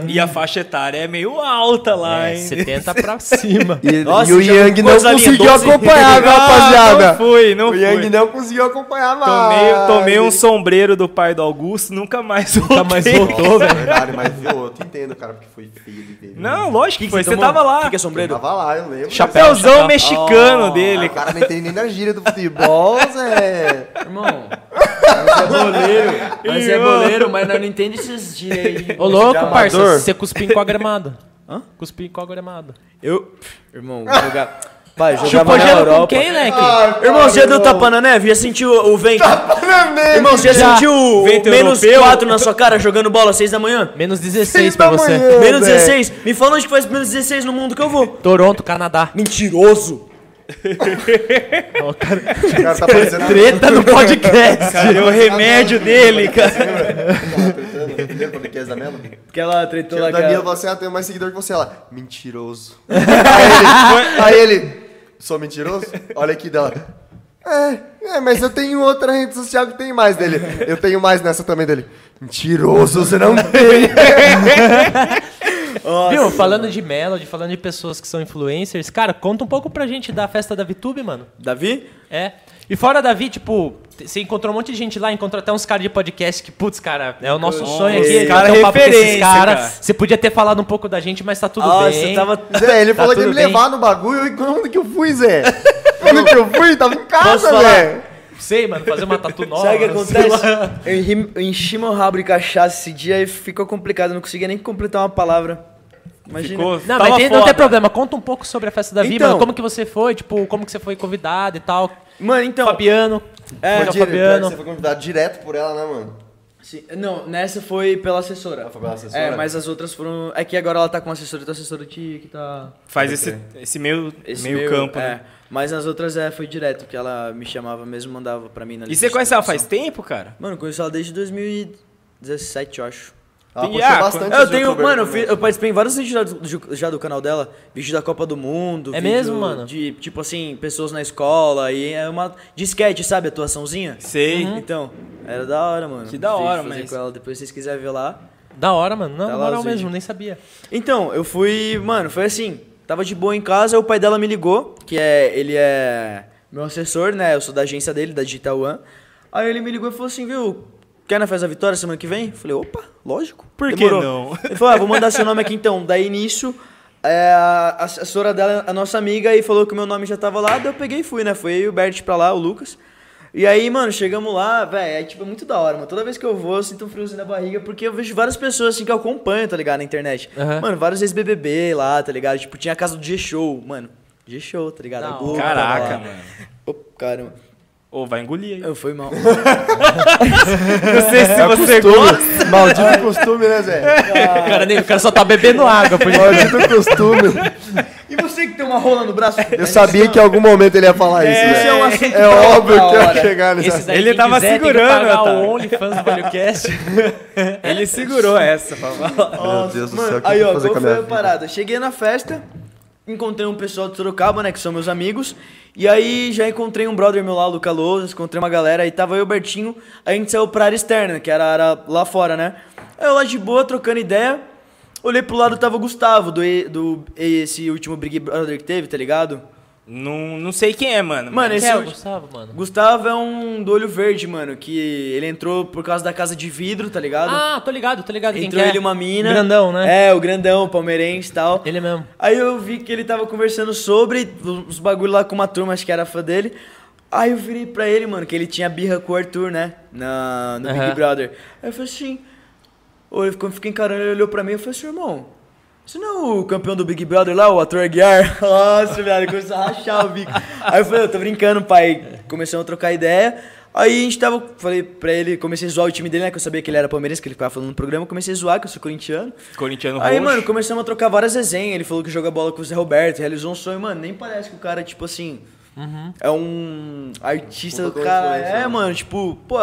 Speaker 2: E a faixa etária é meio alta lá, hein?
Speaker 3: 70 É, pra cima.
Speaker 5: E,
Speaker 4: Nossa, e o jogo- Yang não Rosalinha, conseguiu 12.
Speaker 5: acompanhar,
Speaker 2: Ah, Não fui, não
Speaker 5: O Yang Ah,
Speaker 2: fui.
Speaker 5: não conseguiu acompanhar, mano.
Speaker 2: Tomei, tomei um sombreiro do pai do Augusto, nunca mais voltei.
Speaker 3: Nunca mais voltou.
Speaker 5: Nossa, é verdade, mas viu, eu te entendo, cara, porque foi feio dele.
Speaker 2: Não, lógico que foi. Você
Speaker 4: tomou? é
Speaker 2: tava lá.
Speaker 4: Fica
Speaker 5: Eu
Speaker 4: sombreiro.
Speaker 5: um- tava lá, eu lembro.
Speaker 2: Chapéuzão
Speaker 3: chapéu.
Speaker 2: mexicano
Speaker 5: Cara,
Speaker 2: dele.
Speaker 5: o cara não entende nem da gíria do futebol, Zé.
Speaker 4: Irmão, mas é boleiro. Mas é boleiro, mas nós não entende esses direitos.
Speaker 3: Ô, louco,
Speaker 5: amador.
Speaker 3: parça, você cuspir em qual gramado? Hã? Cuspir em qual gramado?
Speaker 4: Eu. Irmão, jogar. Pai, jogava
Speaker 3: Chupou
Speaker 4: na
Speaker 3: gelo com
Speaker 4: Europa.
Speaker 3: quem, leque?
Speaker 4: Irmão, você já deu tapa na neve? Já sentiu o vento? Irmão, você já
Speaker 3: Já.
Speaker 4: sentiu o
Speaker 2: Vento
Speaker 4: menos
Speaker 2: europeu?
Speaker 4: 4 na sua cara jogando bola às 6 da manhã?
Speaker 3: Menos
Speaker 5: Seis
Speaker 3: 16
Speaker 5: da
Speaker 3: pra você.
Speaker 5: manhã. Meu
Speaker 4: Menos
Speaker 5: Deus.
Speaker 4: 16? Me fala onde que faz menos 16 no mundo que eu vou.
Speaker 3: Toronto, Canadá.
Speaker 4: Mentiroso!
Speaker 3: Ô, cara,
Speaker 5: O cara tá parecendo... Tá
Speaker 3: Treta no podcast.
Speaker 2: Cadê o remédio dele,
Speaker 5: um
Speaker 2: cara?
Speaker 5: Primeiro podcast da mesma.
Speaker 4: Porque ela tretou
Speaker 5: O
Speaker 4: lá
Speaker 5: Daniel
Speaker 4: cara.
Speaker 5: falou assim, ah, tenho mais seguidor que você. Ela, mentiroso. aí, ele, aí ele, sou mentiroso? Olha aqui dela. É, é, mas eu tenho outra rede social que tem mais dele. Eu tenho mais nessa também dele. Mentiroso, você não tem.
Speaker 3: Viu, falando de Melody, falando de pessoas que são influencers, cara, conta um pouco pra gente da festa da VTube, mano.
Speaker 4: Davi?
Speaker 3: É. E fora Davi, tipo, t- você encontrou um monte de gente lá, encontrou até uns caras de podcast que, putz, cara, é o nosso sonho aqui.
Speaker 2: esse cara
Speaker 3: bater
Speaker 4: é
Speaker 3: um papo com esses
Speaker 2: referência,
Speaker 3: caras.
Speaker 2: cara.
Speaker 3: Você podia ter falado um pouco da gente, mas tá tudo
Speaker 4: Nossa,
Speaker 3: bem.
Speaker 4: tava.
Speaker 5: Zé, ele
Speaker 3: Tá
Speaker 5: falou que ia me
Speaker 3: tudo
Speaker 5: levar no bagulho. E quando que eu fui, Zé? Quando que eu fui? Tava em
Speaker 4: Posso
Speaker 5: casa,
Speaker 4: falar?
Speaker 5: velho.
Speaker 3: Sei, mano, fazer uma tatu nova.
Speaker 4: Sabe o que
Speaker 3: não sei
Speaker 4: acontece?
Speaker 3: lá.
Speaker 4: Eu enri- eu enchi meu rabo de cachaça esse dia e ficou complicado, eu não conseguia nem completar uma palavra. Imagina.
Speaker 2: Ficou-
Speaker 3: Não,
Speaker 2: tava
Speaker 3: mas tem- não
Speaker 2: foda.
Speaker 3: tem problema. Conta um pouco sobre a festa da Davi,
Speaker 4: Então.
Speaker 3: mano. Como que você foi? Tipo, como que você foi convidado e tal.
Speaker 4: Mano, então.
Speaker 3: Fabiano. É,
Speaker 4: tá
Speaker 5: Pô, dire-
Speaker 3: Fabiano.
Speaker 5: Você foi convidado direto por ela, né, mano?
Speaker 4: Sim, Não, nessa foi pela assessora.
Speaker 5: foi pela assessora?
Speaker 4: É, mas as outras foram. É que agora ela tá com assessora, então a assessora que, que tá.
Speaker 2: Faz esse, esse meio,
Speaker 4: esse
Speaker 2: meio, campo,
Speaker 4: é.
Speaker 2: né?
Speaker 4: Mas as outras é, foi direto, que ela me chamava mesmo, mandava pra mim na
Speaker 2: E você
Speaker 4: de
Speaker 2: conhece ela faz
Speaker 4: transmissão.
Speaker 2: tempo, cara?
Speaker 4: Mano, eu conheço ela desde 2017, eu acho.
Speaker 5: Ela
Speaker 2: Tem-
Speaker 5: postou
Speaker 2: ah,
Speaker 5: bastante
Speaker 4: Eu
Speaker 5: os
Speaker 4: tenho,
Speaker 5: youtubers
Speaker 4: mano, eu,
Speaker 5: também.
Speaker 4: fiz- eu participei em vários vídeos já do, já do canal dela. Vídeo da Copa do Mundo.
Speaker 3: É
Speaker 4: vídeo
Speaker 3: mesmo, mano?
Speaker 4: De, tipo assim, pessoas na escola. E é uma. De sketch, sabe? Atuaçãozinha.
Speaker 2: Sei.
Speaker 3: Uhum.
Speaker 4: Então, era da hora, mano.
Speaker 2: Que da hora,
Speaker 4: fazer
Speaker 2: mas-
Speaker 4: com ela, depois se vocês quiserem ver lá.
Speaker 3: Da hora, mano. Não,
Speaker 4: Tá
Speaker 3: na
Speaker 4: lá
Speaker 3: moral
Speaker 4: os
Speaker 3: mesmo,
Speaker 4: vídeos.
Speaker 3: nem sabia.
Speaker 4: Então, eu fui. Mano, foi assim. Tava de boa em casa, o pai dela me ligou, que é. Ele é meu assessor, né? Eu sou da agência dele, da Digital One. Aí ele me ligou e falou assim, viu? Quer na festa da vitória semana que vem? Eu Falei, opa, lógico.
Speaker 2: Por que não?
Speaker 4: Ele falou, ah, vou mandar seu nome aqui então. Daí nisso, é, a assessora dela, a nossa amiga, e falou que o meu nome já tava lá, daí eu peguei e fui, né? Foi eu e o Bert pra lá, o Lucas. E aí, mano, chegamos lá, velho, é tipo, é muito da hora, mano. Toda vez que eu vou, eu sinto um friozinho na barriga, porque eu vejo várias pessoas, assim, que eu acompanho, tá ligado, na internet.
Speaker 3: Aham.
Speaker 4: Mano, vários ex-BBB lá, tá ligado? Tipo, tinha a casa do G-Show, mano. G-Show, tá ligado?
Speaker 3: Da
Speaker 4: A
Speaker 3: hora.
Speaker 4: Globo tava
Speaker 2: Caraca,
Speaker 4: lá.
Speaker 2: mano.
Speaker 4: Ô, caramba.
Speaker 2: Ô, vai engolir aí. É
Speaker 4: Eu fui mal.
Speaker 2: Não sei se você gosta.
Speaker 5: Maldito costume, né, Zé?
Speaker 3: O, cara nem, o cara só tá bebendo água. Por...
Speaker 5: Maldito costume.
Speaker 4: e você que tem uma rola no braço?
Speaker 5: Eu sabia que em algum momento ele ia falar isso.
Speaker 4: Esse
Speaker 5: né?
Speaker 4: é um assunto
Speaker 5: É
Speaker 4: pra
Speaker 5: óbvio
Speaker 4: outra
Speaker 5: que eu ia
Speaker 4: hora.
Speaker 5: chegar nesse
Speaker 3: Esse
Speaker 5: assunto.
Speaker 3: daí,
Speaker 2: Ele
Speaker 3: quem
Speaker 2: tava
Speaker 3: quiser,
Speaker 2: segurando,
Speaker 3: Tem que pagar
Speaker 2: Otávio.
Speaker 3: o OnlyFans do ValioCast.
Speaker 2: Ele segurou essa, pra falar.
Speaker 5: Meu Deus do
Speaker 4: Mano,
Speaker 5: céu, o que
Speaker 4: aí,
Speaker 5: eu
Speaker 4: ó,
Speaker 5: vou fazer
Speaker 4: qual
Speaker 5: com a
Speaker 4: foi
Speaker 5: minha
Speaker 4: a
Speaker 5: vida?
Speaker 4: parada? Cheguei na festa, encontrei um pessoal de Sorocaba, né, que são meus amigos. E aí já encontrei um brother meu lá, o Luca Lousas, encontrei uma galera, aí tava eu e o Bertinho, aí a gente saiu pra área externa, que era a área lá fora, né? Aí eu lá de boa, trocando ideia, olhei pro lado, tava o Gustavo, do, e- do esse último Big Brother que teve, tá ligado?
Speaker 2: Não, não sei quem é, mano.
Speaker 4: Mano,
Speaker 2: mas-
Speaker 4: esse
Speaker 3: Quem é o
Speaker 4: ulti-
Speaker 3: Gustavo, mano?
Speaker 4: Gustavo é um do olho verde, mano, que ele entrou por causa da casa de vidro, tá ligado?
Speaker 3: Ah, tô ligado, tô ligado. quem
Speaker 4: Entrou
Speaker 3: que é.
Speaker 4: ele e uma mina.
Speaker 3: Grandão, né?
Speaker 4: É, o grandão, palmeirense e tal.
Speaker 3: Ele mesmo.
Speaker 4: Aí eu vi que ele tava conversando sobre os bagulho lá com uma turma, acho que era fã dele. Aí eu virei pra ele, mano, que ele tinha birra com o Arthur, né? Na, no Big
Speaker 3: Aham.
Speaker 4: Brother. Aí eu falei assim. Ou ele ficou, fiquei encarando, ele olhou pra mim e eu falei assim, irmão. Você não é o campeão do Big Brother lá, o ator Aguiar? Nossa, velho, começou a rachar o bico. Aí eu falei, eu tô brincando, pai. Começamos a trocar ideia. Aí a gente tava, falei pra ele, comecei a zoar o time dele, né? Que eu sabia que ele era palmeirense, que ele ficava falando no programa. eu Comecei a zoar, que eu sou corintiano.
Speaker 2: Corintiano
Speaker 4: Aí,
Speaker 2: roxo.
Speaker 4: mano, começamos a trocar várias resenhas. Ele falou que joga bola com o Zé Roberto, realizou um sonho. Mano, nem parece que o cara, tipo assim, é um artista do
Speaker 5: Puta
Speaker 4: cara.
Speaker 5: influência,
Speaker 4: É,
Speaker 5: né?
Speaker 4: mano, tipo, pô,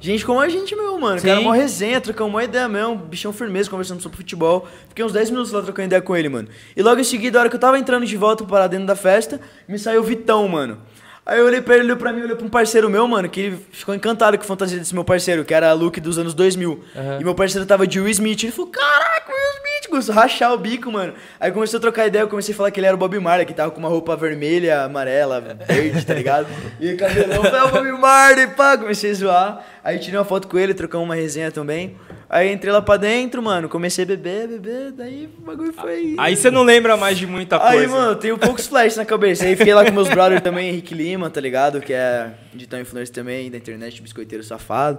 Speaker 4: gente como a gente mesmo, mano. O
Speaker 3: Sim.
Speaker 4: cara mó resenha, trocamos uma ideia mesmo, bichão firmeza, conversando sobre futebol. Fiquei uns 10 minutos lá trocando ideia com ele, mano. E logo em seguida, a hora que eu tava entrando de volta para dentro da festa, me saiu o Vitão, mano. Aí eu olhei pra ele, olhou pra mim, olhou pra um parceiro meu, mano, que ficou encantado com a fantasia desse meu parceiro, que era a look dos anos 2000. E meu parceiro tava de Will Smith. Ele falou, caraca, Will Smith, começou a rachar o bico, mano. Aí começou a trocar ideia, eu comecei a falar que ele era o Bob Marley, que tava com uma roupa vermelha, amarela, verde, tá ligado? E o cabelão, foi o Bob Marley, pá, comecei a zoar. Aí tirei uma foto com ele, trocamos uma resenha também. Aí entrei lá pra dentro, mano, comecei a beber, beber, daí o bagulho foi...
Speaker 2: Aí você não lembra mais de muita coisa.
Speaker 4: Aí, mano, eu tenho poucos flash na cabeça. Aí fiquei lá com meus brothers também, Henrique Lima, tá ligado? Que é digital influencer também, da internet, biscoiteiro safado.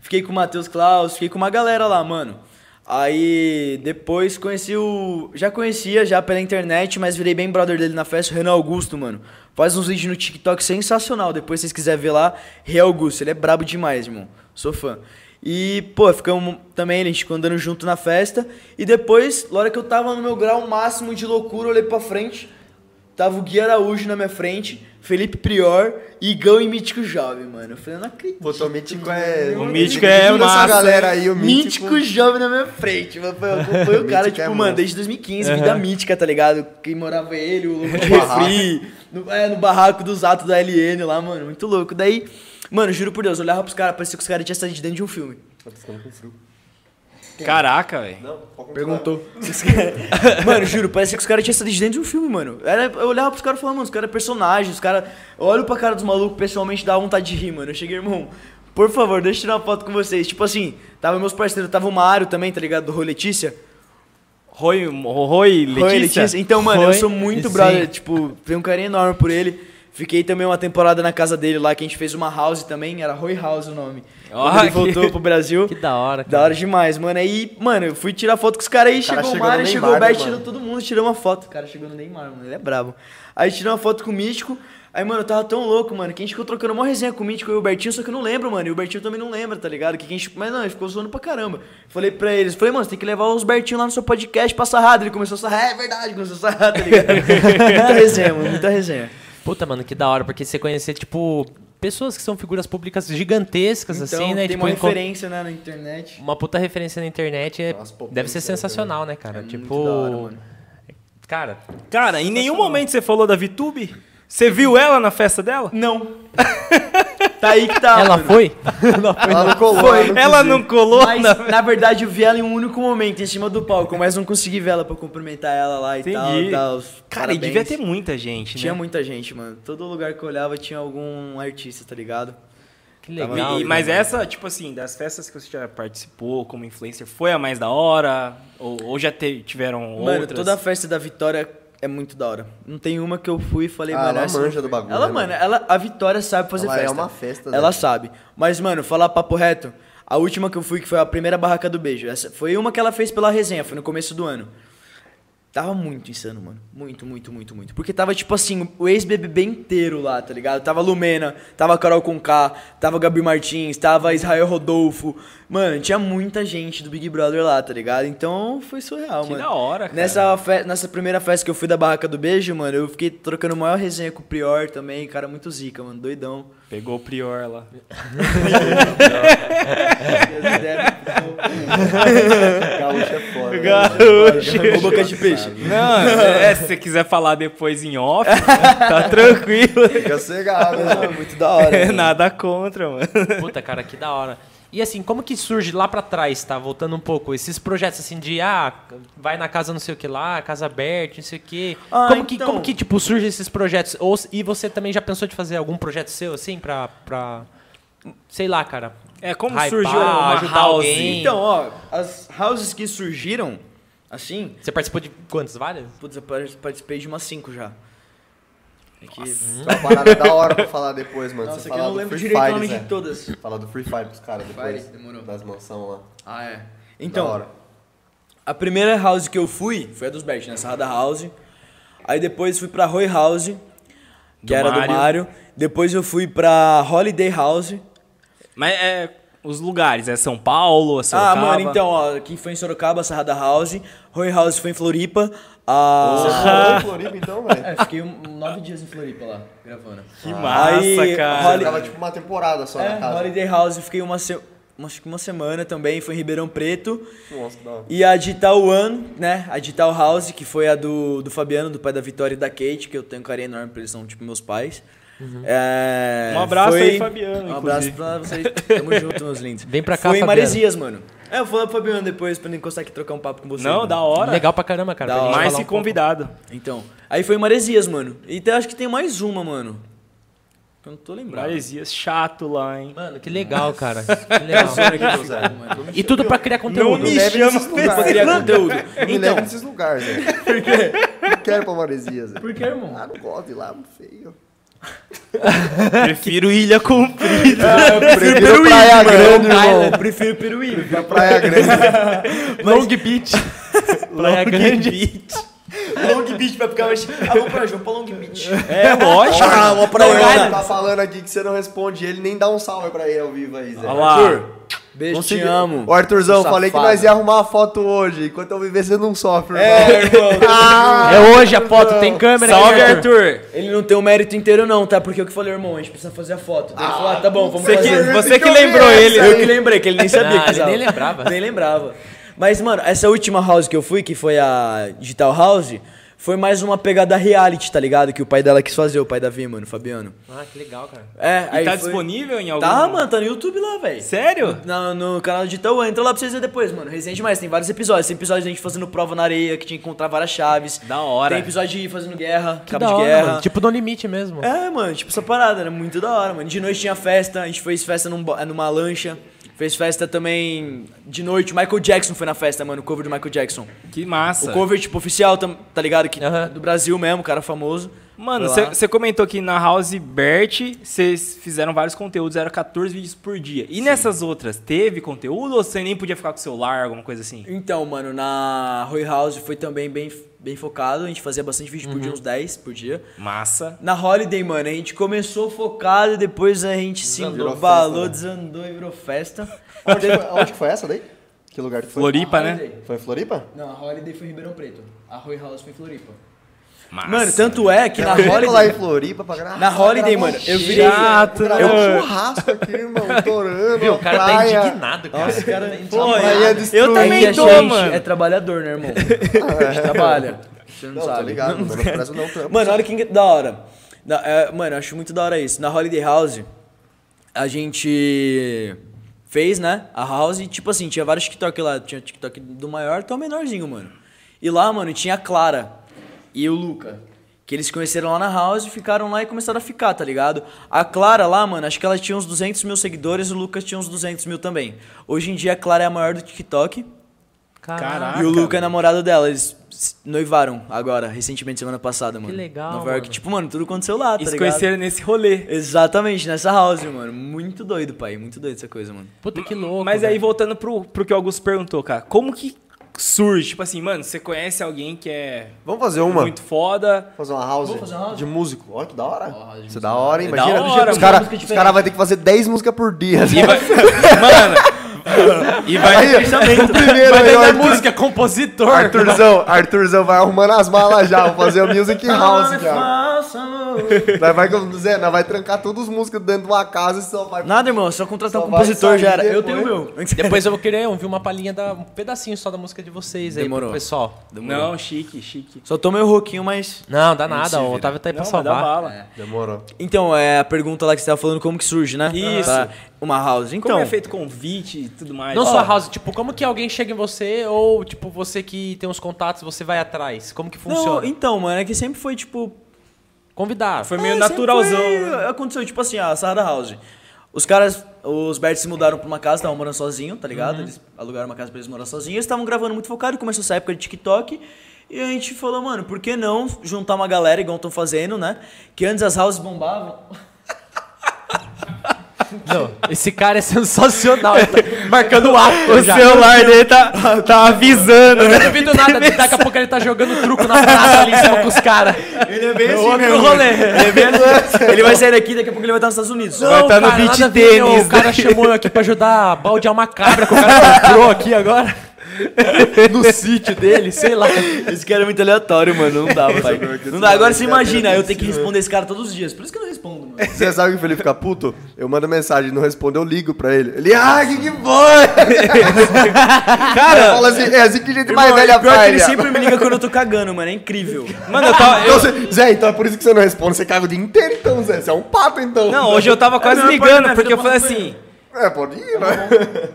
Speaker 4: fiquei com o Matheus Klaus, fiquei com uma galera lá, mano. Aí depois conheci o. Já conhecia já pela internet, mas virei bem brother dele na festa, o Renan Augusto, mano. Faz uns vídeos no TikTok sensacional. Depois, se vocês quiserem ver lá, Real Augusto. Ele é brabo demais, irmão. Sou fã. E, pô, ficamos também, a gente ficou andando junto na festa. E depois, na hora que eu tava no meu grau máximo de loucura, eu olhei pra frente. Tava o Gui Araújo na minha frente, Felipe Prior, Igão e Mítico Jovem, mano. Eu falei, eu não acredito.
Speaker 5: Puta, o Mítico é...
Speaker 2: O Mítico é
Speaker 5: Jura essa
Speaker 2: massa,
Speaker 5: galera aí, o Mítico...
Speaker 4: Mítico jovem na minha frente. Mano, foi, foi- foi o cara,
Speaker 5: Mítico
Speaker 4: tipo,
Speaker 5: é
Speaker 4: mano,
Speaker 5: monstro.
Speaker 4: desde 2015, vida mítica, tá ligado? Quem morava ele, o Lobo de
Speaker 5: barraco.
Speaker 4: Refri, no, é, no barraco dos atos da LN lá, mano, muito louco. Daí, mano, juro por Deus, eu olhava pros caras, parecia que os caras tinham saído de dentro de um filme.
Speaker 5: Tá ficando com frio.
Speaker 2: Caraca, velho.
Speaker 5: Não, pode continuar.
Speaker 4: Perguntou. Os cara- mano, juro, parecia que os caras tinham saído de dentro de um filme, mano. Era, eu olhava pros caras e falava, mano, os caras é personagem, os caras. Eu olho pra cara dos malucos pessoalmente dá vontade de rir, mano. Eu cheguei, irmão. Por favor, deixa eu tirar uma foto com vocês. Tipo assim, tava meus parceiros, tava o Mário também, tá ligado? Do Rô Letícia.
Speaker 2: Roy, Roy Letícia?
Speaker 4: Roy Letícia. Então, mano, eu
Speaker 3: Roy,
Speaker 4: sou muito
Speaker 3: sim.
Speaker 4: brother, tipo, tenho um carinho enorme por ele. Fiquei também uma temporada na casa dele lá, que a gente fez uma house também, era Roy House o nome.
Speaker 2: Ó,
Speaker 4: Quando ele
Speaker 2: que-
Speaker 4: voltou pro Brasil.
Speaker 3: Que da hora, cara.
Speaker 4: Da hora demais, mano. Aí, mano, eu fui tirar foto com os caras aí,
Speaker 5: cara
Speaker 4: chegou o
Speaker 5: chegou no
Speaker 4: Mário,
Speaker 5: Neymar,
Speaker 4: chegou o Bert,
Speaker 5: né,
Speaker 4: tirou
Speaker 5: mano?
Speaker 4: todo mundo, tirou uma foto. O cara chegou no Neymar, mano, ele é brabo. Aí tirou uma foto com o Mítico. Aí, mano, eu tava tão louco, mano, que a gente ficou trocando uma resenha com o Mítico e o Bertinho, só que eu não lembro, mano. E o Bertinho também não lembra, tá ligado? Que que a gente... Mas não, ele ficou zoando pra caramba. Falei pra eles, falei, mano, você tem que levar os Bertinho lá no seu podcast pra sarrada. Ele começou a sarrar, é verdade, começou a sarrar, tá ligado? muita resenha, mano, muita resenha.
Speaker 3: Puta, mano, que da hora, porque você conhecer, tipo, pessoas que são figuras públicas gigantescas, assim, né?
Speaker 4: Então, tem
Speaker 3: tipo,
Speaker 4: uma
Speaker 3: encont-
Speaker 4: referência, né, na internet.
Speaker 3: uma puta referência na internet é-
Speaker 5: Nossa, pô,
Speaker 3: deve ser
Speaker 5: muito da hora,
Speaker 3: sensacional, né, cara?
Speaker 4: É muito
Speaker 3: tipo.
Speaker 4: da hora, mano.
Speaker 3: Cara,
Speaker 2: Cara, em nenhum momento você falou da VTube? Você viu ela na festa dela?
Speaker 4: Não. tá aí que tá,
Speaker 3: ela
Speaker 4: mano.
Speaker 3: foi?
Speaker 5: Ela não colou. ela não
Speaker 2: Ela
Speaker 5: cozinha.
Speaker 2: não colou
Speaker 4: Mas,
Speaker 2: na...
Speaker 4: na verdade, eu vi ela em um único momento, em cima do palco, mas não consegui ver ela pra cumprimentar ela lá e
Speaker 2: Entendi.
Speaker 4: tal. dar os
Speaker 2: Cara, e
Speaker 4: parabéns.
Speaker 2: devia ter muita gente, né?
Speaker 4: Tinha muita gente, mano. Todo lugar que eu olhava tinha algum artista, tá ligado?
Speaker 3: Que
Speaker 2: E-
Speaker 3: legal.
Speaker 2: e- mas essa, tipo assim, das festas que você já participou como influencer, foi a mais da hora? Ou, ou já te- tiveram
Speaker 4: Mano,
Speaker 2: outras?
Speaker 4: toda a festa da Vitória é muito da hora. Não tem uma que eu fui e falei,
Speaker 5: Ah,
Speaker 4: mano,
Speaker 5: ela
Speaker 4: essa
Speaker 5: manja
Speaker 4: não
Speaker 5: do
Speaker 4: foi.
Speaker 5: bagulho,
Speaker 4: Ela,
Speaker 5: né,
Speaker 4: mano,
Speaker 5: mano?
Speaker 4: ela, a Vitória sabe fazer
Speaker 5: Ela é
Speaker 4: festa.
Speaker 5: uma festa, né?
Speaker 4: Ela sabe. Mas, mano, falar papo reto, a última que eu fui, que foi a primeira barraca do beijo, essa foi uma que ela fez pela resenha, foi no começo do ano. Tava muito insano, mano. Muito, muito, muito, muito. Porque tava, tipo assim, o ex-BBB inteiro lá, tá ligado? Tava Lumena, tava Carol Conká, tava Gabi Martins, tava Israel Rodolfo. Mano, tinha muita gente do Big Brother lá, tá ligado? Então foi surreal,
Speaker 2: Que
Speaker 4: mano.
Speaker 2: da hora, cara.
Speaker 4: Nessa, fe- nessa primeira festa que eu fui da Barraca do Beijo, mano, eu fiquei trocando maior resenha com o Prior também. Cara, muito zica, mano. Doidão.
Speaker 2: Pegou o Prior lá.
Speaker 5: Gaúcho é foda.
Speaker 2: Gaúcho.
Speaker 5: Gaúcho é
Speaker 4: Boca de peixe.
Speaker 2: Não, é, se você quiser falar depois em off, tá tranquilo.
Speaker 5: Fica cegado, né?
Speaker 4: Muito da hora.
Speaker 2: É
Speaker 4: mano.
Speaker 2: nada contra, mano.
Speaker 3: Puta, cara, que da hora. E assim, como que surge lá pra trás, tá? Voltando um pouco, esses projetos assim de, ah, vai na casa não sei o que lá, casa aberta, não sei o que.
Speaker 4: Ah,
Speaker 3: como, que
Speaker 4: então.
Speaker 3: como que, tipo, surgem esses projetos? Ou, e você também já pensou de fazer algum projeto seu, assim, pra... pra sei lá, cara.
Speaker 2: É, como
Speaker 3: Hypar,
Speaker 2: surgiu uma
Speaker 3: ajudar
Speaker 2: house?
Speaker 3: alguém.
Speaker 4: Então, ó, as houses que surgiram, assim,
Speaker 3: Você participou de quantos? Várias?
Speaker 4: putz, eu par- participei de umas cinco já. É que,
Speaker 5: Isso é uma parada da hora pra falar depois, mano.
Speaker 4: nossa,
Speaker 5: Você
Speaker 4: é que eu
Speaker 5: falar
Speaker 4: não
Speaker 5: do
Speaker 4: lembro
Speaker 5: Free é.
Speaker 4: direito o
Speaker 5: Fire,
Speaker 4: nome
Speaker 5: Zé.
Speaker 4: de todas.
Speaker 5: Falar do Free Fire pros caras depois.
Speaker 4: Fire, demorou.
Speaker 5: Das mansão lá.
Speaker 4: Ah, é.
Speaker 5: Da
Speaker 4: Então,
Speaker 5: hora.
Speaker 4: a primeira house que eu fui foi a dos Bert, né? Sarrada House. Aí depois fui pra Roy House, que
Speaker 2: Do
Speaker 4: era
Speaker 2: Mário.
Speaker 4: do Mario. Depois eu fui pra Holiday House.
Speaker 2: Mas é os lugares, é São Paulo, é
Speaker 4: Ah,
Speaker 2: Sorocaba.
Speaker 4: mano, então, ó, quem foi em Sorocaba, Sarrada House. Roy House foi em Floripa.
Speaker 5: ah,
Speaker 4: A...
Speaker 5: Você morou em Floripa então, velho?
Speaker 4: É, fiquei um, nove dias em Floripa lá, gravando.
Speaker 2: Que massa,
Speaker 4: Aí,
Speaker 2: cara.
Speaker 5: Você
Speaker 4: Holiday-
Speaker 5: tava tipo uma temporada só na
Speaker 4: É,
Speaker 5: casa.
Speaker 4: Holiday House eu fiquei uma, se... uma- acho que uma semana também, foi em Ribeirão Preto.
Speaker 5: Nossa, que da hora.
Speaker 4: E a Digital One, né? A Digital House, que foi a do, do Fabiano, do pai da Vitória e da Kate, que eu tenho um carinho enorme, porque eles são tipo meus pais.
Speaker 3: Uhum.
Speaker 4: É,
Speaker 2: Um abraço
Speaker 4: foi-
Speaker 2: aí, Fabiano,
Speaker 4: Um abraço
Speaker 2: inclusive.
Speaker 4: pra vocês. Tamo junto, meus lindos.
Speaker 3: Vem pra cá,
Speaker 4: Foi em
Speaker 3: Fabiano.
Speaker 4: Maresias, mano. É, eu vou falar pro Fabiano depois pra não encostar aqui e trocar um papo com vocês.
Speaker 2: Não,
Speaker 4: mano.
Speaker 2: da hora.
Speaker 3: Legal pra caramba, cara.
Speaker 4: Da
Speaker 3: pra gente
Speaker 4: hora.
Speaker 2: Mais
Speaker 3: falar
Speaker 2: se
Speaker 3: um pouco.
Speaker 2: convidado.
Speaker 4: Então. Aí foi em Maresias, mano. E tem- acho que tem mais uma, mano. Eu não tô lembrado.
Speaker 2: Maresias, chato lá, hein?
Speaker 3: Mano, que legal, cara. Que legal.
Speaker 5: Meu Deus, Zé.
Speaker 3: e tudo pra criar conteúdo.
Speaker 5: me
Speaker 4: Leve
Speaker 5: chama
Speaker 4: nesses
Speaker 5: pra
Speaker 4: lugares.
Speaker 5: criar
Speaker 4: conteúdo.
Speaker 5: Não me
Speaker 4: Então,
Speaker 5: leva nesses lugares, velho. Por quê? Não quero pra Maresia, Zé.
Speaker 4: por que, irmão?
Speaker 5: Ah, não gosto de ir lá, muito feio.
Speaker 2: Prefiro ilha comprida.
Speaker 5: Prefiro Praia Grande,
Speaker 4: Eu
Speaker 2: né?
Speaker 5: irmão.
Speaker 4: prefiro Peruíbe.
Speaker 5: Prefiro Praia Grande.
Speaker 3: Long Beach. Praia Grande.
Speaker 4: Long Beach vai ficar mais. Ah, vamos pra, vamos pra Long Beach.
Speaker 2: É, lógico.
Speaker 5: Ah, uma
Speaker 4: praia
Speaker 5: praia.
Speaker 4: grande.
Speaker 5: Tá falando aqui que você não responde ele, nem dá um salve pra ele ao vivo aí, Zé.
Speaker 2: Olha lá.
Speaker 4: Beijo,
Speaker 5: Consegui-
Speaker 4: te amo.
Speaker 5: Ô, Arthurzão,
Speaker 4: Seu
Speaker 5: falei que
Speaker 4: safado.
Speaker 5: nós ia arrumar a foto hoje. Enquanto eu viver, você não sofre,
Speaker 4: É,
Speaker 5: irmão. Ah,
Speaker 4: irmão.
Speaker 3: É hoje a foto, tem câmera. aí,
Speaker 2: Salve, Arthur.
Speaker 4: Ele não tem o mérito inteiro, não, tá? Porque eu que falei, irmão, a gente precisa fazer a foto. Daí Ele falou, ah, tá bom, vamos
Speaker 2: Você
Speaker 4: fazer.
Speaker 2: que,
Speaker 5: Esse
Speaker 2: você
Speaker 5: que
Speaker 2: que
Speaker 5: eu
Speaker 2: lembrou
Speaker 5: vi essa
Speaker 2: ele.
Speaker 4: Eu que lembrei, que ele nem
Speaker 3: Não,
Speaker 4: sabia que
Speaker 3: Ah, ele nem
Speaker 4: precisava.
Speaker 3: lembrava.
Speaker 4: Nem lembrava. Mas, mano, essa última house que eu fui, que foi a Digital House, foi mais uma pegada reality, tá ligado? Que o pai dela quis fazer, o pai da Vi, mano, o Fabiano.
Speaker 3: Ah, que legal, cara.
Speaker 4: É,
Speaker 2: E
Speaker 4: aí
Speaker 2: tá
Speaker 4: foi-
Speaker 2: disponível em algum...
Speaker 4: Tá, mano, tá no YouTube lá, velho.
Speaker 2: Sério?
Speaker 4: Na- no canal de Itaú, entra lá pra vocês verem depois, mano. Resenha demais, tem vários episódios. Tem episódio de gente fazendo prova na areia, que tinha que encontrar várias chaves.
Speaker 2: Da hora.
Speaker 4: Tem episódio de ir fazendo guerra,
Speaker 3: Que
Speaker 4: cabo
Speaker 3: da
Speaker 4: de
Speaker 3: hora,
Speaker 4: guerra.
Speaker 3: mano. Tipo No Limite mesmo.
Speaker 4: É, mano, tipo essa parada, era muito da hora, mano. De noite tinha festa, a gente fez festa num bo- numa lancha. Fez festa também de noite. O Michael Jackson foi na festa, mano, o cover do Michael Jackson.
Speaker 2: Que massa.
Speaker 4: O cover, tipo, oficial, tam- tá ligado? Que,
Speaker 3: Aham.
Speaker 4: Do Brasil mesmo, cara famoso.
Speaker 2: Mano,
Speaker 4: Foi lá.
Speaker 2: você comentou que na House Bert vocês fizeram vários conteúdos, eram 14 vídeos por dia. E nessas outras, teve conteúdo ou você nem podia ficar com o celular, alguma coisa assim?
Speaker 4: Então, mano, na Roy House foi também bem, bem focado. A gente fazia bastante vídeo por dia, uns 10 por dia.
Speaker 2: Massa.
Speaker 4: Na Holiday, mano, a gente começou focado e depois a gente se
Speaker 5: Desandou. Virou
Speaker 4: embalou,
Speaker 5: festa,
Speaker 4: desandou e virou festa.
Speaker 5: Onde foi, aonde que foi essa daí? Que lugar que foi?
Speaker 2: Floripa, né?
Speaker 4: Holiday.
Speaker 5: Foi em Floripa?
Speaker 4: Não, a Holiday foi em Ribeirão Preto. A Roy House foi em Floripa.
Speaker 2: Massa.
Speaker 4: Mano, tanto é que na
Speaker 5: Eu vou um lá em
Speaker 4: Holiday.
Speaker 5: Floripa pra gravar.
Speaker 4: Na Holiday,
Speaker 5: gravar
Speaker 4: mano,
Speaker 5: um
Speaker 4: eu
Speaker 5: show,
Speaker 4: virei-
Speaker 5: gravar
Speaker 2: Chato, né?
Speaker 5: um churrasco aqui, irmão, torando.
Speaker 3: Viu? O cara tá
Speaker 5: praia.
Speaker 3: indignado, cara.
Speaker 4: Esse cara nem
Speaker 5: Pô,
Speaker 4: trabalha.
Speaker 5: aí é destruído.
Speaker 2: Eu
Speaker 4: É que
Speaker 2: também
Speaker 4: a
Speaker 2: tô,
Speaker 4: gente
Speaker 2: mano.
Speaker 4: É trabalhador, né, irmão? A gente trabalha. Você não,
Speaker 5: Não, tá
Speaker 4: sabe.
Speaker 5: ligado, mano. Não parece não tá? trampo.
Speaker 4: Mano, olha que da hora. Da- é, mano, eu acho muito da hora isso. Na Holiday House, a gente fez, né? A House, e tipo assim, tinha vários TikTok lá. Tinha TikTok do maior até o menorzinho, mano. E lá, mano, tinha a Clara e o Luca. Que eles se conheceram lá na House, ficaram lá e começaram a ficar, tá ligado? A Clara lá, mano, acho que ela tinha uns 200 mil seguidores, o Lucas tinha uns 200 mil também. Hoje em dia a Clara é a maior do TikTok.
Speaker 2: Caraca.
Speaker 4: E o Luca é namorado dela, eles se noivaram agora, recentemente, semana passada, mano.
Speaker 3: legal,
Speaker 4: Nova York.
Speaker 3: mano.
Speaker 4: Tipo, mano, tudo aconteceu lá, tá
Speaker 2: E se
Speaker 4: ligado?
Speaker 2: conheceram nesse rolê.
Speaker 4: Exatamente, nessa house, mano. Muito doido, pai. Muito doido essa coisa, mano.
Speaker 3: Puta que louco.
Speaker 2: Mas aí,
Speaker 3: velho.
Speaker 2: voltando pro, pro que o Augusto perguntou, cara, como que surge? Tipo assim, mano, você conhece alguém que é
Speaker 5: Vamos fazer uma.
Speaker 2: muito foda.
Speaker 5: Fazer uma house
Speaker 4: Vamos fazer uma house?
Speaker 5: de músico. Olha que da hora. Isso é da hora, hein?
Speaker 2: É da
Speaker 5: Imagina.
Speaker 2: hora,
Speaker 5: os
Speaker 2: mano.
Speaker 5: caras
Speaker 4: Música
Speaker 5: os
Speaker 4: diferente.
Speaker 5: cara vão ter que fazer 10 músicas por dia.
Speaker 2: E vai- mano, e vai.
Speaker 5: Aí, o primeiro
Speaker 3: Vai
Speaker 5: aí,
Speaker 3: vender
Speaker 5: Arthur-
Speaker 3: música, compositor.
Speaker 5: Arthurzão, Arthurzão vai arrumando as malas já, vou fazer o Music
Speaker 3: Tá
Speaker 5: House já. Nós vai, com- Zé, nós vai trancar todas as músicas dentro de uma casa e só vai.
Speaker 4: Nada, irmão, só contratar
Speaker 5: Só
Speaker 4: um compositor
Speaker 5: vai sair
Speaker 4: já era. Eu tenho
Speaker 5: depois.
Speaker 4: o meu.
Speaker 3: Depois eu vou querer ouvir uma palhinha, da, um pedacinho só da música de vocês aí,
Speaker 4: Demorou.
Speaker 3: pro pessoal.
Speaker 2: Não, chique, chique.
Speaker 4: Só tô meu rouquinho, mas.
Speaker 3: Não, dá
Speaker 4: se
Speaker 3: nada, o
Speaker 4: vira.
Speaker 3: Otávio tá aí pra
Speaker 2: Não, mas dá
Speaker 3: salvar.
Speaker 2: bala.
Speaker 5: Demorou.
Speaker 4: Então, é a pergunta lá que você tava falando como que surge, né?
Speaker 2: Isso.
Speaker 4: Tá. Uma house,
Speaker 2: Como
Speaker 4: então.
Speaker 2: é feito convite e tudo mais?
Speaker 3: Não
Speaker 2: Ó,
Speaker 3: só house, tipo, como que alguém chega em você ou, tipo, você que tem os contatos, você vai atrás? Como que
Speaker 4: Não,
Speaker 3: funciona?
Speaker 4: então, mano, é que sempre foi tipo.
Speaker 3: Convidar.
Speaker 2: Foi meio
Speaker 4: é, sempre
Speaker 2: naturalzão.
Speaker 4: foi-
Speaker 2: né?
Speaker 4: Aconteceu, tipo assim, a Sarada House. Os caras, os Bert se mudaram pra uma casa, estavam morando sozinhos, tá
Speaker 2: Uhum.
Speaker 4: ligado? Eles alugaram uma casa pra eles morar sozinhos. Eles estavam gravando muito focado, começou essa época de TikTok. E a gente falou, mano, por que não juntar uma galera igual estão fazendo, né? Que antes as houses bombavam.
Speaker 3: Não, esse cara é sensacional. Ele tá marcando o ato. já.
Speaker 1: dele tá, tá avisando,
Speaker 3: Eu não duvido nada. Daqui a pouco ele tá jogando truco na praça ali em cima com os caras.
Speaker 5: Ele é bem assim
Speaker 3: Outro
Speaker 5: mesmo.
Speaker 3: rolê. assim.
Speaker 4: Ele vai sair daqui, daqui a pouco ele vai estar nos Estados Unidos.
Speaker 1: Vai tá no
Speaker 3: cara,
Speaker 1: beach
Speaker 3: nada a ver,
Speaker 1: tênis,
Speaker 3: meu. O cara
Speaker 1: né?
Speaker 3: chamou eu aqui pra ajudar a baldear uma cabra que o cara comprou aqui agora. No sítio dele, sei lá.
Speaker 4: Esse cara é muito aleatório, mano. Não dá, pai. Não dá. Agora você imagina, eu tenho que responder é esse cara é todos os dias. Por isso que eu não respondo, mano.
Speaker 5: Você sabe que o Felipe fica puto? Eu mando mensagem, não responde, eu ligo pra ele. Ele, ah, que que foi? Cara, fala assim, é assim que gente mais
Speaker 4: Irmão,
Speaker 5: velha
Speaker 4: pior que
Speaker 5: faz.
Speaker 4: ele
Speaker 5: né?
Speaker 4: sempre me liga quando eu tô cagando, mano. É incrível.
Speaker 2: Mano, eu tava.
Speaker 5: Então, você- Zé, então é por isso que você não responde, você caga o dia inteiro então, Zé. Você é um pato então.
Speaker 2: Não, hoje eu
Speaker 3: É
Speaker 2: tava quase
Speaker 4: a melhor parte da
Speaker 2: ligando,
Speaker 4: minha
Speaker 2: porque eu
Speaker 4: vida,
Speaker 2: falei
Speaker 4: mano.
Speaker 2: assim.
Speaker 5: É, pode ir, né?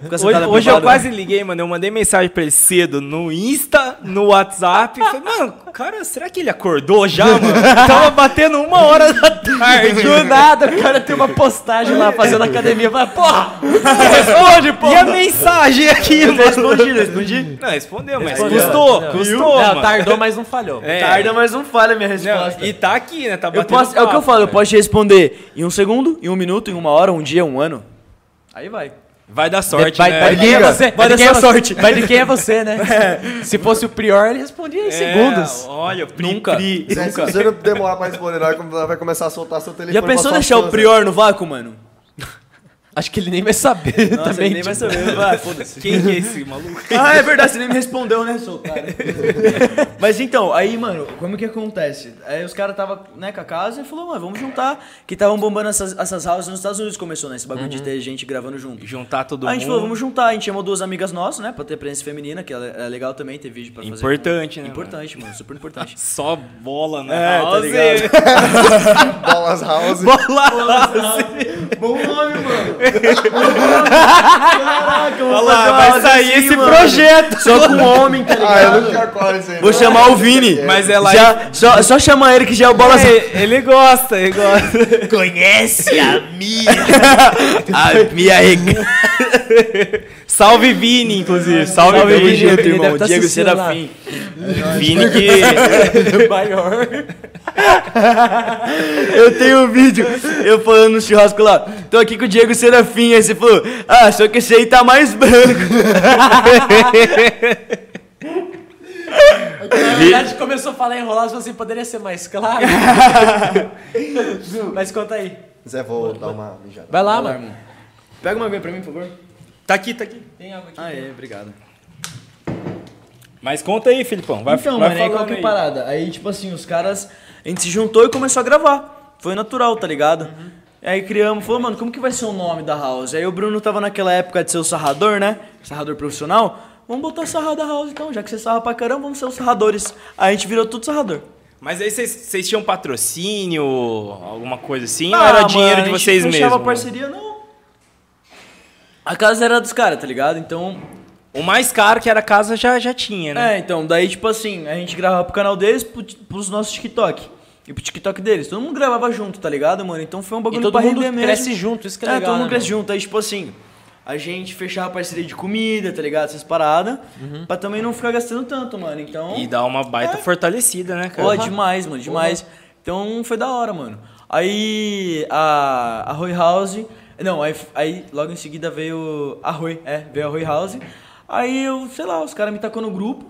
Speaker 4: Fica sentado
Speaker 2: Hoje,
Speaker 4: né? na
Speaker 2: hoje eu
Speaker 4: privada.
Speaker 2: quase liguei, mano. Eu mandei mensagem pra ele cedo no Insta, no WhatsApp. Falei, mano, cara, será que ele acordou já, mano? Tava batendo uma hora da tarde.
Speaker 3: Do nada, o cara tem uma postagem lá fazendo academia. Fala, porra! Responde,
Speaker 2: E a
Speaker 3: porra!
Speaker 2: mensagem aqui,
Speaker 4: Eu
Speaker 2: mano?
Speaker 4: respondi, eu respondi.
Speaker 2: Não, respondeu, mas
Speaker 4: Respondeu.
Speaker 2: custou,
Speaker 3: Não,
Speaker 2: custou,
Speaker 3: não,
Speaker 2: mano.
Speaker 3: tardou, mas não falhou.
Speaker 2: É.
Speaker 4: Tarda, mas não falha a minha
Speaker 2: Não,
Speaker 4: resposta.
Speaker 2: e tá aqui, né? Tá
Speaker 4: eu
Speaker 2: batendo
Speaker 4: posso, é o que eu
Speaker 2: papo,
Speaker 4: falo, eu
Speaker 2: velho.
Speaker 4: posso te responder em um segundo, em um minuto, em uma hora, um dia, um ano. Aí vai.
Speaker 2: Vai dar sorte,
Speaker 3: vai,
Speaker 2: né?
Speaker 3: vai de quem é
Speaker 5: Liga.
Speaker 3: você?
Speaker 4: Vai
Speaker 3: de
Speaker 4: dar
Speaker 3: quem é você?
Speaker 4: sua sorte.
Speaker 3: Vai de quem é você, né? Se fosse o Prior, ele respondia em
Speaker 2: É,
Speaker 3: segundos.
Speaker 2: Olha, pri,
Speaker 4: Nunca.
Speaker 2: pri.
Speaker 5: Zé, se você não demorar pra responder, na hora que vai começar a soltar seu telefone.
Speaker 4: Já
Speaker 5: pra
Speaker 4: pensou
Speaker 5: sua
Speaker 4: deixar o
Speaker 5: fã,
Speaker 4: prior no vácuo, mano?
Speaker 3: Acho que ele nem vai saber
Speaker 4: Nossa,
Speaker 3: também.
Speaker 4: ele nem vai saber. Vai, foda-se.
Speaker 2: Quem que é esse maluco?
Speaker 4: Ah, é verdade, você nem me respondeu, né, seu cara? Mas então, aí, mano, como que acontece? Aí os caras tava, né, com a casa e falou, mano, vamos juntar. Que estavam bombando essas, essas houses nos Estados Unidos, começou, né? Esse bagulho de ter gente gravando junto.
Speaker 2: Juntar todo
Speaker 4: Aí a
Speaker 2: mundo.
Speaker 4: gente falou, vamos juntar. A gente chamou duas amigas nossas, né? Pra ter presença feminina, que é é legal também ter vídeo pra fazer.
Speaker 2: Importante, né,
Speaker 4: Importante, mano, super importante.
Speaker 2: Só bola na
Speaker 4: É, tá
Speaker 2: house.
Speaker 4: ligado.
Speaker 5: Bolas House.
Speaker 4: Bom nome, mano. Caraca, vou
Speaker 2: lá,
Speaker 4: fazer uma
Speaker 2: vai
Speaker 4: house
Speaker 2: sair
Speaker 4: assim,
Speaker 2: esse
Speaker 4: mano.
Speaker 2: projeto.
Speaker 4: Só com homem, tá
Speaker 5: Ah, eu
Speaker 4: ligado?
Speaker 5: não tinha coragem disso aí,
Speaker 4: Vou
Speaker 5: não.
Speaker 4: chamar o Vini.
Speaker 2: Mas é ela
Speaker 4: já, só, só chamar ele que já é o bola.
Speaker 2: Ele, ele gosta, ele gosta.
Speaker 4: Conhece a minha. a minha rega.
Speaker 2: ah, Salve Vini, inclusive. Salve,
Speaker 4: Salve,
Speaker 2: Vini.
Speaker 4: Vini,
Speaker 3: Ele
Speaker 4: irmão.
Speaker 3: deve tá
Speaker 4: Diego
Speaker 3: assistindo lá.
Speaker 4: Serafim.
Speaker 2: Vini que.
Speaker 3: maior.
Speaker 4: Eu tenho um vídeo, eu falando no churrasco lá. Tô aqui com o Diego Serafim. Aí você falou, ah, só que esse aí tá mais branco.
Speaker 3: Na verdade, começou a falar enrolado, você poderia ser mais claro. Mas conta aí.
Speaker 5: Zé, vou dar uma mijada.
Speaker 3: Vai lá, mano.
Speaker 4: Pega uma aguinha pra mim, por favor.
Speaker 2: Tá aqui, tá aqui.
Speaker 3: Tem água aqui.
Speaker 4: Ah, é, obrigado.
Speaker 2: Mas conta aí, Filipão. Vai,
Speaker 4: então,
Speaker 2: vai
Speaker 4: mano, aí qual
Speaker 2: falando
Speaker 4: que é a
Speaker 2: aí.
Speaker 4: parada? Aí, tipo assim, os caras. A gente se juntou e começou a gravar. Foi natural, tá ligado?
Speaker 2: Uhum.
Speaker 4: Aí criamos, falou, mano, como que vai ser o nome da house? Aí o Bruno tava naquela época de ser o sarrador, né? Sarrador profissional. Vamos botar sarrada house então, já que você sarra pra caramba, vamos ser os sarradores. Aí a gente virou tudo sarrador.
Speaker 2: Mas aí vocês- vocês tinham patrocínio, alguma coisa assim? ou
Speaker 4: Ah,
Speaker 2: era
Speaker 4: mano,
Speaker 2: dinheiro de
Speaker 4: a gente
Speaker 2: vocês
Speaker 4: não
Speaker 2: mesmos?
Speaker 4: fechava
Speaker 2: mano?
Speaker 4: parceria, não. A casa era dos caras, tá ligado? Então,
Speaker 2: O mais caro que era a casa já, já tinha, né?
Speaker 4: É, então, daí, tipo assim, a gente gravava pro canal deles, pro, pros nossos TikTok. E pro TikTok deles. Todo mundo gravava junto, tá ligado, mano? Então foi um
Speaker 3: E
Speaker 4: bagulho
Speaker 3: todo
Speaker 4: pra
Speaker 3: mundo
Speaker 4: render mesmo.
Speaker 3: cresce junto, isso que é legal,
Speaker 4: É, todo mundo
Speaker 3: né,
Speaker 4: cresce junto. Aí, tipo assim, a gente fechava parceria de comida, tá ligado? Essas paradas.
Speaker 3: Uhum.
Speaker 4: Pra também não ficar gastando tanto, mano. Então.
Speaker 2: E dá uma baita fortalecida, né, cara?
Speaker 4: Ó, demais, mano, demais. Então foi da hora, mano. Aí a, a Roy House. Não, aí, aí logo em seguida veio a Roy, é, veio a Roy House. Aí eu, sei lá, os caras me tacou no grupo,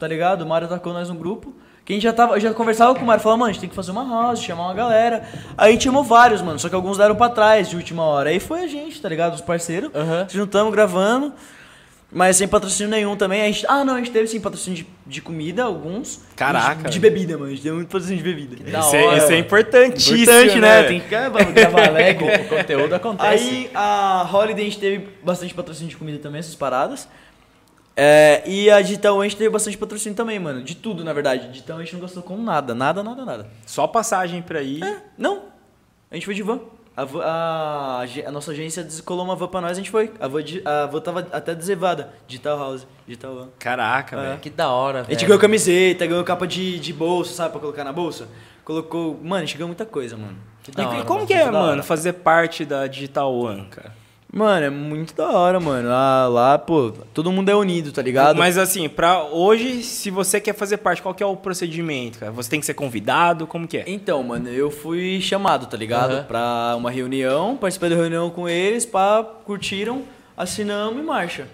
Speaker 4: tá ligado? O Mário tacou nós no grupo. Que a gente já tava, eu já conversava com o Mário, falava, mano, a gente tem que fazer uma house, chamar uma galera. Aí a gente chamou vários, mano, só que alguns deram pra trás de última hora. Aí foi a gente, tá ligado? Os parceiros.
Speaker 3: Aham.
Speaker 4: Se juntamos, gravando. Mas sem patrocínio nenhum também. A gente, ah, não, a gente teve sim patrocínio de, de comida, alguns.
Speaker 2: Caraca.
Speaker 4: De bebida, mano. A gente deu muito patrocínio de bebida.
Speaker 3: da
Speaker 2: Isso, é,
Speaker 3: hora,
Speaker 2: isso é
Speaker 3: mano.
Speaker 2: importantíssimo,
Speaker 4: Importante,
Speaker 2: né?
Speaker 4: né? Tem que vamos gravar alegre.
Speaker 3: O conteúdo acontece.
Speaker 4: Aí a Holiday a gente teve bastante patrocínio de comida também, essas paradas. É, e a Digital One a gente teve bastante patrocínio também, mano. De tudo, na verdade. Digital One a gente não gastou com nada, nada, nada, nada.
Speaker 2: Só passagem pra ir.
Speaker 4: Não. A gente foi de van. A, Van- a, ag- a nossa agência descolou uma van pra nós, a gente foi. A van, de- a van tava até desevada. Digital House, Digital Van.
Speaker 2: Caraca,
Speaker 4: É.
Speaker 2: velho.
Speaker 3: Que da hora,
Speaker 4: A
Speaker 3: velho.
Speaker 4: gente ganhou camiseta, ganhou capa de, de bolsa, sabe? Pra colocar na bolsa. Colocou. Mano, a gente ganhou muita coisa, mano.
Speaker 3: Que da
Speaker 2: E,
Speaker 3: hora,
Speaker 2: e como
Speaker 3: mano.
Speaker 2: que é,
Speaker 4: da hora.
Speaker 2: mano, fazer parte da Digital One, cara?
Speaker 4: Mano, é muito da hora, mano. Lá, lá pô, todo mundo é unido, tá ligado?
Speaker 2: Mas assim, pra hoje, se você quer fazer parte, qual que é o procedimento, cara? Você tem que ser convidado, como que é?
Speaker 4: Então, mano, eu fui chamado, tá ligado?
Speaker 3: Aham.
Speaker 4: Pra uma reunião, participei da reunião com eles, pá, curtiram, assinamos e marcha.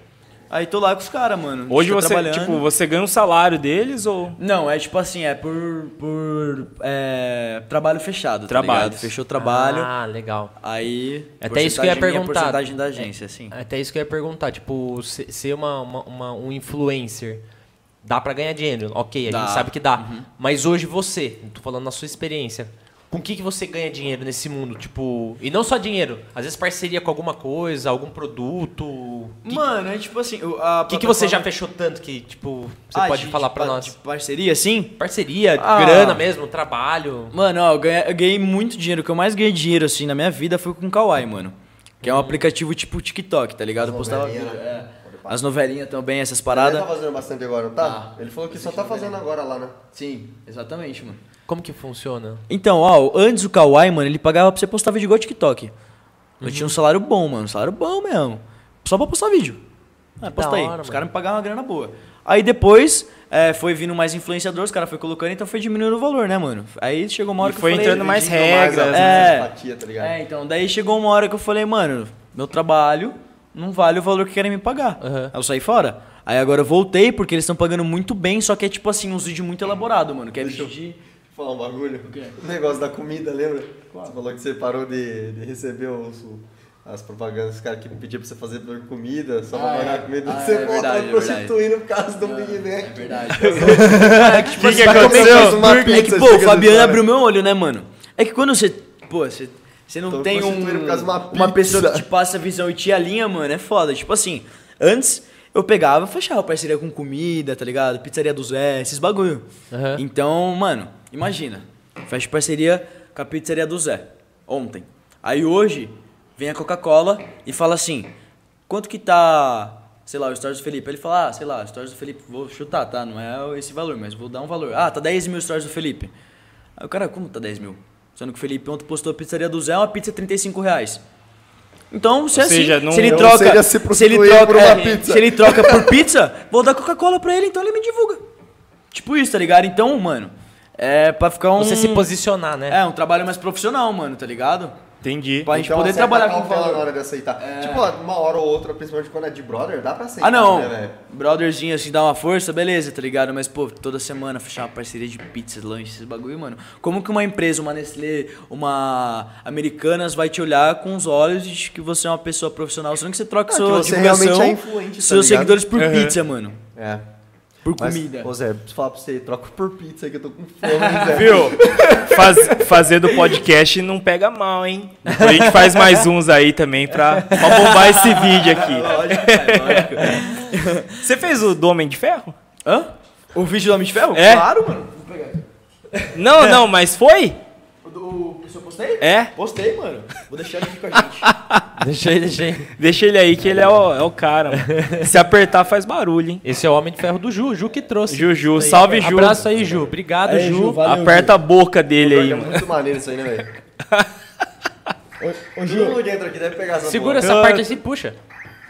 Speaker 4: Aí tô lá com os caras, mano.
Speaker 2: Hoje
Speaker 4: tô
Speaker 2: você, tipo, você ganha o salário deles ou...
Speaker 4: Não, é tipo assim, é por. por é, trabalho fechado, tá
Speaker 2: Trabalhos.
Speaker 4: ligado? Fechou o trabalho,
Speaker 3: Ah, legal.
Speaker 4: aí.
Speaker 3: É Até isso que eu ia
Speaker 4: porcentagem minha,
Speaker 3: perguntar. É,
Speaker 4: porcentagem da agência, assim.
Speaker 3: Até isso que eu ia perguntar, tipo, se- ser uma, uma- uma- um influencer, dá pra ganhar dinheiro, ok, a
Speaker 4: Dá. Uhum.
Speaker 3: gente sabe que dá. Mas hoje você, tô falando na sua experiência, com o que, que você ganha dinheiro nesse mundo? Tipo, e não só dinheiro, às vezes parceria com alguma coisa, algum produto.
Speaker 4: Mano, é tipo assim. O
Speaker 3: O que, que você já fechou tanto que, tipo, você
Speaker 4: Ah,
Speaker 3: pode falar pra nós?
Speaker 4: parceria, assim?
Speaker 3: Parceria,
Speaker 4: Ah.
Speaker 3: grana mesmo, trabalho.
Speaker 4: Mano, ó, eu ganhei, eu ganhei muito dinheiro. O que eu mais ganhei dinheiro, assim, na minha vida foi com o Kawaii, mano. Que é
Speaker 3: Uhum.
Speaker 4: um aplicativo tipo TikTok, tá ligado? Eu postava
Speaker 5: novelinhas,
Speaker 4: vídeo,
Speaker 5: né?
Speaker 4: é. As novelinhas também, essas
Speaker 5: Ele
Speaker 4: paradas.
Speaker 5: tá fazendo bastante agora, não tá? ele falou que só tá fazendo agora lá, né?
Speaker 4: Sim, exatamente, mano.
Speaker 3: Como que funciona?
Speaker 4: Então, ó, antes o Kawaii, mano, ele pagava pra você postar vídeo igual TikTok. Eu tinha um salário bom, mano. Salário bom mesmo. Só pra postar vídeo. Ah, posta
Speaker 3: da
Speaker 4: aí.
Speaker 3: hora,
Speaker 4: os
Speaker 3: mano.
Speaker 4: caras me pagavam uma grana boa. Aí depois é, foi vindo mais influenciadores, os caras foi colocando, então foi diminuindo o valor, né, mano? Aí chegou uma hora
Speaker 2: E
Speaker 4: que eu
Speaker 2: foi
Speaker 4: falei,
Speaker 2: entrando mais
Speaker 5: Pedindo mais
Speaker 2: regras,
Speaker 5: a
Speaker 4: né?
Speaker 5: simpatia, tá ligado?
Speaker 4: É, então, daí chegou uma hora que eu falei, mano, meu trabalho não vale o valor que querem me pagar.
Speaker 3: Aham.
Speaker 4: Aí eu saí fora. Aí agora eu voltei, porque eles estão pagando muito bem, só que é tipo assim, uns vídeos muito elaborados, mano. Que é
Speaker 5: Deixa
Speaker 4: vídeo
Speaker 5: eu
Speaker 4: de.
Speaker 5: falar um bagulho. O negócio da comida, lembra? Você falou que você parou de, de receber os, as propagandas, os caras que pediam pra você fazer por comida, só pra
Speaker 4: Ah,
Speaker 5: pagar
Speaker 4: é.
Speaker 5: a comida.
Speaker 4: Ah,
Speaker 5: você
Speaker 4: é verdade, é
Speaker 5: voltou prostituindo por causa do Big Mac.
Speaker 4: É verdade.
Speaker 2: O que, que
Speaker 5: É, tipo assim, vai comer
Speaker 2: aconteceu?
Speaker 5: isso, uma
Speaker 4: Porque- é que,
Speaker 5: pizza
Speaker 4: pô, o
Speaker 5: chega do
Speaker 4: Fabiano
Speaker 5: cara.
Speaker 4: abriu meu olho, né, mano? É que quando você. Pô, você. Você não
Speaker 5: Tô
Speaker 4: tem um,
Speaker 5: constituindo por causa de uma
Speaker 4: uma pessoa que
Speaker 5: pizza.
Speaker 4: te passa a visão e te alinha, mano, é foda. Tipo assim, antes eu pegava, fechava parceria com comida, tá ligado? Pizzaria do Zé, esses bagulho.
Speaker 3: Aham.
Speaker 4: Então, mano, imagina. Fecho parceria com a pizzaria do Zé, ontem. Aí hoje, vem a Coca-Cola e fala assim: quanto que tá, sei lá, o Stories do Felipe? Ele fala: ah, sei lá, o Stories do Felipe, vou chutar, tá? Não é esse valor, mas vou dar um valor. Ah, tá 10 mil Stories do Felipe. Aí o cara, como tá 10 mil? Sendo que o Felipe ontem postou a pizzaria do Zé, uma pizza é 35 reais. Então, se é
Speaker 2: Ou seja,
Speaker 4: assim,
Speaker 2: não-
Speaker 4: se ele
Speaker 2: não
Speaker 5: seria
Speaker 4: troca,
Speaker 5: se
Speaker 4: se, ele
Speaker 5: prostituir
Speaker 4: troca,
Speaker 5: por uma
Speaker 4: é,
Speaker 5: pizza.
Speaker 4: se ele troca por pizza, vou dar Coca-Cola pra ele, então ele me divulga. Tipo isso, tá ligado? Então, mano, é pra ficar um
Speaker 3: Você se posicionar, né?
Speaker 4: É, um trabalho mais profissional, mano, tá ligado?
Speaker 2: Entendi.
Speaker 4: Pra gente
Speaker 5: Então,
Speaker 4: poder
Speaker 5: acerta
Speaker 4: trabalhar
Speaker 5: a
Speaker 4: com
Speaker 5: cautela
Speaker 4: valor. É.
Speaker 5: na hora de aceitar. Tipo, ó, uma hora ou outra, principalmente quando é de brother, dá pra aceitar,
Speaker 4: Ah, não.
Speaker 5: né, velho?
Speaker 4: Brotherzinho, assim, dá uma força, beleza, tá ligado? Mas, pô, toda semana fechar uma parceria de pizzas, lanches, esses bagulho, mano. Como que uma empresa, uma Nestlé, uma Americanas vai te olhar com os olhos de que você é uma pessoa profissional, sendo que você troca
Speaker 5: Ah,
Speaker 4: sua
Speaker 5: que você
Speaker 4: divulgação,
Speaker 5: realmente é influente, tá
Speaker 4: seus
Speaker 5: ligado?
Speaker 4: seguidores por pizza, mano.
Speaker 5: É.
Speaker 4: Por
Speaker 5: Mas,
Speaker 4: comida.
Speaker 5: Ô Zé, preciso falar pra você, troca por pizza que eu tô com fome, Zé.
Speaker 2: Viu? Faz- fazer do podcast não pega mal, hein? Depois a gente faz mais uns aí também pra, pra bombar esse vídeo aqui.
Speaker 4: Lógico, cara, lógico.
Speaker 2: Você fez o do Homem de Ferro?
Speaker 4: Hã? O vídeo do Homem de Ferro?
Speaker 2: É.
Speaker 4: Claro, mano. Vou pegar.
Speaker 2: Não, não, mas foi?
Speaker 4: O, do- o que eu postei?
Speaker 2: É?
Speaker 4: Postei, mano. Vou deixar ele aqui com a gente.
Speaker 3: Deixa aí, deixa aí.
Speaker 2: Deixa ele aí que ele é o, é o cara, mano. Se apertar faz barulho, hein?
Speaker 3: Esse é o Homem de Ferro do Ju, Ju que trouxe.
Speaker 2: Juju, salve Ju.
Speaker 3: Abraço aí, Ju. Obrigado,
Speaker 4: Aí,
Speaker 3: Ju.
Speaker 4: Ju, valeu.
Speaker 2: Aperta a boca dele aí,
Speaker 5: É
Speaker 2: mano.
Speaker 5: muito maneiro isso aí, né, velho?
Speaker 4: Ô, ô,
Speaker 5: Todo
Speaker 4: Ju.
Speaker 5: mundo que entra aqui deve pegar essa
Speaker 3: Segura
Speaker 5: porra.
Speaker 2: Ah.
Speaker 3: essa parte assim e puxa.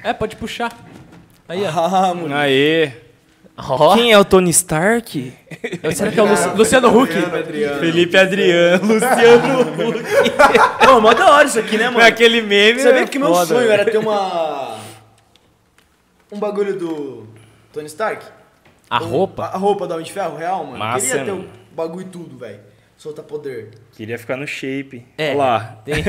Speaker 3: É, pode puxar. Aí, ó.
Speaker 4: Ah, mano.
Speaker 2: Aê.
Speaker 3: Ó,
Speaker 2: Quem é o Tony Stark?
Speaker 3: Será que é o Luci- Luciano Huck?
Speaker 5: Adriano, Adriano.
Speaker 2: Felipe Adriano, Luciano Huck.
Speaker 4: Pô, mó da hora isso aqui, né, mano?
Speaker 2: Aquele meme.
Speaker 4: Você
Speaker 2: né?
Speaker 4: vê que meu
Speaker 2: Foda.
Speaker 4: sonho era ter uma. Um bagulho do Tony Stark?
Speaker 3: A
Speaker 4: Um-
Speaker 3: roupa?
Speaker 4: A roupa da Homem de Ferro real, mano.
Speaker 2: Massa,
Speaker 4: Queria ter
Speaker 2: mano.
Speaker 4: o bagulho tudo, velho. Solta poder.
Speaker 2: Queria ficar no shape.
Speaker 3: É.
Speaker 2: Olha lá.
Speaker 3: Tem,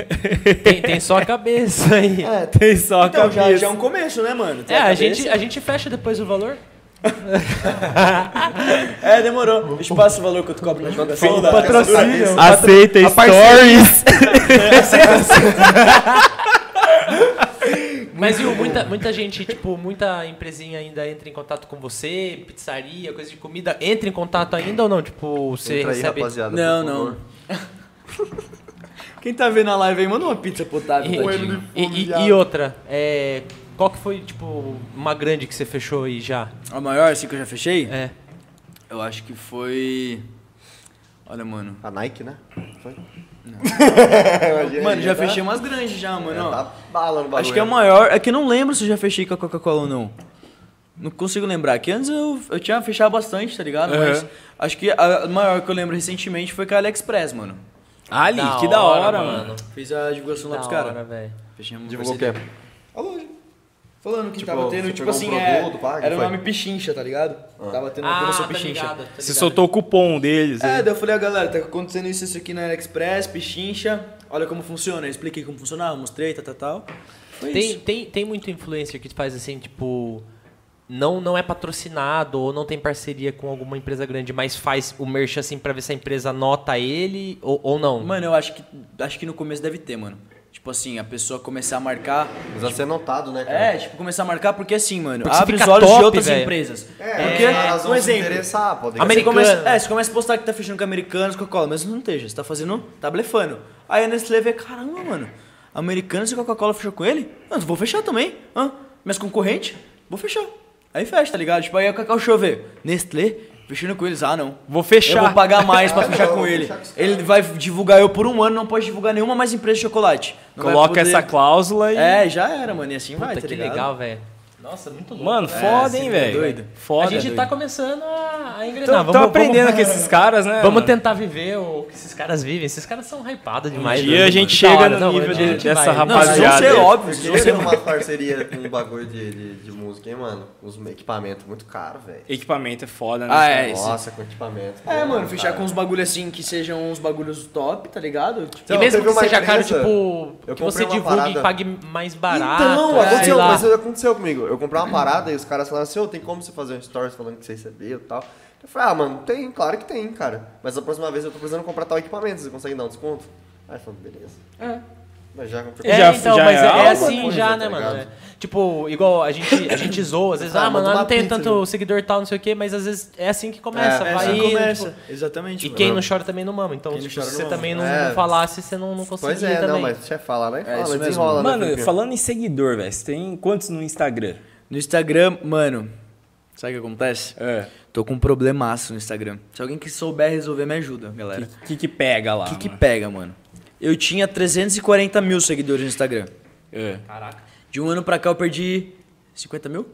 Speaker 3: tem, tem só a cabeça aí.
Speaker 2: Tem só a
Speaker 4: Então, já,
Speaker 2: cabeça.
Speaker 4: já é um começo, né, mano? Tem
Speaker 3: É, a
Speaker 4: cabeça.
Speaker 3: gente, a gente fecha depois o valor.
Speaker 4: É, demorou. Deixa eu passar o valor que eu cobro na joga.
Speaker 3: Patrocínio.
Speaker 2: Aceita stories.
Speaker 3: Mas viu, muita, muita gente, tipo, muita empresinha ainda entra em contato com você, pizzaria, coisa de comida, entra em contato ainda ou não? Tipo, você
Speaker 5: Entra aí,
Speaker 3: recebe.
Speaker 5: rapaziada.
Speaker 4: Não,
Speaker 5: por
Speaker 4: não.
Speaker 5: favor.
Speaker 4: Quem tá vendo a live aí, manda uma pizza pro Otávio,
Speaker 3: E,
Speaker 4: tadinho.
Speaker 3: e- e- e outra, é, qual que foi, tipo, uma grande que você fechou aí já?
Speaker 4: A maior, assim, que eu já fechei?
Speaker 3: É.
Speaker 4: Eu acho que foi... Olha, mano.
Speaker 5: A Nike, né? Foi?
Speaker 4: Mano, já fechei umas grandes já, mano. ó.
Speaker 5: Tá bala no bagulho. né?
Speaker 4: Acho que é a maior. É que eu não lembro se eu já fechei com a Coca-Cola ou não. Não consigo lembrar. Que antes eu, eu tinha fechado bastante, tá ligado? Mas acho que a a maior que eu lembro recentemente foi com a AliExpress, mano.
Speaker 2: Ali, que da hora, mano.
Speaker 4: Fiz a divulgação lá
Speaker 3: Da
Speaker 4: pros
Speaker 3: hora,
Speaker 4: caras.
Speaker 3: velho.
Speaker 4: Fechamos
Speaker 5: Divulgou o
Speaker 4: parceria.
Speaker 5: quê?
Speaker 4: Falando que
Speaker 5: Tipo,
Speaker 4: tava tendo,
Speaker 5: você
Speaker 4: tipo
Speaker 5: pegou um
Speaker 4: assim,
Speaker 5: produto,
Speaker 4: é,
Speaker 5: pá, que
Speaker 4: era o
Speaker 5: foi? Ah.
Speaker 4: nome Pichincha, tá ligado? Tava tendo
Speaker 3: Ah,
Speaker 4: uma
Speaker 3: tá
Speaker 4: promoção Pichincha.
Speaker 2: Você soltou o cupom deles.
Speaker 4: É,
Speaker 2: né?
Speaker 4: daí eu falei, ah, galera, tá acontecendo isso, isso aqui na AliExpress, Pichincha, olha como funciona. Eu expliquei como funcionava, mostrei, tal, tal, tal. Foi
Speaker 3: Tem,
Speaker 4: um isso.
Speaker 3: tem, tem muito influencer que faz assim, tipo. Não, não é patrocinado ou não tem parceria com alguma empresa grande, mas faz o merch assim pra ver se a empresa nota ele ou, ou não.
Speaker 4: Uhum. Mano, eu acho que, acho que no começo deve ter, mano. Tipo assim, a pessoa começar a marcar.
Speaker 5: Precisa ser notado, né, cara?
Speaker 4: É, tipo, começar a marcar porque assim, mano,
Speaker 3: Porque
Speaker 4: abre
Speaker 3: fica
Speaker 4: os olhos de
Speaker 3: top,
Speaker 4: outras
Speaker 3: velho.
Speaker 4: empresas.
Speaker 5: É,
Speaker 4: porque,
Speaker 5: elas vão
Speaker 4: um
Speaker 5: se
Speaker 4: exemplo.
Speaker 5: interessar, podem
Speaker 4: Você
Speaker 3: Americano.
Speaker 4: começa, é, você começa a postar que tá fechando com americanos, Coca-Cola, mas não esteja, você tá fazendo, tá blefando. Aí a Nestlé vê, caramba, mano, americanos e Coca-Cola fechou com ele? Ah, vou fechar também. Ah, minhas concorrentes? Vou fechar. Aí fecha, tá ligado? Tipo, aí a Cacau Show vê, Nestlé fechando com eles, ah não.
Speaker 2: Vou fechar.
Speaker 4: Eu vou pagar mais pra
Speaker 5: Ah, não,
Speaker 4: fechar
Speaker 5: vou
Speaker 4: com
Speaker 5: fechar
Speaker 4: ele.
Speaker 5: com os caras.
Speaker 4: Ele vai divulgar eu por um ano, não pode divulgar nenhuma mais empresa de chocolate. Não vai
Speaker 2: Coloca
Speaker 4: poder-
Speaker 2: essa cláusula e.
Speaker 4: É, já era, mano, e assim vai,
Speaker 3: Puta,
Speaker 4: tá
Speaker 3: que
Speaker 4: ligado?
Speaker 3: legal, velho. Nossa, muito louco.
Speaker 2: Mano,
Speaker 3: velho.
Speaker 2: foda,
Speaker 4: é,
Speaker 2: hein,
Speaker 4: sim,
Speaker 2: velho.
Speaker 4: doido.
Speaker 2: Foda.
Speaker 3: a gente tá
Speaker 2: tá doido.
Speaker 3: começando a, a
Speaker 2: Tão-
Speaker 3: engrenar.
Speaker 2: tão
Speaker 3: vamos,
Speaker 2: aprendendo
Speaker 3: vamos,
Speaker 2: com esses caras, né?
Speaker 3: vamos
Speaker 2: mano?
Speaker 3: tentar viver o que esses caras vivem. Esses caras são hypados demais.
Speaker 2: Um dia
Speaker 3: né?
Speaker 2: a gente
Speaker 3: Da
Speaker 2: chega
Speaker 3: hora,
Speaker 2: no
Speaker 3: não,
Speaker 2: nível
Speaker 3: a
Speaker 2: de-
Speaker 3: gente
Speaker 2: dessa
Speaker 3: vai.
Speaker 4: Não, vocês vão ser
Speaker 2: Rapaziada.
Speaker 4: é óbvio, vocês vão
Speaker 5: Queria
Speaker 4: ser
Speaker 5: ter uma parceria com um bagulho de, de, de música, hein, mano? Os equipamentos muito caro, velho.
Speaker 2: Equipamento é foda, né?
Speaker 4: Ah, é, esse-
Speaker 5: Nossa, com equipamento.
Speaker 4: É,
Speaker 5: pô,
Speaker 4: mano, fechar
Speaker 5: cara.
Speaker 4: com uns bagulho assim que sejam uns bagulhos top, tá ligado? Tipo,
Speaker 5: Então,
Speaker 3: e mesmo
Speaker 5: teve
Speaker 3: que
Speaker 5: uma
Speaker 3: seja caro,
Speaker 5: empresa-
Speaker 3: tipo,
Speaker 5: eu
Speaker 3: que você
Speaker 5: comprei uma
Speaker 3: divulgue
Speaker 5: parada-
Speaker 3: e pague mais barato.
Speaker 5: Então,
Speaker 3: sei
Speaker 5: aconteceu,
Speaker 3: lá.
Speaker 5: mas aconteceu comigo. Eu comprei uma parada e os caras falaram assim, ô, tem como você fazer um stories falando que você recebeu e tal? Eu falei, ah, mano, tem, claro que tem, cara. Mas a próxima vez eu tô precisando comprar tal equipamento, você consegue dar um desconto? Aí eu falei, beleza.
Speaker 3: É.
Speaker 5: Mas já comprei.
Speaker 3: É,
Speaker 2: Já-
Speaker 3: então,
Speaker 2: já
Speaker 3: mas
Speaker 2: é
Speaker 3: é,
Speaker 2: alguma
Speaker 3: assim
Speaker 5: coisa,
Speaker 3: já,
Speaker 5: tá
Speaker 3: né, mano? É.
Speaker 5: ligado?
Speaker 3: Tipo, igual a gente, a gente zoa, às vezes,
Speaker 5: Ah,
Speaker 3: ah, mano,
Speaker 5: manda
Speaker 3: eu não
Speaker 5: uma
Speaker 3: tem
Speaker 5: pizza,
Speaker 3: tanto
Speaker 5: né?
Speaker 3: seguidor e tal, não sei o quê, mas às vezes é assim que começa.
Speaker 5: É, é
Speaker 3: vai
Speaker 5: assim
Speaker 4: aí
Speaker 5: que
Speaker 3: indo,
Speaker 4: começa.
Speaker 3: tipo,
Speaker 4: Exatamente.
Speaker 3: e
Speaker 4: mano.
Speaker 3: quem não chora também não mama. Então,
Speaker 4: Quem não
Speaker 3: tipo,
Speaker 4: chora
Speaker 3: se
Speaker 4: não
Speaker 3: você
Speaker 4: mama.
Speaker 3: também não,
Speaker 5: É.
Speaker 3: não falasse, você não, não conseguia
Speaker 5: Pois é,
Speaker 3: também.
Speaker 5: não, mas você fala, né?
Speaker 4: isso
Speaker 5: Fala,
Speaker 4: mesmo.
Speaker 5: desenrola, né?
Speaker 2: Mano,
Speaker 5: Felipinho?
Speaker 2: falando em seguidor, velho, você tem quantos no Instagram?
Speaker 4: No Instagram, mano, sabe o que acontece?
Speaker 2: É.
Speaker 4: Tô com um problemaço no Instagram. Se alguém que souber resolver, me ajuda,
Speaker 2: O
Speaker 4: galera.
Speaker 2: que, que pega lá?
Speaker 4: O que, que
Speaker 2: mano?
Speaker 4: pega, mano? Eu tinha 340 mil seguidores no Instagram.
Speaker 2: É.
Speaker 3: Caraca.
Speaker 4: De um ano pra cá eu perdi 50 mil?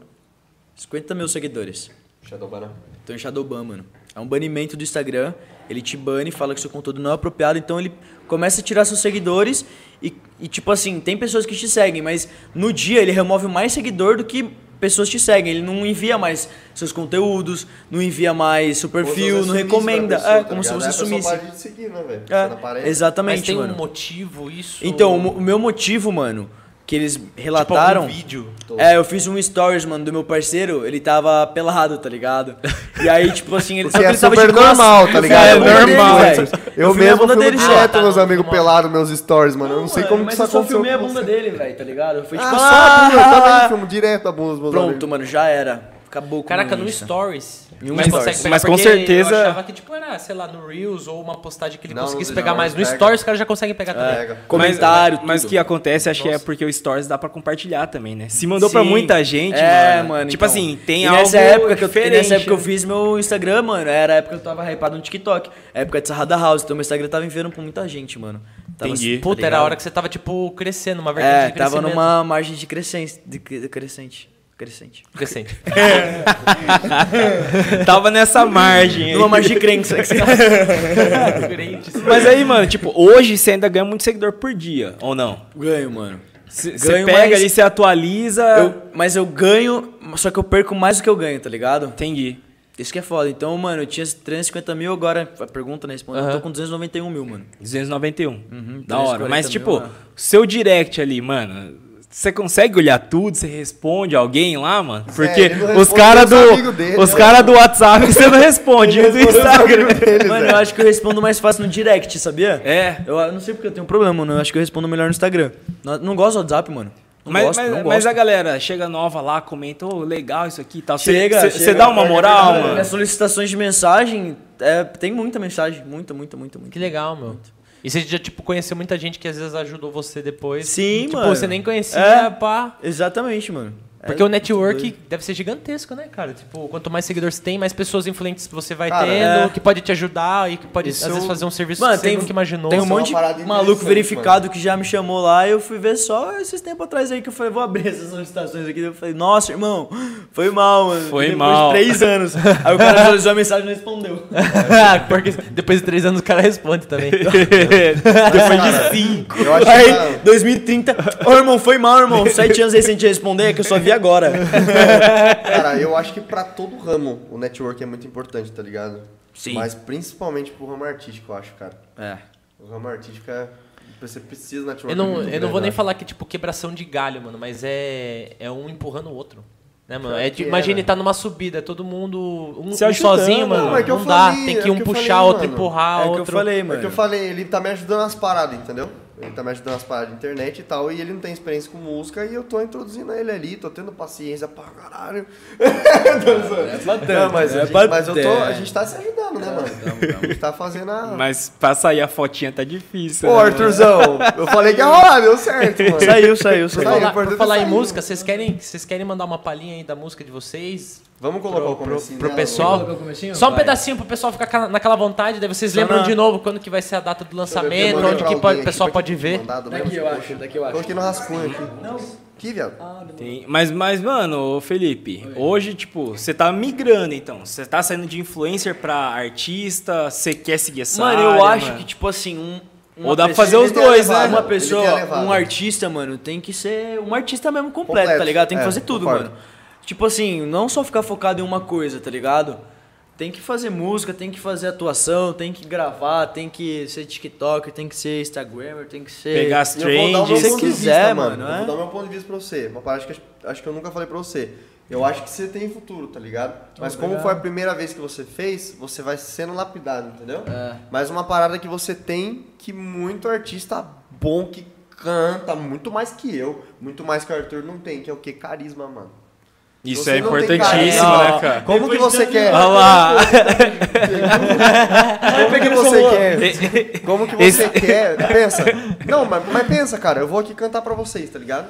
Speaker 4: 50 mil seguidores.
Speaker 5: Shadow Banner.
Speaker 4: Tô em Shadowban, mano. É um banimento do Instagram. Ele te bane, fala que seu conteúdo não é apropriado, então ele começa a tirar seus seguidores e, e, tipo assim, tem pessoas que te seguem, mas no dia ele remove mais seguidor do que pessoas te seguem. Ele não envia mais seus conteúdos, não envia mais seu
Speaker 5: Como se você
Speaker 4: perfil, não
Speaker 5: sumisse
Speaker 4: recomenda.
Speaker 5: pra pessoa,
Speaker 4: é,
Speaker 5: tá
Speaker 4: como se
Speaker 5: ligado?
Speaker 4: você
Speaker 5: Aí a pessoa
Speaker 4: sumisse.
Speaker 5: para de seguir, né, velho?
Speaker 4: É,
Speaker 5: Você não para aí.
Speaker 4: exatamente,
Speaker 3: Mas tem
Speaker 4: mano.
Speaker 3: um motivo isso?
Speaker 4: Então, o mo- o meu motivo, mano, que eles
Speaker 3: tipo,
Speaker 4: relataram.
Speaker 3: algum vídeo.
Speaker 4: É, eu fiz um stories, mano, do meu parceiro, ele tava pelado, tá ligado? E aí, tipo assim, ele
Speaker 5: Porque
Speaker 4: só que
Speaker 5: é
Speaker 4: ele tava
Speaker 5: super
Speaker 4: de calça.
Speaker 5: normal, tá
Speaker 4: Eu
Speaker 5: ligado?
Speaker 4: filmei a bunda
Speaker 2: normal.
Speaker 4: dele, velho.
Speaker 5: Eu,
Speaker 4: filmei a
Speaker 5: mesmo
Speaker 4: bunda
Speaker 5: filmo
Speaker 4: dele só.
Speaker 5: direto meus
Speaker 3: Não,
Speaker 5: amigos
Speaker 3: mano.
Speaker 5: pelados, meus stories, mano. Eu não sei como que
Speaker 4: mas
Speaker 5: isso
Speaker 4: eu só
Speaker 5: aconteceu
Speaker 4: filmei a
Speaker 5: com
Speaker 4: bunda
Speaker 5: você.
Speaker 4: dele, velho, tá ligado? Eu fui tipo,
Speaker 5: Ah,
Speaker 4: ah,
Speaker 5: sua bunda, eu também filmo direto a bunda dos meus
Speaker 4: pronto,
Speaker 5: amigos.
Speaker 4: mano, já era. Acabou com
Speaker 3: Caraca,
Speaker 4: o meu
Speaker 3: no
Speaker 4: Insta.
Speaker 3: Stories.
Speaker 4: um
Speaker 3: Mas,
Speaker 4: Stories.
Speaker 3: consegue pegar,
Speaker 2: Mas com
Speaker 3: porque
Speaker 2: certeza-
Speaker 3: Eu achava que, tipo, era, sei lá, no Reels ou uma postagem que ele
Speaker 5: Não,
Speaker 3: conseguisse
Speaker 5: não,
Speaker 3: pegar
Speaker 5: não,
Speaker 3: mais. No
Speaker 5: pega. É,
Speaker 3: Stories, o cara já consegue pegar também.
Speaker 5: Pega.
Speaker 4: Comentário,
Speaker 2: mas, mas o
Speaker 4: tudo.
Speaker 2: que acontece, acho que é
Speaker 3: Nossa.
Speaker 2: porque o Stories dá pra compartilhar também, né? Se mandou pra
Speaker 4: Sim.
Speaker 2: muita gente,
Speaker 4: é,
Speaker 2: mano. Tipo
Speaker 4: então.
Speaker 2: assim, tem
Speaker 4: e
Speaker 2: algo
Speaker 4: nessa época que eu, e
Speaker 2: diferente.
Speaker 4: nessa época que eu
Speaker 2: né?
Speaker 4: fiz meu Instagram, mano, era a época que eu tava hypado no TikTok. Época de Sarrada House, então meu Instagram tava enviando pra muita gente, mano. Tava,
Speaker 2: Entendi.
Speaker 4: tá
Speaker 3: Puta, era a
Speaker 4: ligado?
Speaker 3: hora que você tava, tipo, crescendo, uma verdade
Speaker 4: É,
Speaker 3: de
Speaker 4: tava
Speaker 3: crescimento.
Speaker 4: numa margem de crescente. De cre- crescente. Crescente.
Speaker 3: Crescente.
Speaker 2: Tava nessa margem aí.
Speaker 4: Numa margem de crença. que você- tá-
Speaker 3: assim.
Speaker 2: Mas aí, mano, tipo, hoje você ainda ganha muito seguidor por dia, ou não?
Speaker 4: Ganho, mano.
Speaker 2: Você
Speaker 4: Ganho,
Speaker 2: pega
Speaker 4: mas-
Speaker 2: ali, você atualiza.
Speaker 4: Eu- mas eu ganho, só que eu perco mais do que eu ganho, tá ligado?
Speaker 2: Entendi.
Speaker 4: Isso que é foda. Então, mano, eu tinha 350 mil, agora a pergunta, né? Respondendo, eu tô
Speaker 3: Aham.
Speaker 4: com 291 mil, mano.
Speaker 2: 291. da
Speaker 4: 340
Speaker 2: hora. Mas,
Speaker 4: mil,
Speaker 2: tipo,
Speaker 4: né?
Speaker 2: seu direct ali, mano. Você consegue olhar tudo? Você responde alguém lá, mano? Porque
Speaker 5: ele não
Speaker 2: os
Speaker 5: responde
Speaker 2: caras
Speaker 5: nem os
Speaker 2: do.
Speaker 5: amigos dele,
Speaker 2: os
Speaker 5: né?
Speaker 2: caras do WhatsApp você não responde. e do Instagram.
Speaker 4: Mano, eu acho que eu respondo mais fácil no direct, sabia?
Speaker 2: É.
Speaker 4: Eu, eu não sei porque eu tenho um problema, mano. Eu acho que eu respondo melhor no Instagram. Não, não gosto do WhatsApp, mano. Não
Speaker 2: Mas,
Speaker 4: gosto,
Speaker 2: mas-
Speaker 4: não
Speaker 2: mas
Speaker 4: gosto.
Speaker 2: a galera chega nova lá, comenta, ô, legal isso aqui e tal. Você-
Speaker 4: Chega,
Speaker 2: você-
Speaker 4: chega,
Speaker 2: Você dá uma
Speaker 4: chega,
Speaker 2: moral,
Speaker 4: Mano,
Speaker 2: mano?
Speaker 4: Minhas solicitações de mensagem, é, tem muita mensagem. Muita, muita, muita, muita.
Speaker 3: que legal, meu. E você já, tipo, conheceu muita gente que às vezes ajudou você depois.
Speaker 4: Sim,
Speaker 3: tipo,
Speaker 4: mano.
Speaker 3: você nem conhecia,
Speaker 4: É.
Speaker 3: pá.
Speaker 4: Exatamente, mano. É
Speaker 3: Porque o
Speaker 4: muito
Speaker 3: network
Speaker 4: doido.
Speaker 3: deve ser gigantesco, né, cara? Tipo, quanto mais seguidores você tem, mais pessoas influentes você vai
Speaker 5: Cara,
Speaker 3: tendo,
Speaker 4: é.
Speaker 3: que pode te ajudar e que pode,
Speaker 5: Isso-
Speaker 3: às vezes, fazer um serviço
Speaker 4: Mano,
Speaker 3: que você
Speaker 4: tem-
Speaker 3: nunca imaginou.
Speaker 4: Tem um
Speaker 5: Isso é uma
Speaker 4: monte
Speaker 5: parada
Speaker 4: de
Speaker 5: interessante,
Speaker 4: maluco verificado que já me chamou lá e eu fui ver só esses tempos atrás aí que eu falei, vou abrir essas solicitações aqui. Eu falei, nossa, irmão, foi mal, mano.
Speaker 2: Foi
Speaker 4: Depois
Speaker 2: mal.
Speaker 4: de três anos. Aí o cara atualizou a mensagem e não respondeu.
Speaker 3: Porque depois de três anos o cara responde também.
Speaker 5: Cara, Eu acho que
Speaker 4: Aí,
Speaker 5: tá-
Speaker 4: 2030, ô irmão, foi mal, irmão. Sete anos aí sem te responder, é que eu só vi agora.
Speaker 5: Cara, eu acho que pra todo ramo o network é muito importante, tá ligado? Sim. Mas principalmente pro ramo artístico, eu acho, cara.
Speaker 4: É.
Speaker 5: O ramo artístico é. Você precisa de network.
Speaker 3: Eu não,
Speaker 5: muito
Speaker 3: eu não vou
Speaker 5: grande,
Speaker 3: nem
Speaker 5: acho.
Speaker 3: falar que, tipo, quebração de galho, mano, mas é, é um empurrando o outro. Né, mano?
Speaker 5: Pior
Speaker 3: É,
Speaker 5: que
Speaker 3: tipo,
Speaker 5: é,
Speaker 3: imagina,
Speaker 5: velho.
Speaker 3: tá numa subida, é todo mundo. Um,
Speaker 2: Se
Speaker 3: um
Speaker 2: ajudando,
Speaker 3: sozinho, mano.
Speaker 5: mano, é que eu
Speaker 3: não dá.
Speaker 5: falei,
Speaker 3: Tem que
Speaker 5: é
Speaker 3: um
Speaker 5: que eu
Speaker 3: puxar,
Speaker 5: falei,
Speaker 3: outro
Speaker 5: mano.
Speaker 3: empurrar,
Speaker 4: É o que
Speaker 3: outro.
Speaker 4: eu falei,
Speaker 5: É que eu
Speaker 4: mano.
Speaker 5: falei, ele tá me ajudando nas paradas, entendeu? Ele tá me ajudando nas paradas de internet e tal, e ele não tem experiência com música, e eu tô introduzindo ele ali, tô tendo paciência pra caralho. Não, mas,
Speaker 4: é
Speaker 5: a gente,
Speaker 4: pra
Speaker 5: mas eu tô,
Speaker 4: tanto.
Speaker 5: a gente tá se ajudando, né, mano? A gente tá fazendo a...
Speaker 2: Mas pra sair a fotinha tá difícil.
Speaker 5: Pô,
Speaker 2: né?
Speaker 5: Arthurzão, eu falei que ia rolar, deu certo, mano.
Speaker 4: Saiu, saiu, saiu.
Speaker 5: Saiu.
Speaker 3: Falar- pra
Speaker 5: importante é
Speaker 3: falar em
Speaker 5: sair,
Speaker 3: música, vocês querem, vocês querem mandar uma palhinha aí da música de vocês?
Speaker 5: Vamos colocar o comecinho
Speaker 3: pro
Speaker 5: dela,
Speaker 3: pessoal?
Speaker 5: vamos.
Speaker 3: Só um pedacinho pro pessoal ficar ca- naquela vontade, daí vocês
Speaker 4: Só
Speaker 3: lembram
Speaker 4: na-
Speaker 3: de novo quando que vai ser a data do
Speaker 5: Deixa eu ver,
Speaker 3: lançamento,
Speaker 5: eu mandei
Speaker 3: onde
Speaker 5: pra
Speaker 3: então, que
Speaker 5: alguém
Speaker 3: pode- o
Speaker 5: aqui,
Speaker 3: pessoal
Speaker 5: pra
Speaker 3: pode
Speaker 5: quem
Speaker 3: ver.
Speaker 5: mandado, né?
Speaker 4: Daqui eu acho, daqui eu acho.
Speaker 5: Coloquei no rascunho aqui. Que viado.
Speaker 2: Tem- mas, mas, mano, ô Felipe, hoje, tipo, você tá migrando, então. Você tá saindo de influencer pra artista, você quer seguir essa
Speaker 4: Mano,
Speaker 2: área,
Speaker 4: eu acho
Speaker 2: mano?
Speaker 4: que, tipo assim, um. uma
Speaker 2: Ou dá pra
Speaker 4: pessoa-
Speaker 2: fazer os
Speaker 5: Ele tem a
Speaker 2: dois, né?
Speaker 5: levada.
Speaker 4: Uma
Speaker 5: Ele tem a
Speaker 4: pessoa,
Speaker 5: levada.
Speaker 4: um artista, mano, tem que ser um artista mesmo completo,
Speaker 5: Completo,
Speaker 4: tá ligado? Tem que
Speaker 5: é,
Speaker 4: fazer tudo,
Speaker 5: concordo.
Speaker 4: mano. Tipo assim, não só ficar focado em uma coisa, tá ligado? Tem que fazer música, tem que fazer atuação, tem que gravar, tem que ser TikTok, tem que ser Instagramer, tem que ser.
Speaker 2: Pegar as
Speaker 5: E eu vou dar o meu
Speaker 2: trends.
Speaker 4: Se
Speaker 5: ponto de
Speaker 4: quiser,
Speaker 5: vista,
Speaker 4: mano,
Speaker 5: Eu
Speaker 4: é?
Speaker 5: vou dar o meu ponto de vista pra você. Uma parada que eu- acho que eu nunca falei pra você. Eu acho que você tem futuro, tá ligado? Mas como foi a primeira vez que você fez, você vai sendo lapidado, entendeu? Mas uma parada que você tem que muito artista bom que canta, muito mais que eu, muito mais que o Arthur não tem, que é o que? Carisma, mano.
Speaker 2: Isso
Speaker 5: Você
Speaker 2: é
Speaker 5: não tem
Speaker 2: importantíssimo,
Speaker 5: cara-
Speaker 2: né, cara?
Speaker 5: Como que você quer?
Speaker 2: Olha lá.
Speaker 5: Como que você quer? Como que você
Speaker 2: Esse-
Speaker 5: quer? Pensa. Não, mas, mas pensa, cara. Eu vou aqui cantar pra vocês, tá ligado?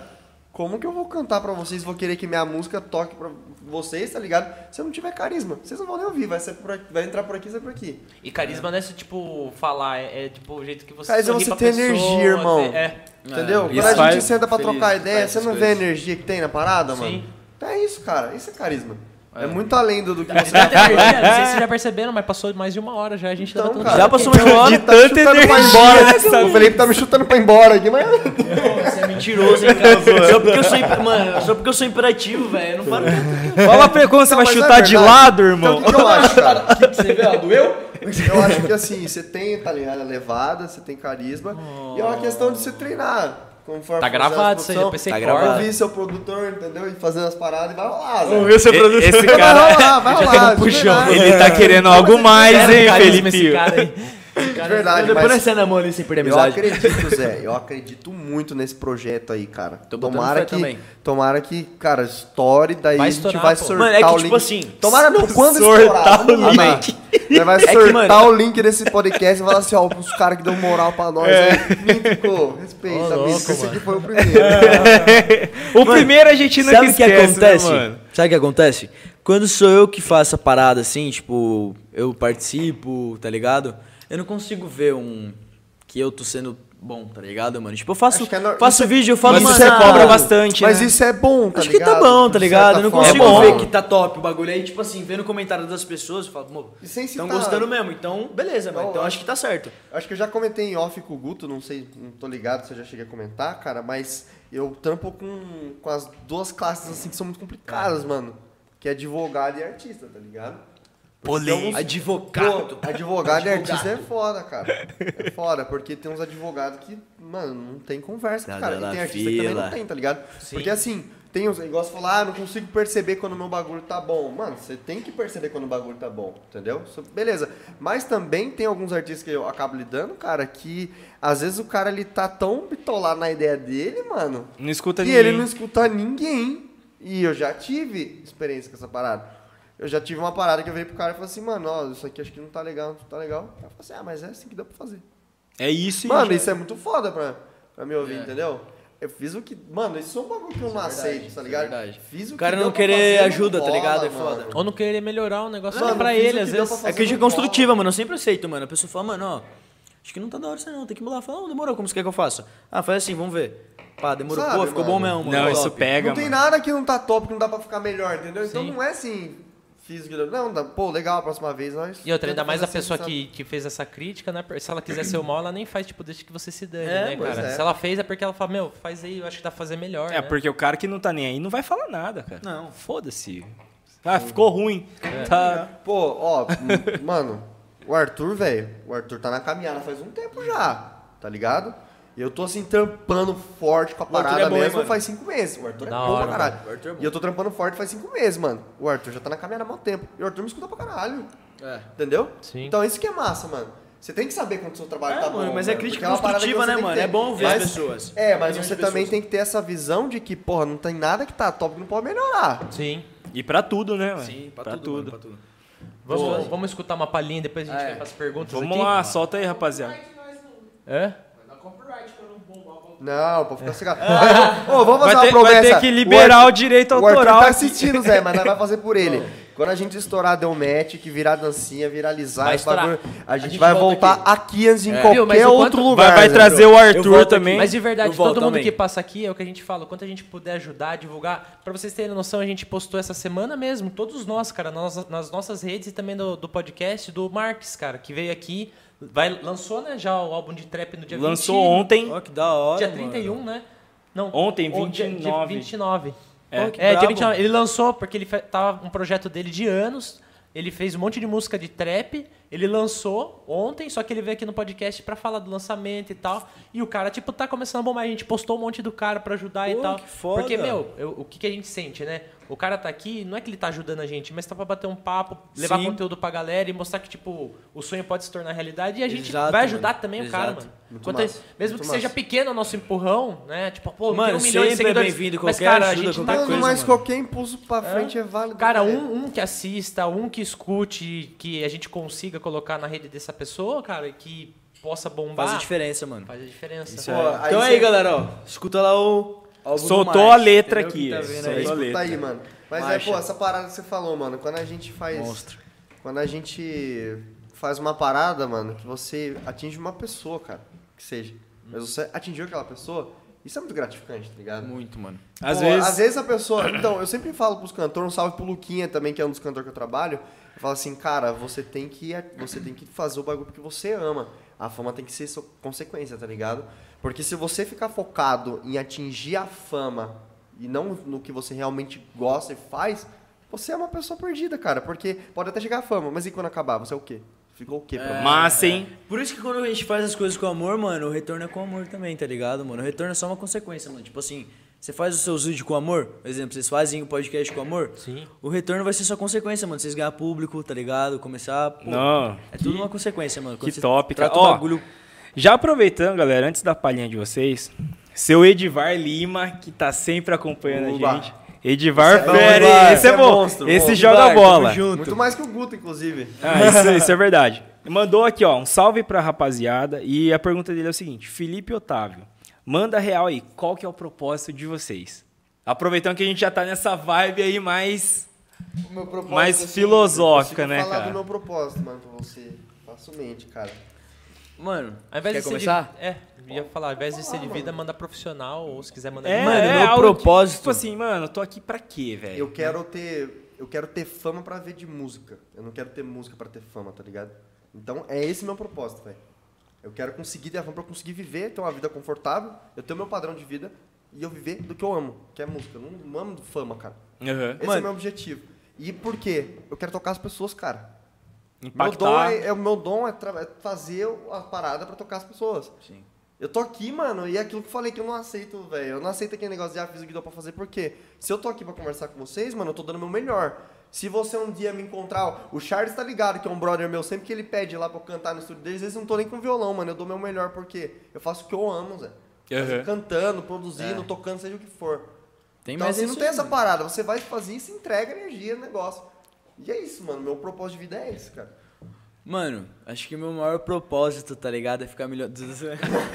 Speaker 5: Como que eu vou cantar pra vocês? Vou querer que minha música toque pra vocês, tá ligado? Se eu não tiver carisma, vocês não vão nem ouvir. Vai, ser por aqui- vai entrar por aqui, sai por aqui.
Speaker 3: E carisma não é só, tipo, falar, é, é, tipo o jeito que você
Speaker 5: Carisma é
Speaker 3: sorri
Speaker 5: você
Speaker 3: pra
Speaker 5: ter
Speaker 3: pessoa,
Speaker 5: energia, irmão.
Speaker 3: ter- É.
Speaker 5: Entendeu?
Speaker 2: isso
Speaker 5: Quando a gente
Speaker 2: faz-
Speaker 5: senta pra
Speaker 6: feliz,
Speaker 5: trocar
Speaker 6: faz
Speaker 5: ideia, você
Speaker 6: essas
Speaker 5: não vê a
Speaker 6: coisas.
Speaker 5: energia que tem na parada,
Speaker 3: Sim.
Speaker 5: mano? Então é isso, cara. Isso é carisma. É, muito além do, do que
Speaker 3: Não
Speaker 5: você tá
Speaker 3: sei se vocês já perceberam, mas passou mais de uma hora já, a gente
Speaker 5: Então,
Speaker 3: tava tudo
Speaker 5: cara, tá
Speaker 4: Já passou uma
Speaker 2: De
Speaker 4: hora.
Speaker 2: tanta
Speaker 5: chutando pra
Speaker 2: energia
Speaker 5: embora.
Speaker 2: nessa
Speaker 5: O Felipe tá me chutando pra embora aqui, mas.
Speaker 4: Você é mentiroso, hein, cara? só porque eu sou. imp- Mano, só porque eu sou imperativo, velho. Eu não falo tanto.
Speaker 2: Fala pra ele como você vai
Speaker 5: mas não é
Speaker 2: chutar de
Speaker 5: verdade.
Speaker 2: lado,
Speaker 5: Então,
Speaker 2: irmão.
Speaker 5: o que que eu acho, cara?
Speaker 4: Você vê, ó, doeu?
Speaker 5: Eu acho que assim, você tem, tá ligado? A levada, você tem carisma. E é uma questão de você treinar. Conforme
Speaker 3: Tá
Speaker 5: for
Speaker 3: gravado isso aí,
Speaker 5: fazendo a
Speaker 3: depois você
Speaker 5: produção,
Speaker 4: Tá gravado.
Speaker 5: Ouvir seu produtor, entendeu? E fazendo as paradas e vai rolar, Zé.
Speaker 4: Ouviu seu produto?
Speaker 2: E- Esse é
Speaker 5: Vai
Speaker 2: cara,
Speaker 5: rolar, vai
Speaker 3: já
Speaker 5: rolar.
Speaker 3: tem um
Speaker 5: de
Speaker 3: puxão.
Speaker 5: verdade.
Speaker 2: ele tá querendo algo mais, hein,
Speaker 3: carisma esse
Speaker 2: Felipe?
Speaker 3: cara aí.
Speaker 5: De verdade,
Speaker 4: Depois nós
Speaker 5: mas...
Speaker 4: sendo a mão ali sem é perder a
Speaker 5: Eu
Speaker 4: amizade.
Speaker 5: acredito, Zé. Eu acredito muito nesse projeto aí, cara.
Speaker 4: botando
Speaker 5: tomara
Speaker 4: fé
Speaker 5: que,
Speaker 4: também.
Speaker 5: tomara que, cara, estoure, daí
Speaker 3: Vai
Speaker 5: a gente
Speaker 3: estourar,
Speaker 5: vai
Speaker 3: pô.
Speaker 5: sortar
Speaker 4: Mano, é que
Speaker 5: o
Speaker 4: tipo
Speaker 5: link.
Speaker 4: assim,
Speaker 5: tomara não, quando
Speaker 2: sortar
Speaker 5: estourar,
Speaker 2: o
Speaker 5: Amém.
Speaker 4: link.
Speaker 5: Você vai
Speaker 4: É que,
Speaker 5: sortar
Speaker 4: mano-
Speaker 5: o link desse podcast e falar assim, ó, os caras que deu moral pra nós
Speaker 4: É.
Speaker 5: aí. Mítico, respeita,
Speaker 3: Ô,
Speaker 5: Mítico.
Speaker 3: louco,
Speaker 5: Esse aqui
Speaker 3: mano.
Speaker 5: foi o primeiro.
Speaker 4: É,
Speaker 2: O primeiro a gente nunca
Speaker 4: Sabe o que
Speaker 2: esquece,
Speaker 4: acontece?
Speaker 2: né, mano?
Speaker 4: Sabe o que acontece? Quando sou eu que faço a parada assim, tipo, eu participo, tá ligado? Eu não consigo ver um que eu tô sendo bom, tá ligado, mano? Tipo, eu faço,
Speaker 5: Acho que é nor-
Speaker 4: faço vídeo, eu falo,
Speaker 2: Mas
Speaker 4: mano,
Speaker 2: isso é
Speaker 4: ah,
Speaker 2: cobra bastante,
Speaker 5: Mas
Speaker 2: né?
Speaker 5: isso é bom, tá
Speaker 4: Acho que
Speaker 5: ligado?
Speaker 4: tá bom, tá
Speaker 5: De
Speaker 4: ligado?
Speaker 5: certa
Speaker 4: Eu não
Speaker 5: forma. É
Speaker 4: consigo
Speaker 2: bom.
Speaker 4: ver que tá top o bagulho. Aí, tipo assim, vendo o comentário das pessoas, eu falo, pô,
Speaker 5: E sem
Speaker 4: estão
Speaker 5: citar-
Speaker 4: gostando mesmo. Então, beleza, mano.
Speaker 5: Não,
Speaker 4: Então
Speaker 5: eu-
Speaker 4: acho que tá certo.
Speaker 5: Acho que eu já comentei em off com o Guto, não sei, não tô ligado se eu já cheguei a comentar, cara, mas eu trampo com, com as duas classes assim que são muito complicadas, mano. Que é advogado e artista, tá ligado? Porque tem alguns-
Speaker 4: Então, Advogado.
Speaker 5: Pô, advogado e artista é foda, cara. É foda, porque tem uns advogados que, mano, não tem conversa, com o
Speaker 4: Tá
Speaker 5: cara. E
Speaker 4: na
Speaker 5: tem artista que também
Speaker 4: fila.
Speaker 5: não tem, tá ligado? Porque assim, tem uns negócios que falam, ah, não consigo perceber quando o meu bagulho tá bom. Mano, você tem que perceber quando o bagulho tá bom, entendeu? So- Beleza. Mas também tem alguns artistas que eu acabo lidando, cara, que às vezes o cara ele tá tão bitolado na ideia dele, mano,
Speaker 2: Não escuta
Speaker 5: e
Speaker 2: ninguém.
Speaker 5: ele não escuta ninguém. E eu já tive experiência com essa parada. Eu já tive uma parada que eu virei pro cara e falei assim, mano, ó, isso aqui acho que não tá legal, não tá legal. Aí Eu falei assim, ah, mas é assim que dá pra fazer.
Speaker 2: É isso e
Speaker 5: Mano, isso é muito foda pra, pra me ouvir, entendeu? Eu fiz o que. Mano, É. isso é um bagulho que eu não aceito, tá ligado? Fiz o,
Speaker 4: O cara
Speaker 5: que deu
Speaker 4: não
Speaker 5: pra
Speaker 4: querer
Speaker 5: fazer,
Speaker 4: ajuda, tá
Speaker 5: rola,
Speaker 4: ligado? É
Speaker 5: mano.
Speaker 4: foda.
Speaker 3: Ou não querer melhorar o negócio
Speaker 5: Mano,
Speaker 3: só pra
Speaker 5: fiz o
Speaker 3: ele,
Speaker 5: que
Speaker 3: às
Speaker 5: deu pra
Speaker 3: vezes.
Speaker 5: fazer.
Speaker 4: É crítica construtiva, mano. Eu sempre aceito, mano. A pessoa fala, mano, ó, acho que não tá da hora isso aí, não. Tem que mudar. Fala, não, demorou, como você quer que eu faça? Ah, faz assim, vamos ver. Pá, demorou.
Speaker 5: Sabe,
Speaker 4: Pô, ficou
Speaker 5: mano?
Speaker 4: bom mesmo, mano.
Speaker 2: Não, isso
Speaker 4: top.
Speaker 2: pega,
Speaker 5: não tem
Speaker 2: mano.
Speaker 5: nada que não tá top, que não dá pra ficar melhor, entendeu? Então
Speaker 3: Sim.
Speaker 5: não é assim, fiz o que deu. Não, dá- pô, legal, a próxima vez nós.
Speaker 3: E outra, ainda
Speaker 5: tenta
Speaker 3: mais a
Speaker 5: fazer assim,
Speaker 3: pessoa
Speaker 5: sabe?
Speaker 3: que, que fez essa crítica, né? Se ela quiser ser o mal, ela nem faz, tipo, deixa que você se dane,
Speaker 5: É,
Speaker 3: né,
Speaker 5: pois
Speaker 3: cara?
Speaker 5: é.
Speaker 3: Se ela fez, é porque ela fala, meu, faz aí, eu acho que dá pra fazer melhor.
Speaker 2: É,
Speaker 3: né?
Speaker 2: porque o cara que não tá nem aí não vai falar nada, cara.
Speaker 4: Não.
Speaker 2: Foda-se. Ah, ficou ruim.
Speaker 4: É.
Speaker 2: Tá.
Speaker 5: Pô, ó, m- mano, o Arthur, velho, o Arthur tá na caminhada faz um tempo já, tá ligado? E eu tô assim, trampando forte com a
Speaker 4: O Arthur
Speaker 5: parada
Speaker 4: é bom, hein,
Speaker 5: mesmo
Speaker 4: mano?
Speaker 5: faz cinco meses. O Arthur
Speaker 3: Da
Speaker 5: é bom
Speaker 3: hora,
Speaker 5: pra caralho.
Speaker 4: mano. O Arthur é bom.
Speaker 5: E eu tô trampando forte faz cinco meses, mano. O Arthur já tá na caminhada há muito tempo. E o Arthur me escuta pra caralho.
Speaker 4: É.
Speaker 5: Entendeu?
Speaker 3: Sim.
Speaker 5: Então isso que é massa, mano. Você tem que saber quando o seu trabalho
Speaker 4: É,
Speaker 5: tá
Speaker 4: mano,
Speaker 5: bom.
Speaker 4: mas é
Speaker 5: mano,
Speaker 4: crítica
Speaker 5: porque uma parada que
Speaker 4: construtiva,
Speaker 5: você
Speaker 4: né,
Speaker 5: tem que
Speaker 4: mano?
Speaker 5: ter.
Speaker 4: É bom ouvir as
Speaker 5: Mas-
Speaker 4: pessoas.
Speaker 5: É, mas
Speaker 4: Opiniões
Speaker 5: você
Speaker 4: de
Speaker 5: também
Speaker 4: pessoas.
Speaker 5: tem que ter essa visão de que, porra, não tem nada que tá top que não pode melhorar.
Speaker 3: Sim.
Speaker 2: E pra tudo, né, velho?
Speaker 4: Sim, pra, tudo, mano, pra tudo.
Speaker 3: Vamos, vamos escutar uma palhinha, depois a gente
Speaker 4: É.
Speaker 3: vai pras perguntas
Speaker 2: Vamos
Speaker 3: aqui.
Speaker 2: lá, solta aí, rapaziada.
Speaker 3: É?
Speaker 5: Não, pode ficar cegado. Ô, ô, vamos fazer
Speaker 2: É. Vai
Speaker 5: uma
Speaker 2: ter, vai
Speaker 5: promessa.
Speaker 2: ter que liberar o,
Speaker 5: Arthur-
Speaker 2: direito
Speaker 5: O Arthur
Speaker 2: autoral.
Speaker 5: tá assistindo, Zé, mas nós vamos fazer por ele. Quando a gente estourar, der um match, que virar dancinha, viralizar,
Speaker 3: Vai
Speaker 5: esse bagulho, a gente,
Speaker 4: gente
Speaker 5: vai
Speaker 4: volta
Speaker 5: voltar aqui antes em
Speaker 3: Viu, mas
Speaker 5: qualquer
Speaker 3: enquanto-
Speaker 5: outro lugar.
Speaker 2: vai, vai
Speaker 5: Zé.
Speaker 2: trazer o
Speaker 4: Eu
Speaker 2: Arthur
Speaker 4: volto
Speaker 2: também.
Speaker 4: aqui.
Speaker 3: Mas de verdade,
Speaker 4: Eu volto
Speaker 3: todo mundo
Speaker 4: também.
Speaker 3: que passa aqui é o que a gente fala. Quanto a gente puder ajudar, divulgar. Pra vocês terem noção, a gente postou essa semana mesmo, todos nós, cara, nas, nas nossas redes e também do, do podcast do Marques, cara, que veio aqui. Vai, lançou, né, já o álbum de trap no dia
Speaker 2: Lançou
Speaker 3: 20,
Speaker 2: ontem.
Speaker 4: Ó, que da hora,
Speaker 3: Dia
Speaker 4: mano.
Speaker 3: 31, né? Não,
Speaker 2: Ontem,
Speaker 3: ou dia- dia
Speaker 2: 29.
Speaker 3: 29.
Speaker 2: É.
Speaker 3: É,
Speaker 4: Oh, que
Speaker 3: dia
Speaker 4: brabo.
Speaker 3: 29. Ele lançou porque ele fe- tava um projeto dele de anos. Ele fez um monte de música de trap. Ele lançou ontem, só que ele veio aqui no podcast pra falar do lançamento e tal. E o cara, tipo, tá começando a bombar. A gente postou um monte do cara pra ajudar e
Speaker 4: Pô,
Speaker 3: tal.
Speaker 4: que foda.
Speaker 3: Porque, meu, eu- o que, que a gente sente, né? O cara tá aqui, não é que ele tá ajudando a gente, mas tá pra bater um papo, levar
Speaker 4: Sim.
Speaker 3: conteúdo pra galera e mostrar que, tipo, o sonho pode se tornar realidade. E a gente
Speaker 4: Exato,
Speaker 3: vai ajudar
Speaker 4: mano.
Speaker 3: também o cara,
Speaker 4: Exato.
Speaker 3: mano.
Speaker 5: Muito
Speaker 3: Quanto a-
Speaker 5: massa.
Speaker 3: mesmo
Speaker 5: Muito
Speaker 3: que seja
Speaker 5: massa.
Speaker 3: pequeno o nosso empurrão, né? Tipo, pô,
Speaker 4: Mano,
Speaker 3: tem um milhão de
Speaker 4: sempre é
Speaker 3: seguidores.
Speaker 4: bem-vindo,
Speaker 3: mas,
Speaker 4: qualquer
Speaker 3: cara,
Speaker 4: ajuda,
Speaker 3: a gente
Speaker 5: Mano,
Speaker 3: tá
Speaker 4: qualquer
Speaker 3: com-
Speaker 4: coisa,
Speaker 5: mas
Speaker 4: mano.
Speaker 5: qualquer impulso pra frente é, válido.
Speaker 3: Cara,
Speaker 5: velho.
Speaker 3: um, um que assista, um que escute, que a gente consiga colocar na rede dessa pessoa, cara, e que possa bombar.
Speaker 4: Faz a diferença, mano.
Speaker 3: Faz a diferença.
Speaker 5: Pô, aí
Speaker 4: então aí,
Speaker 5: cê-
Speaker 4: galera, ó. Escuta lá o. álbum do
Speaker 2: é. Soltou
Speaker 4: Marx,
Speaker 2: a letra
Speaker 4: entendeu?
Speaker 2: aqui.
Speaker 4: Que tá vendo
Speaker 2: Soltou
Speaker 4: aí.
Speaker 2: a letra.
Speaker 5: Tá aí, mano. Mas é,
Speaker 4: Marcha.
Speaker 5: pô, essa parada que você falou, mano, quando a gente faz.
Speaker 4: Monstro.
Speaker 5: Quando a gente faz uma parada, mano, que você atinge uma pessoa, cara. Que seja. Mas você atingiu aquela pessoa, isso é muito gratificante, tá ligado?
Speaker 4: Muito, mano.
Speaker 2: Às
Speaker 5: Pô,
Speaker 2: vezes.
Speaker 5: Às vezes a pessoa. Então, eu sempre falo pros cantores, um salve pro Luquinha também, que é um dos cantores que eu trabalho. Eu falo assim, cara, você tem que, você tem que fazer o bagulho que você ama. A fama tem que ser sua consequência, tá ligado? Porque se você ficar focado em atingir a fama e não no que você realmente gosta e faz, você é uma pessoa perdida, cara. Porque pode até chegar a fama, mas e quando acabar? Você é o quê? Ficou o quê?
Speaker 2: É.
Speaker 5: pra você?
Speaker 2: Massa, hein?
Speaker 4: Por isso que quando a gente faz as coisas com amor, mano, o retorno é com amor também, tá ligado, mano? O retorno é só uma consequência, mano. Tipo assim, você faz os seus vídeos com amor, por exemplo, vocês fazem o podcast com amor,
Speaker 3: Sim.
Speaker 4: o retorno vai ser só consequência, mano. Vocês ganhar público, tá ligado? Começar. Pô,
Speaker 2: Não.
Speaker 4: É tudo uma consequência, mano. Quando
Speaker 2: Que
Speaker 4: você
Speaker 2: top, cara.
Speaker 4: trata o
Speaker 2: Ó,
Speaker 4: bagulho.
Speaker 2: Já aproveitando, galera, antes da palhinha de vocês, seu Edivar Lima, que tá sempre acompanhando
Speaker 5: Uba.
Speaker 2: a gente. Edivar
Speaker 5: Esse é bom,
Speaker 2: Ferre,
Speaker 5: Edivar.
Speaker 2: esse
Speaker 5: Esse
Speaker 2: é
Speaker 5: é
Speaker 2: bom.
Speaker 5: monstro,
Speaker 2: esse
Speaker 5: bom.
Speaker 2: joga
Speaker 4: Vai, tamo
Speaker 2: bola.
Speaker 4: junto.
Speaker 5: Muito mais que o Guto, inclusive.
Speaker 2: Ah, isso, isso é verdade. Mandou aqui, ó, um salve pra rapaziada. E a pergunta dele é o seguinte: Felipe Otávio, manda real aí, qual que é o propósito de vocês? Aproveitando que a gente já tá nessa vibe aí mais.
Speaker 5: O meu propósito,
Speaker 2: Mais
Speaker 5: assim,
Speaker 2: filosófica,
Speaker 5: eu consigo
Speaker 2: né,
Speaker 5: falar
Speaker 2: cara?
Speaker 5: do meu propósito, mano, pra você. Facilmente, cara.
Speaker 4: Mano,
Speaker 3: Ao invés
Speaker 4: quer
Speaker 3: de ser de-
Speaker 4: começar?
Speaker 3: É, eu ia falar, ao invés de ser de vida, manda profissional, ou se quiser mandar
Speaker 2: É,
Speaker 4: Mano,
Speaker 2: é
Speaker 4: meu
Speaker 2: algo que,
Speaker 4: propósito-
Speaker 2: tipo assim, mano, eu tô aqui pra quê, velho?
Speaker 5: Eu quero ter, eu quero ter fama pra ver de música. Eu não quero ter música pra ter fama, tá ligado? Então é esse meu propósito, velho. Eu quero conseguir ter a fama pra eu conseguir viver, ter uma vida confortável, eu ter o meu padrão de vida e eu viver do que eu amo, que é música. Eu não, não amo fama, cara.
Speaker 2: Aham.
Speaker 5: Esse é
Speaker 4: Mano.
Speaker 5: o meu objetivo. E por quê? Eu quero tocar as pessoas, cara. Meu dom
Speaker 2: Impactar.
Speaker 5: é, é- o meu dom é, tra- é fazer a parada pra tocar as pessoas.
Speaker 4: Sim.
Speaker 5: Eu tô aqui, mano, e é aquilo que eu falei que eu não aceito, velho. Eu não aceito aquele negócio de ah, fiz o que deu pra fazer, porque se eu tô aqui pra conversar com vocês, mano, eu tô dando o meu melhor. Se você um dia me encontrar, ó, o Charles tá ligado, que é um brother meu, sempre que ele pede lá pra eu cantar no estúdio deles, às vezes eu não tô nem com violão, mano. Eu dou meu melhor, porque eu faço o que eu amo, Zé.
Speaker 2: Aham.
Speaker 5: Cantando, produzindo,
Speaker 4: É.
Speaker 5: tocando, seja o que for.
Speaker 4: Tem
Speaker 5: Então,
Speaker 4: mais
Speaker 5: assim,
Speaker 4: é isso
Speaker 5: não tem
Speaker 4: aí,
Speaker 5: essa
Speaker 4: mano.
Speaker 5: parada. Você vai fazer isso, entrega energia, negócio. E é isso, mano. Meu propósito de vida é esse, cara.
Speaker 4: Mano, acho que o meu maior propósito, tá ligado? É ficar melhor.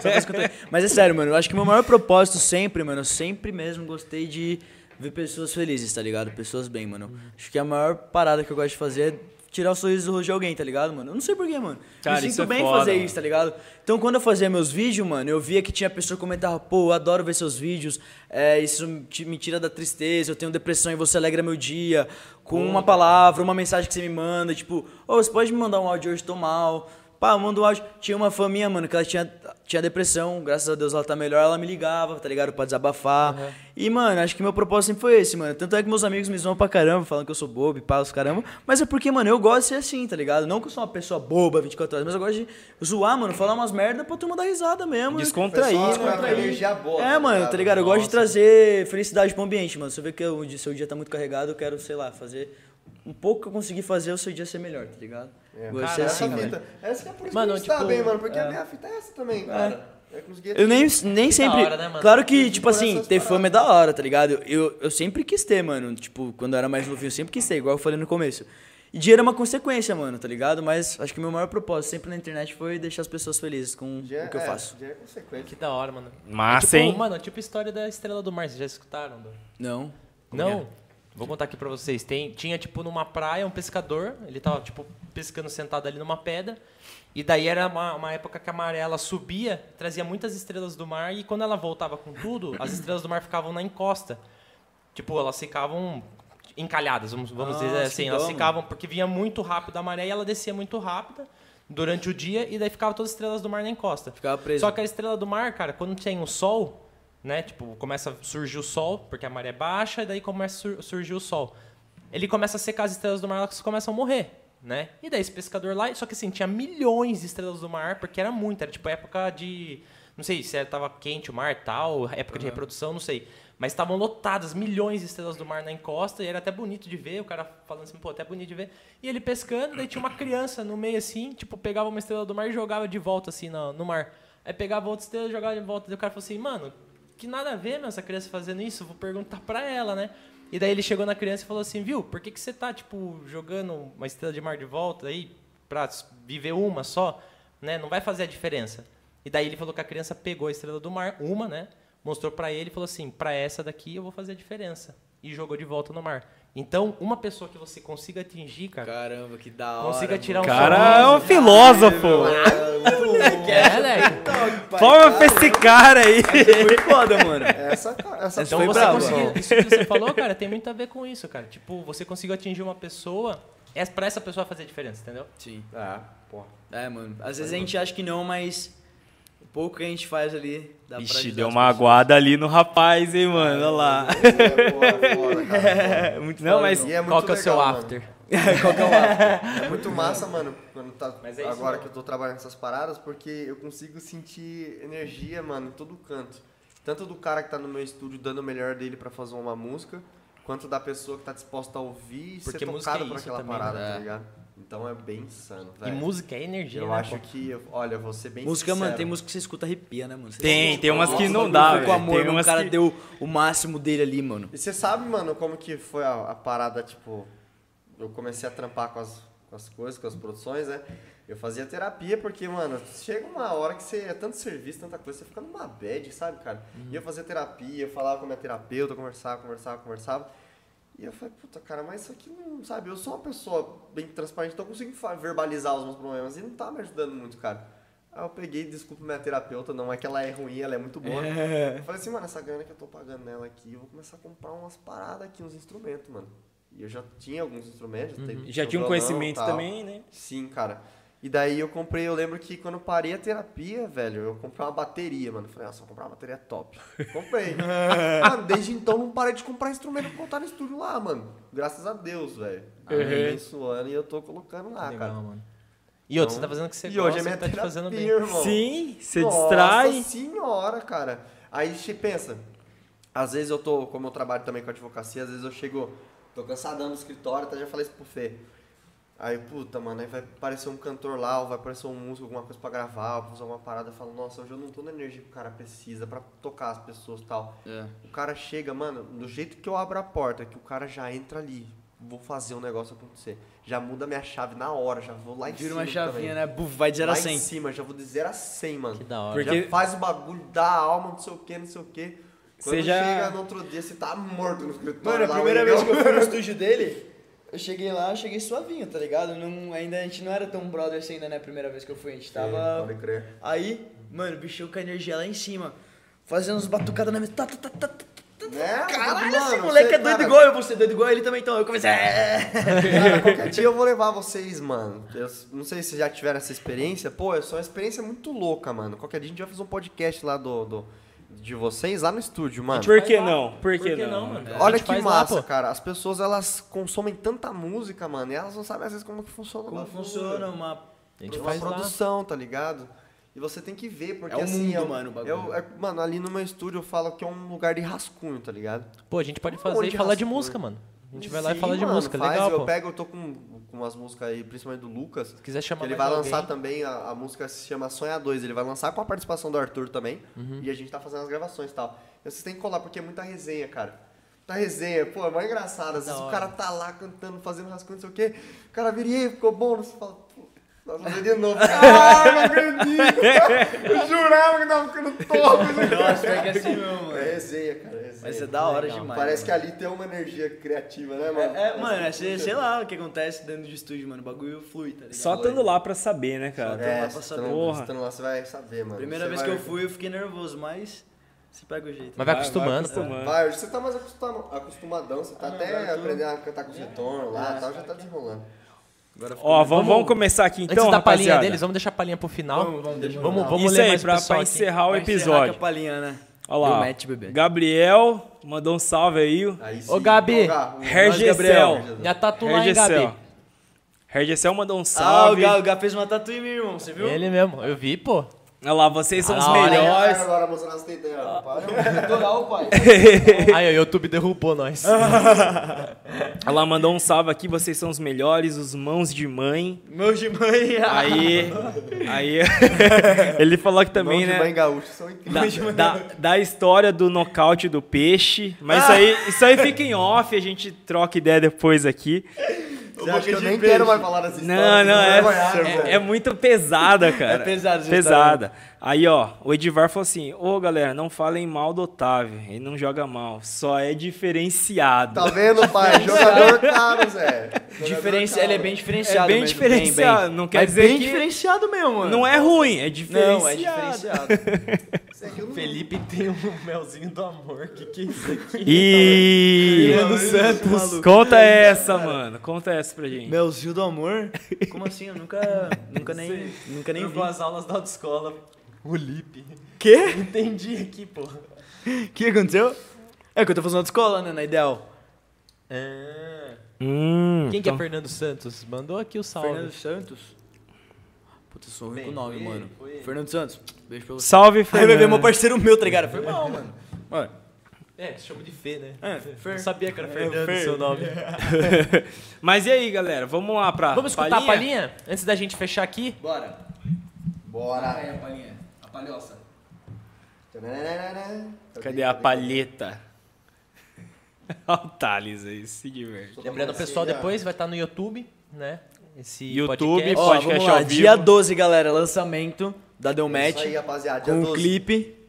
Speaker 4: Só pra escutar. Mas é sério, mano. Eu acho que o meu maior propósito sempre, mano, eu sempre mesmo gostei de ver pessoas felizes, tá ligado? Pessoas bem, mano. Acho que a maior parada que eu gosto de fazer é tirar o sorriso do rosto de alguém, tá ligado, mano? Eu não sei porquê, mano.
Speaker 2: Cara,
Speaker 4: eu sinto
Speaker 2: isso é
Speaker 4: bem
Speaker 2: foda,
Speaker 4: fazer
Speaker 2: mano.
Speaker 4: isso, tá ligado? Então, quando eu fazia meus vídeos, mano, eu via que tinha pessoa que comentava, pô, eu adoro ver seus vídeos, é, isso te- me tira da tristeza, eu tenho depressão e você alegra meu dia, com uma palavra, uma mensagem que você me manda, tipo, ô, você pode me mandar um áudio hoje, tô mal. Pá, manda um áudio. Tinha uma fã minha, mano, que ela tinha, tinha depressão, graças a Deus ela tá melhor, ela me ligava, tá ligado? Pra desabafar. E, mano, acho que meu propósito sempre foi esse, mano. Tanto é que meus amigos me zoam pra caramba, falando que eu sou bobo e pá, os caramba. Mas é porque, mano, eu gosto de ser assim, tá ligado? Não que eu sou uma pessoa boba 24 horas, mas eu gosto de zoar, mano, falar umas merda pra turma dar risada mesmo.
Speaker 2: Descontrair,
Speaker 5: Pessoal,
Speaker 2: né?
Speaker 5: pra energia boa.
Speaker 4: É, mano, tá ligado? Eu gosto de trazer felicidade pro ambiente, mano. Se eu ver que o dia- seu dia tá muito carregado, eu quero, sei lá, fazer um pouco que eu conseguir fazer o seu dia ser melhor, tá ligado? É. Gosto de ser
Speaker 5: Cara,
Speaker 4: assim,
Speaker 5: essa
Speaker 4: mano.
Speaker 5: fita- Essa é por isso
Speaker 3: Mano,
Speaker 5: que a gente tá
Speaker 3: tipo,
Speaker 5: bem, mano. Porque a minha fita é essa também, cara. É Eu consegui...
Speaker 4: Eu nem, nem sempre.
Speaker 3: hora, né, mano?
Speaker 4: claro que, tipo assim,
Speaker 5: essas
Speaker 4: ter
Speaker 5: paradas.
Speaker 4: fama é da hora, tá ligado? Eu, eu sempre quis ter, mano. Tipo, quando eu era mais novinho, eu sempre quis ter, igual eu falei no começo. E dinheiro é uma consequência, mano, tá ligado? Mas acho que o meu maior propósito sempre na internet foi deixar as pessoas felizes com
Speaker 5: Já-
Speaker 4: o que eu
Speaker 5: é,
Speaker 4: faço.
Speaker 5: já é consequente.
Speaker 3: Que da hora, mano.
Speaker 2: Massa,
Speaker 5: É
Speaker 3: tipo,
Speaker 2: hein?
Speaker 3: Mano, tipo a história da Estrela do Mar, vocês já escutaram? Do...
Speaker 4: Não. é?
Speaker 3: Não. Vou contar aqui pra vocês. Tem, tinha, tipo, numa praia um pescador. Ele tava, tipo, pescando sentado ali numa pedra. E daí era uma, uma época que a maré ela subia, trazia muitas estrelas do mar. E quando ela voltava com tudo, as estrelas do mar ficavam na encosta. Tipo, elas ficavam encalhadas, vamos, vamos
Speaker 4: Nossa,
Speaker 3: dizer
Speaker 4: Ah, que um-
Speaker 3: assim. Elas
Speaker 4: dó,
Speaker 3: ficavam, porque vinha muito rápido a maré e ela descia muito rápida durante o dia. E daí ficava todas as estrelas do mar na encosta.
Speaker 4: Ficava Tá preso.
Speaker 3: Só que a estrela do mar, cara, quando tem o sol, né? Tipo, começa a surgir o sol, porque a maré é baixa, e daí começa a sur- surgir o sol. Ele começa a secar as estrelas do mar, elas começam a morrer, né? E daí esse pescador lá, só que assim, tinha milhões de estrelas do mar, porque era muito, era tipo época de. Não sei se era, tava quente o mar tal, época de reprodução, não sei. Mas estavam lotadas, milhões de estrelas do mar na encosta, e era até bonito de ver, o cara falando assim, pô, até bonito de ver. E ele pescando, daí tinha uma criança no meio assim, tipo, pegava uma estrela do mar e jogava de volta assim no, no mar. Aí pegava outra estrela e jogava de volta. Daí o cara falou assim, mano, que nada a ver, meu, essa criança fazendo isso, vou perguntar pra ela, né? E daí ele chegou na criança e falou assim, viu, por que, que você tá, tipo, jogando uma estrela de mar de volta aí pra s- viver uma só, né? Não vai fazer a diferença. E daí ele falou que a criança pegou a estrela do mar, uma, né? Mostrou pra ele e falou assim, pra essa daqui eu vou fazer a diferença. E jogou de volta no mar. Então, uma pessoa que você consiga atingir, cara,
Speaker 4: Caramba, que da
Speaker 3: consiga tirar um
Speaker 2: Cara, é um
Speaker 3: sorriso.
Speaker 2: filósofo.
Speaker 5: Ah,
Speaker 3: É, né?
Speaker 5: Então, tá?
Speaker 2: Toma pra esse cara aí.
Speaker 4: Foi é foda, mano.
Speaker 5: Essa, essa
Speaker 4: Então
Speaker 5: é
Speaker 3: Então
Speaker 4: Foi
Speaker 3: você
Speaker 4: bravo,
Speaker 3: conseguiu.
Speaker 4: João.
Speaker 3: Isso que você falou, cara, tem muito a ver com isso, cara. Tipo, você conseguiu atingir uma pessoa, é pra essa pessoa fazer a diferença, entendeu?
Speaker 4: Sim.
Speaker 5: Ah, porra.
Speaker 4: É, mano. Às vezes a gente acha que não, mas o pouco que a gente faz ali dá pra
Speaker 2: Vixe,
Speaker 4: ajudar
Speaker 2: deu
Speaker 4: as
Speaker 2: uma
Speaker 4: pessoas.
Speaker 2: aguada ali no rapaz, hein, mano? Olha lá.
Speaker 5: É, porra, porra, cara,
Speaker 2: É, muito- Não, mas
Speaker 5: porra. E é muito
Speaker 3: Qual que é o
Speaker 5: legal,
Speaker 3: seu
Speaker 5: mano.
Speaker 3: after?
Speaker 5: É muito massa, mano, quando tá,
Speaker 3: Mas é isso
Speaker 5: agora
Speaker 3: mesmo.
Speaker 5: que eu tô trabalhando essas paradas, porque eu consigo sentir energia, mano, em todo canto. Tanto do cara que tá no meu estúdio dando o melhor dele pra fazer uma música, quanto da pessoa que tá disposta a ouvir e
Speaker 3: Porque
Speaker 5: ser
Speaker 3: música
Speaker 5: tocada
Speaker 3: é
Speaker 5: por
Speaker 3: isso
Speaker 5: aquela
Speaker 3: também,
Speaker 5: parada,
Speaker 4: né?
Speaker 5: tá ligado? Então é bem insano,
Speaker 3: E
Speaker 5: velho.
Speaker 3: música é energia,
Speaker 5: Eu
Speaker 3: né,
Speaker 5: acho
Speaker 3: pô?
Speaker 5: que, olha, eu vou ser bem
Speaker 4: Música, mano,
Speaker 5: sincero.
Speaker 4: tem música que você escuta arrepia, né, mano? Você
Speaker 2: tem, tem umas que
Speaker 5: Nossa,
Speaker 2: não
Speaker 5: bagulho
Speaker 2: dá,
Speaker 5: foi
Speaker 4: Foi com
Speaker 2: velho.
Speaker 4: amor,
Speaker 2: Tem
Speaker 4: mano, o
Speaker 2: umas
Speaker 4: cara
Speaker 2: que...
Speaker 4: deu o máximo dele ali, mano.
Speaker 5: E você sabe, mano, como que foi a, a parada, tipo, eu comecei a trampar com as, com as coisas, com as produções, né? Eu fazia terapia porque, mano, chega uma hora que você é tanto serviço, tanta coisa, você fica numa bad, sabe, cara? E eu fazia terapia, eu falava com a minha terapeuta, conversava, conversava, conversava. E eu falei, puta, cara, mas isso aqui não, sabe, eu sou uma pessoa bem transparente, então eu consigo fa- verbalizar os meus problemas e não tá me ajudando muito, cara. Aí Ah, eu peguei, desculpa minha terapeuta, não é que ela é ruim, ela é muito boa. Eu falei assim, mano, essa grana que eu tô pagando nela aqui, eu vou começar a comprar umas paradas aqui, uns instrumentos, mano. E eu já tinha alguns instrumentos. já teve-
Speaker 2: Já
Speaker 5: tinha
Speaker 2: tinha um
Speaker 5: violão,
Speaker 2: conhecimento
Speaker 5: tal.
Speaker 2: também, né?
Speaker 5: Sim, cara. E daí eu comprei, eu lembro que quando eu parei a terapia, velho, eu comprei uma bateria, mano. Falei, nossa, vou comprar uma bateria top. Comprei. mano, desde então não parei de comprar instrumento pra botar no estúdio lá, mano. Graças a Deus, velho. Uhum. Isso ano e eu tô colocando lá,
Speaker 3: Legal,
Speaker 5: cara.
Speaker 3: mano. E outro,
Speaker 5: Então,
Speaker 3: você tá fazendo o que você
Speaker 5: e
Speaker 3: gosta,
Speaker 5: hoje é minha
Speaker 3: que tá te
Speaker 5: terapia,
Speaker 3: fazendo bem.
Speaker 5: irmão.
Speaker 2: Sim, você
Speaker 5: Nossa
Speaker 2: distrai.
Speaker 5: senhora, cara. Aí você pensa, às vezes eu tô, como eu trabalho também com advocacia, às vezes eu chego, tô cansadão no escritório, até já falei isso pro Fê. Aí, puta, mano, aí vai aparecer um cantor lá, ou vai aparecer um músico, alguma coisa pra gravar, ou pra fazer uma parada, eu falo, nossa, hoje eu não tô na energia que o cara precisa pra tocar as pessoas e tal.
Speaker 4: É.
Speaker 5: O cara chega, mano, do jeito que eu abro a porta, que o cara já entra ali, vou fazer um negócio acontecer. Já muda minha chave na hora, já vou lá em
Speaker 4: Vira
Speaker 5: cima.
Speaker 4: uma chavinha, né?
Speaker 5: também.
Speaker 4: Buf, vai de 0 a
Speaker 5: lá
Speaker 4: 100.
Speaker 5: em cima, já vou de 0 a 100, mano.
Speaker 3: Que da hora.
Speaker 5: Porque... Já faz o bagulho da alma, não sei o que, não sei o que. Quando
Speaker 2: Você já-
Speaker 5: chega no outro dia, você tá morto no escritório.
Speaker 4: Mano, a
Speaker 5: lá,
Speaker 4: primeira
Speaker 5: o
Speaker 4: vez
Speaker 5: negão-
Speaker 4: que eu fui no estúdio dele, eu cheguei lá, eu cheguei suavinho, tá ligado? Não, ainda, a gente não era tão brother assim ainda, né? A primeira vez que eu fui, a gente tava.
Speaker 5: Pode crer.
Speaker 4: Aí, mano, o bicho com a energia lá em cima, fazendo uns batucadas na mesa. Tá, tá, tá, tá, tá, tá.
Speaker 5: Né?
Speaker 4: Caralho,
Speaker 5: Mano,
Speaker 4: esse moleque
Speaker 5: você-
Speaker 4: é doido
Speaker 5: cara-
Speaker 4: igual eu, você doido igual ele também, então. Eu comecei. "É."
Speaker 5: Cara, qualquer dia eu vou levar vocês, mano. Eu não sei se vocês já tiveram essa experiência. Pô, é só uma experiência muito louca, mano. Qualquer dia a gente vai fazer um podcast lá do, do- de vocês lá no estúdio, mano.
Speaker 2: Por que
Speaker 3: Vai lá.
Speaker 2: não? Por que
Speaker 3: não,
Speaker 2: não?
Speaker 3: mano? A
Speaker 5: Olha
Speaker 3: gente
Speaker 5: que
Speaker 3: faz lá,
Speaker 5: massa,
Speaker 3: pô.
Speaker 5: cara. As pessoas elas consomem tanta música, mano, e elas não sabem às vezes como que funciona
Speaker 4: Como
Speaker 5: uma-
Speaker 4: funciona uma.
Speaker 3: A gente
Speaker 5: uma
Speaker 3: faz lá.
Speaker 5: produção, tá ligado? E você tem que ver, porque
Speaker 4: É o
Speaker 5: assim.
Speaker 4: mundo,
Speaker 5: eu-
Speaker 4: mano, o bagulho.
Speaker 5: eu- é- mano, ali no meu estúdio eu falo que é um lugar de rascunho, tá ligado?
Speaker 3: Pô, a gente pode
Speaker 5: Um monte
Speaker 3: fazer e
Speaker 5: de
Speaker 3: falar de
Speaker 5: rascunho.
Speaker 3: música, mano. A gente vai lá e
Speaker 5: Sim,
Speaker 3: fala de
Speaker 5: mano,
Speaker 3: música,
Speaker 5: faz.
Speaker 3: legal,
Speaker 5: Eu
Speaker 3: pô. Se
Speaker 5: pego, eu tô com, com umas músicas aí, principalmente do Lucas.
Speaker 3: quiser chamar
Speaker 5: Que ele
Speaker 3: mais
Speaker 5: vai lançar
Speaker 3: alguém,
Speaker 5: também, a, a música se chama Sonha 2, ele vai lançar com a participação do Arthur também,
Speaker 3: Uhum.
Speaker 5: e a gente tá fazendo as gravações e tal. E vocês têm que colar, porque é muita resenha, cara. Muita resenha, pô, é mais engraçado, às vezes o cara tá lá cantando, fazendo rascunho, não sei o quê, o cara vira, e aí, ficou bom, você fala, pô, nós vamos fazer de novo. ah, não acredito, eu jurava que tava ficando top.
Speaker 4: Nossa, é que é assim mesmo,
Speaker 5: É
Speaker 4: mano.
Speaker 5: resenha, cara, é resenha.
Speaker 4: Mas é da hora
Speaker 3: Legal.
Speaker 4: demais.
Speaker 5: Parece
Speaker 4: mano.
Speaker 5: que ali tem uma energia criativa, né, mano?
Speaker 4: É, é, mano, é, sei sei lá o que acontece dentro de estúdio, mano. O bagulho flui, tá ligado?
Speaker 2: Só estando lá pra saber, né, cara?
Speaker 5: É,
Speaker 4: lá pra
Speaker 5: se
Speaker 4: saber.
Speaker 5: tão-
Speaker 2: Porra.
Speaker 5: se tão lá, você vai saber, mano.
Speaker 4: Primeira
Speaker 5: Você
Speaker 4: vez
Speaker 5: vai-
Speaker 4: que eu fui, eu fiquei nervoso, mas você pega o jeito.
Speaker 3: Mas É. vai acostumando. pô.
Speaker 5: Vai, hoje você tá mais acostumado, acostumadão, você tá
Speaker 4: Ah, não,
Speaker 5: até
Speaker 4: agora eu tô-
Speaker 5: aprendendo a cantar com os retornos lá
Speaker 4: É.
Speaker 5: e tal, já tá desenrolando.
Speaker 4: Agora ficou
Speaker 2: Ó,
Speaker 4: mais-
Speaker 2: vamos, vamos começar aqui então,
Speaker 3: Antes da palhinha
Speaker 2: rapaziada.
Speaker 3: deles, vamos deixar a palhinha pro final.
Speaker 4: Vamos, vamos, deixa eu
Speaker 3: Vamos,
Speaker 4: mandar.
Speaker 3: vamos
Speaker 2: Isso
Speaker 3: ler
Speaker 2: aí,
Speaker 3: mais
Speaker 2: pra,
Speaker 3: pessoal
Speaker 2: pra
Speaker 3: aqui.
Speaker 2: encerrar o
Speaker 4: Vai encerrar com
Speaker 2: episóola
Speaker 4: a palhinha, né?
Speaker 2: Olha lá.
Speaker 4: Do
Speaker 2: ó.
Speaker 4: match, bebê.
Speaker 2: Gabriel mandou um salve aí.
Speaker 5: Aí
Speaker 3: Ô, Gabi,
Speaker 5: Ô, Gabi,
Speaker 2: Hergecel.
Speaker 3: Minha tatu lá, hein,
Speaker 2: Hergecel.
Speaker 3: Gabi?
Speaker 2: Hergecel mandou um
Speaker 4: Ah, o
Speaker 2: salve.
Speaker 4: Gá, o Gá fez uma tatu em mim, irmão, você viu?
Speaker 3: Ele mesmo. Eu vi, pô.
Speaker 2: Olha lá, vocês são
Speaker 3: Ah,
Speaker 2: os
Speaker 3: lá, olha aí.
Speaker 2: melhores.
Speaker 5: Olha agora, moça, nós tem ideia.
Speaker 4: Ah.
Speaker 5: rapaz.
Speaker 4: Natural, pai.
Speaker 3: Aí, o YouTube derrubou nós.
Speaker 2: Ela mandou um salve aqui, vocês são os melhores, os mãos de mãe.
Speaker 4: Meu de mãe. ah.
Speaker 2: Aí. Aí. ele falou que também,
Speaker 5: Mão de
Speaker 2: né?
Speaker 5: mãe gaúcha são incríveis.
Speaker 2: Da, da, da história do nocaute do peixe. Mas isso, aí, isso aí fica em off, a gente troca ideia depois aqui.
Speaker 5: Você acha que eu nem quero mais falar dessa história?
Speaker 2: Não, não, é,
Speaker 5: vergonhado,
Speaker 2: é, é muito pesada, cara.
Speaker 4: É pesada essa
Speaker 2: Pesada. Aí, ó, o Edivar falou assim: Ô galera, não falem mal do Otávio. Ele não joga mal, só é diferenciado.
Speaker 5: Tá vendo, pai? Jogador caro, Zé. Jogador
Speaker 4: Diferenci...
Speaker 5: caro.
Speaker 4: Ele é bem diferenciado
Speaker 2: é bem
Speaker 4: mesmo,
Speaker 2: diferenciado.
Speaker 4: bem, bem.
Speaker 2: Não quer
Speaker 4: Mas
Speaker 2: dizer
Speaker 4: bem
Speaker 2: que.
Speaker 4: diferenciado mesmo, mano.
Speaker 2: Não é ruim, é
Speaker 4: Não, é
Speaker 2: diferenciado.
Speaker 4: diferenciado.
Speaker 5: Isso aqui eu não-
Speaker 3: Felipe tem um melzinho do amor. Que que é isso aqui?
Speaker 2: E.
Speaker 4: Mano, isso é maluco.
Speaker 2: Conta essa, mano. Conta essa pra gente.
Speaker 4: Melzinho do amor? Como assim? Eu nunca, nunca nem, nunca nem
Speaker 3: Eu
Speaker 4: vi.
Speaker 3: vou às aulas da autoescola. O Lipe.
Speaker 4: Quê?
Speaker 3: Entendi aqui, pô.
Speaker 4: O que aconteceu? É que eu tô fazendo escola, né, na Ideal.
Speaker 3: Ah.
Speaker 2: Hum,
Speaker 3: Quem que é
Speaker 2: então-
Speaker 3: Fernando Santos? Mandou aqui o salve.
Speaker 4: Fernando Santos? Puta, eu sou ruim com
Speaker 5: Bem,
Speaker 4: nome,
Speaker 5: foi
Speaker 4: mano.
Speaker 5: ele, foi ele.
Speaker 4: Fernando Santos, beijo pra você.
Speaker 2: Salve,
Speaker 4: Aí, bebê, meu
Speaker 2: Fernando.
Speaker 4: parceiro meu, tá ligado? Foi mal, mano.
Speaker 3: É, chama de Fê, né?
Speaker 4: É,
Speaker 3: Não
Speaker 4: Fer.
Speaker 3: sabia que era
Speaker 4: É,
Speaker 3: Fernando
Speaker 4: Fer.
Speaker 3: seu nome. Tá,
Speaker 2: Mas e aí, galera? Vamos lá pra.
Speaker 3: É. Vamos escutar a palhinha? Antes da gente fechar aqui?
Speaker 4: Bora.
Speaker 5: Bora.
Speaker 4: a palhinha. A palhoça.
Speaker 2: Cadê a palheta? Olha o Thales aí, se diverte.
Speaker 3: Lembrando, o pessoal
Speaker 5: É
Speaker 3: depois vai estar no YouTube, né? Esse
Speaker 2: YouTube,
Speaker 3: podcast.
Speaker 4: Ó,
Speaker 2: Podcast
Speaker 4: vamos lá.
Speaker 2: ao vivo.
Speaker 4: Dia 12, galera, lançamento da Deu
Speaker 5: Match.
Speaker 4: Match.
Speaker 5: Isso aí, rapaziada. dia
Speaker 4: Com o
Speaker 5: 12.
Speaker 4: clipe.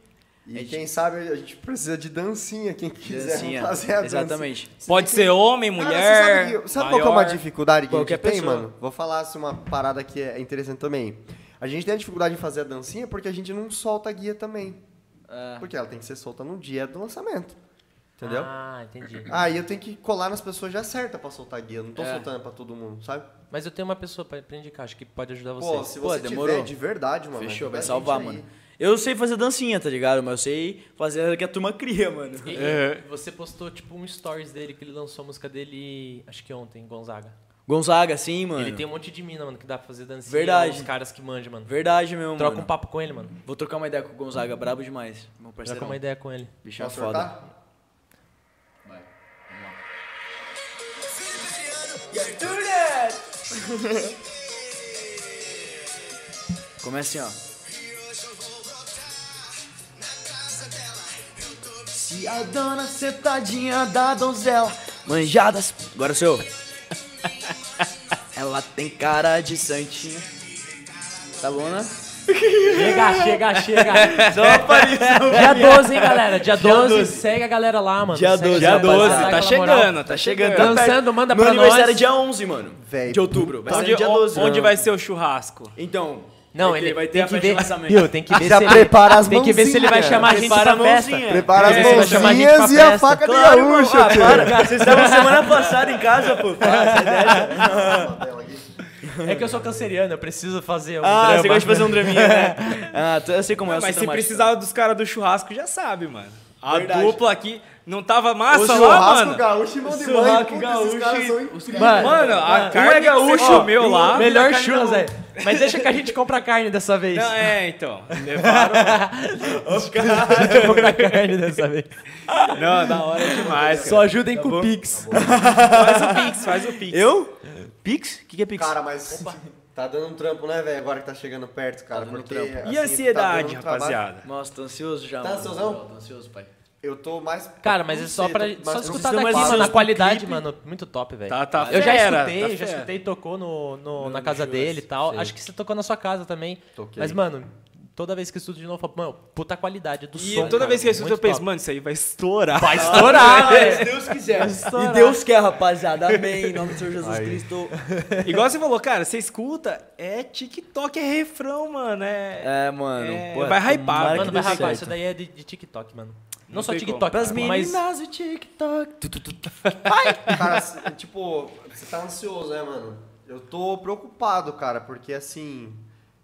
Speaker 5: E quem sabe a gente precisa de dancinha, quem quiser
Speaker 4: Dancinha.
Speaker 5: fazer a dança.
Speaker 4: Exatamente.
Speaker 2: Pode ser homem,
Speaker 5: Cara,
Speaker 2: mulher.
Speaker 5: você sabe que- sabe qual que é uma
Speaker 2: maior.
Speaker 5: dificuldade que a
Speaker 4: Qualquer
Speaker 5: gente tem,
Speaker 4: pessoa.
Speaker 5: mano? Vou falar assim, uma parada que é interessante também. A gente tem a dificuldade em fazer a dancinha porque a gente não solta a guia também.
Speaker 4: É.
Speaker 5: Porque ela tem que ser solta no dia do lançamento. Entendeu?
Speaker 3: Ah, entendi.
Speaker 5: Aí eu tenho que colar nas pessoas já certa pra soltar a guia. Eu Não tô
Speaker 4: É.
Speaker 5: soltando pra todo mundo, sabe?
Speaker 3: Mas eu tenho uma pessoa pra, pra indicar, acho que pode ajudar
Speaker 5: Pô,
Speaker 3: vocês.
Speaker 5: se
Speaker 4: Pô,
Speaker 5: você
Speaker 4: demorou.
Speaker 5: tiver de verdade, mano.
Speaker 4: Fechou,
Speaker 5: ajuda
Speaker 4: vai
Speaker 5: a gente
Speaker 4: salvar,
Speaker 5: aí.
Speaker 4: mano. Eu sei fazer dancinha, tá ligado? Mas eu sei fazer o que a turma cria, mano.
Speaker 3: E-
Speaker 2: É.
Speaker 3: Você postou, tipo, um stories dele, que ele lançou a música dele, acho que ontem, Gonzaga.
Speaker 4: Gonzaga, sim, mano.
Speaker 3: Ele tem um monte de mina, mano, que dá pra fazer dancinha.
Speaker 4: Verdade.
Speaker 3: Os caras que mandam, mano.
Speaker 4: Verdade mesmo,
Speaker 3: Troca
Speaker 4: mano.
Speaker 3: um papo com ele, mano.
Speaker 4: Vou trocar uma ideia com o Gonzaga, brabo demais. Meu parceiro.
Speaker 3: Troca uma ideia com ele.
Speaker 4: Bicho é
Speaker 5: Posso
Speaker 4: foda.
Speaker 5: cortar?
Speaker 4: Começa assim, ó. Se a dona sentadinha da donzela, manjadas. Agora o seu. Ela tem cara de santinha. Tá bom, né?
Speaker 3: Chega, chega, chega. Dia 12, hein, galera? Dia 12, segue a galera lá, mano.
Speaker 4: Dia
Speaker 3: Segue a
Speaker 4: 12,
Speaker 2: Dia
Speaker 4: Dia
Speaker 3: galera, vai
Speaker 2: 12,
Speaker 3: lá,
Speaker 2: tá
Speaker 3: aquela moral.
Speaker 2: chegando, tá chegando.
Speaker 4: Tá perto.
Speaker 3: Dançando, manda
Speaker 4: Meu
Speaker 3: pra
Speaker 4: aniversário é
Speaker 3: nós.
Speaker 4: dia 11, mano.
Speaker 5: Véi,
Speaker 4: de outubro. Vai
Speaker 2: Onde,
Speaker 4: ser dia 12.
Speaker 2: onde
Speaker 4: né?
Speaker 2: vai ser o churrasco?
Speaker 4: Então.
Speaker 3: Não,
Speaker 4: vai
Speaker 3: ele
Speaker 4: ter- vai ter
Speaker 3: tem
Speaker 4: a
Speaker 3: que
Speaker 4: festa de
Speaker 3: ver.
Speaker 4: lançamento.
Speaker 3: Viu, tem que ver
Speaker 5: Já
Speaker 3: se
Speaker 5: prepara as
Speaker 3: ele, Tem que ver se ele vai
Speaker 5: mãozinhas.
Speaker 3: chamar a gente
Speaker 4: Prepara
Speaker 3: pra
Speaker 4: a
Speaker 3: festa.
Speaker 4: mãozinha.
Speaker 5: Prepara
Speaker 3: É,
Speaker 5: as
Speaker 3: vai chamar a gente pra
Speaker 5: mãozinhas e a
Speaker 3: festa.
Speaker 5: faca de
Speaker 4: Claro, irmão.
Speaker 5: gaúcha,
Speaker 4: ah,
Speaker 5: tio.
Speaker 4: para, cara. Vocês estavam semana passada em casa, pô.
Speaker 3: É que eu sou canceriano, eu preciso fazer um
Speaker 4: Ah,
Speaker 3: drama.
Speaker 4: você gosta de fazer um draminha, né? Ah, tu- eu sei como é. eu sou
Speaker 2: Mas se
Speaker 4: dramático.
Speaker 2: precisar dos caras do churrasco, já sabe, mano. A
Speaker 4: Verdade.
Speaker 2: dupla aqui não tava massa
Speaker 5: O
Speaker 2: lá,
Speaker 5: churrasco
Speaker 2: mano.
Speaker 5: gaúcho e mão de mãe.
Speaker 4: Churrasco
Speaker 5: Putz,
Speaker 4: gaúcho
Speaker 5: esses caras
Speaker 4: e-
Speaker 5: são incríveis.
Speaker 3: Mano,
Speaker 2: Mano, a carne que
Speaker 4: gaúcho,
Speaker 2: você comeu é lá.
Speaker 3: melhor churras, velho. Mas deixa que a gente compra a carne dessa vez.
Speaker 2: Não, é, então. Levaram.
Speaker 3: compra a carne dessa vez.
Speaker 2: Não, da hora é demais.
Speaker 3: Só ajudem com o Pix.
Speaker 2: Faz o Pix, faz o Pix.
Speaker 4: Eu? Pix? O que, que é Pix?
Speaker 5: Cara, mas tá dando um trampo, né, velho? Agora que tá chegando perto, cara. porque, assim,
Speaker 2: E
Speaker 5: tá
Speaker 2: a ansiedade,
Speaker 5: dando um trabalho.
Speaker 2: rapaziada?
Speaker 4: Nossa, tô ansioso já.
Speaker 5: Tá
Speaker 4: mano.
Speaker 5: ansiosão?
Speaker 4: Tô ansioso, pai.
Speaker 5: Eu tô mais...
Speaker 3: Cara, mas é
Speaker 5: não
Speaker 3: só
Speaker 5: sei, tá-
Speaker 3: pra
Speaker 5: tô
Speaker 3: só
Speaker 5: mais-
Speaker 3: escutar
Speaker 4: não
Speaker 3: daqui,
Speaker 4: precisa
Speaker 3: mano.
Speaker 4: mais
Speaker 3: A qualidade, mano, muito top, velho.
Speaker 2: Tá, tá.
Speaker 3: Eu já
Speaker 2: fera,
Speaker 3: escutei,
Speaker 2: tá
Speaker 3: eu já
Speaker 2: fera.
Speaker 3: escutei, tocou no, no,
Speaker 4: No
Speaker 3: na casa
Speaker 4: show,
Speaker 3: dele e tal.
Speaker 4: sim.
Speaker 3: Acho que você tocou na sua casa também.
Speaker 5: Toquei.
Speaker 3: Mas, mano, toda vez que eu estudo de novo, eu falo, mano, puta qualidade do
Speaker 2: E
Speaker 3: som.
Speaker 2: toda
Speaker 3: cara,
Speaker 2: vez que eu escuto,
Speaker 3: muito
Speaker 2: eu penso,
Speaker 3: top.
Speaker 2: mano, isso aí vai estourar.
Speaker 3: Vai
Speaker 4: Tá
Speaker 3: estourar,
Speaker 4: Se
Speaker 3: velho.
Speaker 4: Deus quiser.
Speaker 3: Estourar.
Speaker 4: E Deus quer, rapaziada. Amém. Em nome do Senhor Jesus Cristo.
Speaker 2: Igual você falou, cara, você escuta, é TikTok, é refrão, mano. É.
Speaker 4: É, mano.
Speaker 2: É,
Speaker 4: pô,
Speaker 2: vai hypar,
Speaker 4: tomara que
Speaker 3: Mano,
Speaker 4: dê
Speaker 3: vai rapaz,
Speaker 4: certo.
Speaker 3: isso daí é de, de TikTok, mano. Não,
Speaker 2: Não
Speaker 3: só
Speaker 2: tem
Speaker 3: TikTok,
Speaker 4: Pras
Speaker 3: mas...
Speaker 4: meninas o TikTok. Tu, tu, tu, tu.
Speaker 5: Cara, se- tipo, você tá ansioso, né, mano? Eu tô preocupado, cara, porque assim.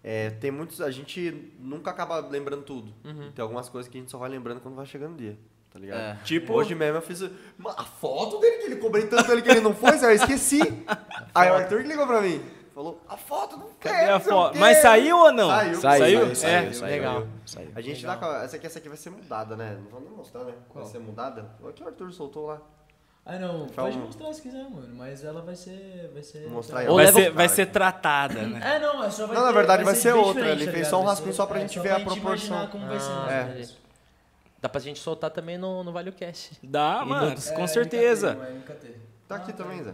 Speaker 5: é, tem muitos. A gente nunca acaba lembrando tudo.
Speaker 2: Uhum.
Speaker 5: Tem algumas coisas que a gente só vai lembrando quando vai chegando o dia. Tá ligado?
Speaker 4: É.
Speaker 5: Tipo, hoje mesmo eu fiz. Ma- A foto dele que ele cobrei tanto ele que ele não foi, Zé, eu esqueci. Aí o Arthur que ligou pra mim. Falou, a foto não quer.
Speaker 2: Cadê a
Speaker 5: não sei É, o
Speaker 2: foto?
Speaker 5: quê."
Speaker 2: Mas saiu ou não?
Speaker 5: Saiu,
Speaker 2: Saiu?
Speaker 5: saiu,
Speaker 2: É.
Speaker 5: saiu, saiu.
Speaker 3: legal.
Speaker 5: A gente tá com. a- Essa aqui, essa aqui vai ser mudada, né? Não vou nem mostrar, né? Vai ser mudada. Olha o que o Arthur soltou lá.
Speaker 4: Ah, não.
Speaker 5: Fala
Speaker 4: Pode
Speaker 5: um-
Speaker 4: mostrar se quiser, mano. Mas ela vai ser. Vai ser. tá.
Speaker 5: Vou mostrar aí.
Speaker 3: Ou
Speaker 2: É. Vai
Speaker 3: leva
Speaker 2: ser,
Speaker 3: o
Speaker 2: vai
Speaker 5: cara.
Speaker 2: ser tratada, né?
Speaker 4: É, não, é só vai
Speaker 5: Não, na
Speaker 4: ter-
Speaker 5: verdade vai ser
Speaker 4: bem
Speaker 5: outra,
Speaker 4: diferente,
Speaker 5: ele
Speaker 4: tá
Speaker 5: fez
Speaker 4: ligado?
Speaker 5: só um
Speaker 4: Vai
Speaker 5: rascunho
Speaker 4: ser-
Speaker 5: só pra
Speaker 4: é,
Speaker 5: gente ver a
Speaker 4: pra
Speaker 5: proporção. É.
Speaker 4: imaginar como vai ser,
Speaker 3: Ah,
Speaker 4: né?
Speaker 3: entendi. Dá pra gente soltar também no, no Vale o Cash.
Speaker 2: Dá,
Speaker 3: E
Speaker 2: mano,
Speaker 3: nudes.
Speaker 2: com
Speaker 4: É,
Speaker 2: certeza.
Speaker 4: MKT, não é MKT.
Speaker 5: Tá aqui também, Zé.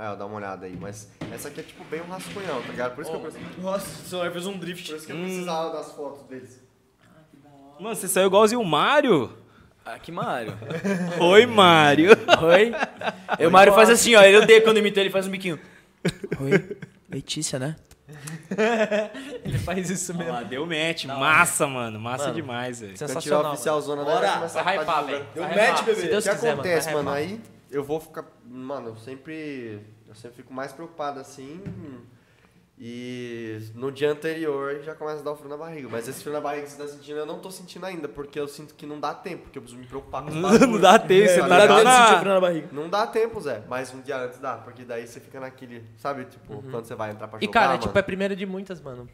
Speaker 5: Ah, dá uma olhada aí, mas essa aqui é tipo bem um rascunhão, tá ligado? Por isso, que, eu, preciso-
Speaker 4: Nossa, o celular fez um drift.
Speaker 5: por isso que eu precisava das fotos deles.
Speaker 2: Mano, você saiu igualzinho o Mário?
Speaker 4: Ah, que Mario.
Speaker 2: Oi, Mário.
Speaker 4: Oi? E o Mário faz assim, ó. Ele odeia quando imita ele, faz um biquinho. Oi? Letícia, né?
Speaker 3: Ele faz isso mesmo.
Speaker 2: Ah, deu match. Massa,
Speaker 4: é.
Speaker 2: mano. Massa
Speaker 3: Mano,
Speaker 2: demais, velho.
Speaker 5: Pra tirar o
Speaker 3: Então é Sensacional.
Speaker 5: oficial zona daí,
Speaker 4: Bora,
Speaker 5: vai começar
Speaker 3: vai
Speaker 5: a
Speaker 3: hypar,
Speaker 5: ficar de
Speaker 3: velho.
Speaker 5: lugar.
Speaker 4: Deu
Speaker 3: Vai
Speaker 4: match,
Speaker 3: hypar.
Speaker 4: bebê.
Speaker 3: Se
Speaker 5: O
Speaker 3: Deus
Speaker 5: que
Speaker 3: quiser,
Speaker 5: acontece,
Speaker 3: mano,
Speaker 5: mano?
Speaker 3: vai hypar.
Speaker 5: Aí eu vou ficar. Mano, eu sempre. Eu sempre fico mais preocupado assim. E no dia anterior já começa a dar o frio na barriga. Mas esse frio na barriga que você tá sentindo, eu não tô sentindo ainda, porque eu sinto que não dá tempo, porque eu preciso me preocupar com o
Speaker 2: Não dá tempo, você
Speaker 5: tá
Speaker 2: tá
Speaker 5: ligado?
Speaker 2: tão
Speaker 5: Ele
Speaker 2: na-
Speaker 4: na barriga.
Speaker 5: Não dá tempo, Zé. Mas um dia antes dá, porque daí você fica naquele, sabe, tipo, quando você vai entrar pra jogar,
Speaker 3: E, cara, é,
Speaker 5: mano.
Speaker 3: tipo, é a primeira de muitas, mano.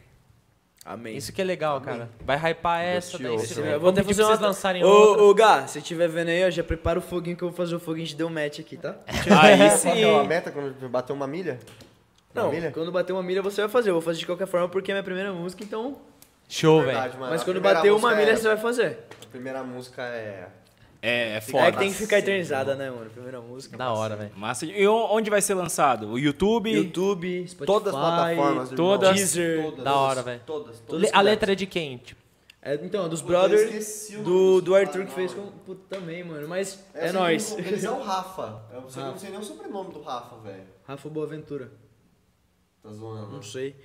Speaker 4: Amém.
Speaker 3: Isso que é legal, cara. Vai hypar essa, daí
Speaker 5: Gostou,
Speaker 3: você
Speaker 5: gostou.
Speaker 3: vai.
Speaker 5: Eu
Speaker 3: Vou pedir pra vocês lançarem outra.
Speaker 4: Ô, ô, Gá, se tiver vendo aí, ó, já prepara o foguinho que eu vou fazer o foguinho de deu match aqui, tá?
Speaker 2: Aí
Speaker 5: Qual que é uma
Speaker 2: sim.
Speaker 5: meta quando bater uma milha? Uma
Speaker 4: Não,
Speaker 5: milha?
Speaker 4: quando bater uma milha você vai fazer. Eu vou fazer de qualquer forma porque é minha primeira música, então.
Speaker 3: Show,
Speaker 5: Verdade,
Speaker 3: velho.
Speaker 5: mano.
Speaker 4: Mas
Speaker 5: A
Speaker 4: quando
Speaker 5: primeira
Speaker 4: bater uma
Speaker 5: música
Speaker 4: milha
Speaker 5: é-
Speaker 4: você vai fazer.
Speaker 5: A primeira música é...
Speaker 2: É, é
Speaker 4: é
Speaker 2: foda.
Speaker 4: que tem que ficar eternizada, né, mano? Primeira música.
Speaker 3: Da hora, velho.
Speaker 2: Massa. E on- onde vai ser lançado? O YouTube?
Speaker 4: YouTube, Spotify.
Speaker 5: Todas as plataformas, irmão.
Speaker 2: todas.
Speaker 4: Deezer.
Speaker 5: Todas,
Speaker 3: Da hora,
Speaker 5: todas,
Speaker 3: velho.
Speaker 5: Todas, todas.
Speaker 3: Le- A letra é de quem? Tipo,
Speaker 4: É, então, dos
Speaker 5: eu
Speaker 4: brothers.
Speaker 5: esqueci o nome
Speaker 4: Do,
Speaker 5: dos
Speaker 4: do Arthur
Speaker 5: caras,
Speaker 4: que fez
Speaker 5: não.
Speaker 4: com. Puta, também, mano. Mas
Speaker 5: Eu
Speaker 4: é
Speaker 5: sei
Speaker 4: nóis.
Speaker 5: que o- Eles é o Rafa. Eu sei, que eu não sei nem o sobrenome do Rafa, velho.
Speaker 4: Rafa Boaventura.
Speaker 5: Tá zoando.
Speaker 4: Não sei.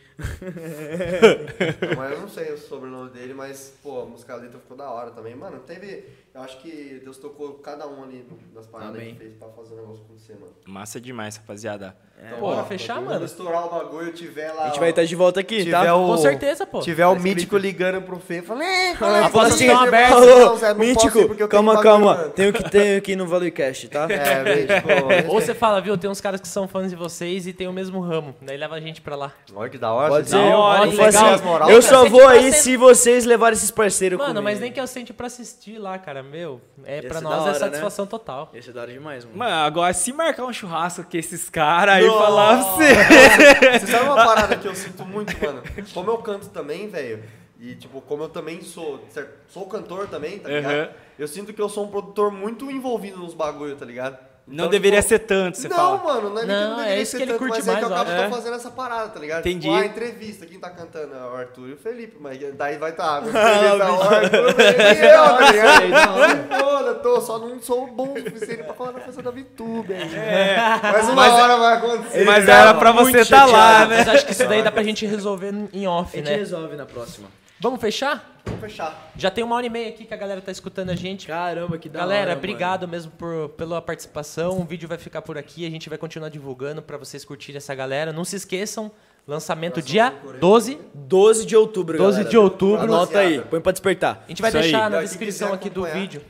Speaker 5: Mas eu não sei o sobrenome dele, mas, pô, a música a letra ficou da hora também. Mano, teve. Eu acho que Deus tocou cada um ali no- nas paradas
Speaker 4: Amém.
Speaker 5: que fez pra fazer o negócio acontecer, mano.
Speaker 2: Massa demais, rapaziada.
Speaker 5: Então,
Speaker 3: Pô,
Speaker 5: ó,
Speaker 3: bora fechar,
Speaker 5: quando
Speaker 3: mano?
Speaker 5: Estourar o bagulho, tiver lá.
Speaker 4: A gente vai estar de volta aqui, tá?
Speaker 5: Ah, o,
Speaker 3: Com certeza, pô.
Speaker 5: Tiver o mítico ligando pro Fê, falando, é, qual é
Speaker 3: As
Speaker 5: que tá
Speaker 3: portas
Speaker 5: acontecendo?"
Speaker 3: estão abertas.
Speaker 5: Não, Zé,
Speaker 4: Alô,
Speaker 5: não posso ir porque
Speaker 4: Mítico,
Speaker 5: eu tenho
Speaker 4: calma,
Speaker 5: bagulho,
Speaker 4: calma.
Speaker 5: mano.
Speaker 4: Tem o que tem aqui no Valuecast, tá?
Speaker 5: É, velho, tipo,
Speaker 3: Ou você fala, viu, tem uns caras que são fãs de vocês e tem o mesmo ramo. Daí leva a gente pra lá.
Speaker 5: Olha que da hora.
Speaker 4: Pode
Speaker 5: você
Speaker 4: ser.
Speaker 5: dá uma
Speaker 3: hora,
Speaker 4: eu
Speaker 5: hora, você
Speaker 4: falo
Speaker 3: legal.
Speaker 5: dá
Speaker 4: assim,
Speaker 5: as moral,
Speaker 4: eu
Speaker 5: cara.
Speaker 4: só
Speaker 3: Você
Speaker 4: vou
Speaker 3: tá
Speaker 4: aí
Speaker 3: sendo-
Speaker 4: se vocês levarem esses parceiros
Speaker 3: Mano,
Speaker 4: comigo.
Speaker 3: mas nem que eu sente pra assistir lá, cara. Meu, é
Speaker 4: Ia
Speaker 3: pra
Speaker 4: ser
Speaker 3: nós
Speaker 4: da hora,
Speaker 3: é
Speaker 4: né?
Speaker 3: satisfação total.
Speaker 4: Esse é da hora demais, mano.
Speaker 2: Mano, agora se marcar um churrasco com esses caras aí, falar pra você.
Speaker 5: Você sabe uma parada que eu sinto muito, mano? Como eu canto também, velho, e tipo, como eu também sou, de certo- sou cantor também, tá ligado?
Speaker 2: Uhum.
Speaker 5: Eu sinto que eu sou um produtor muito envolvido nos bagulho, tá ligado?
Speaker 2: Não deveria ser tanto, você
Speaker 5: não,
Speaker 2: fala.
Speaker 5: mano, não é nem que
Speaker 3: Não,
Speaker 5: não
Speaker 3: é
Speaker 5: deveria
Speaker 3: isso
Speaker 5: ser
Speaker 3: que ele
Speaker 5: tanto,
Speaker 3: curte
Speaker 5: mas é
Speaker 3: mais,
Speaker 5: que
Speaker 3: eu
Speaker 5: eu acabo
Speaker 2: acho.
Speaker 5: tô fazendo essa parada, tá ligado?
Speaker 2: Entendi.
Speaker 5: Tipo, ah, entrevista, quem tá cantando é o Arthur e o Felipe, mas daí vai tá, ah, entrevista, o Arthur, o Felipe e eu, tá ligado? Foda, tô, só não sou bom o suficiente pra falar na festa da VTube, é. Mas uma hora vai acontecer.
Speaker 2: Mas
Speaker 5: cara.
Speaker 2: era pra você estar lá, né?
Speaker 3: Mas acho que isso daí dá pra gente resolver em
Speaker 4: A
Speaker 3: off,
Speaker 4: gente
Speaker 3: né?
Speaker 4: resolve na próxima.
Speaker 3: Vamos fechar?
Speaker 5: Vamos fechar.
Speaker 3: Já tem uma hora e meia aqui que a galera tá escutando a gente.
Speaker 4: Caramba, que da
Speaker 3: Galera,
Speaker 4: hora,
Speaker 3: obrigado mesmo por, pela participação. O vídeo vai ficar por aqui. A gente vai continuar divulgando pra vocês curtirem essa galera. Não se esqueçam, lançamento dia 12.
Speaker 4: mano. 12 de outubro,
Speaker 3: 12
Speaker 4: galera.
Speaker 3: de outubro.
Speaker 4: Anota aí, põe pra despertar.
Speaker 3: A gente vai
Speaker 2: Isso aí.
Speaker 3: deixar na
Speaker 5: Então, quem
Speaker 3: descrição
Speaker 5: quiser
Speaker 3: aqui do
Speaker 5: acompanhar,
Speaker 3: vídeo.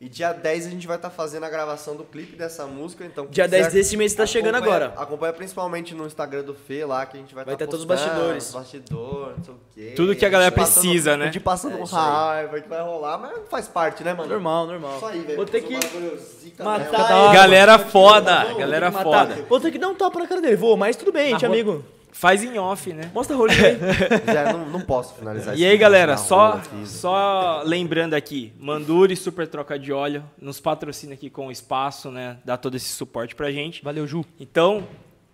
Speaker 5: E dia 10 a gente vai estar fazendo a gravação do clipe dessa música, então... quem
Speaker 4: Dia
Speaker 5: quiser
Speaker 4: 10 desse mês tá chegando
Speaker 5: acompanha-
Speaker 4: agora.
Speaker 5: Acompanha principalmente no Instagram do Fê lá, que a gente vai
Speaker 4: Vai
Speaker 5: tá
Speaker 4: ter todos os
Speaker 5: postando,
Speaker 4: bastidores.
Speaker 5: Bastidor, não sei o quê.
Speaker 2: Tudo que a galera
Speaker 5: gente tá passando-
Speaker 2: precisa, né?
Speaker 5: De passando
Speaker 4: É isso aí.
Speaker 5: raiva, que vai rolar, mas faz parte, né, mano?
Speaker 4: Normal, normal.
Speaker 5: Isso aí, velho.
Speaker 4: Vou ter
Speaker 5: Fazer
Speaker 4: que
Speaker 5: um bagulho zica
Speaker 4: matar
Speaker 5: mesmo.
Speaker 4: ele.
Speaker 2: Galera foda, galera
Speaker 4: Vou ter que matar.
Speaker 2: foda.
Speaker 4: Vou ter que dar um tapa na cara dele. Vou, mas tudo bem, gente,
Speaker 3: rua.
Speaker 4: amigo.
Speaker 2: Faz em off, né?
Speaker 4: Mostra a rolinha aí.
Speaker 5: Já é, não, não posso
Speaker 4: Tá
Speaker 5: finalizar
Speaker 2: E
Speaker 5: esse
Speaker 2: aí,
Speaker 5: vídeo
Speaker 2: galera,
Speaker 5: na
Speaker 2: só,
Speaker 5: rua, fiz.
Speaker 2: só lembrando aqui, Manduri Super Troca de Óleo nos patrocina aqui com o espaço, né? Dá todo esse suporte pra gente.
Speaker 3: Valeu, Ju.
Speaker 2: Então,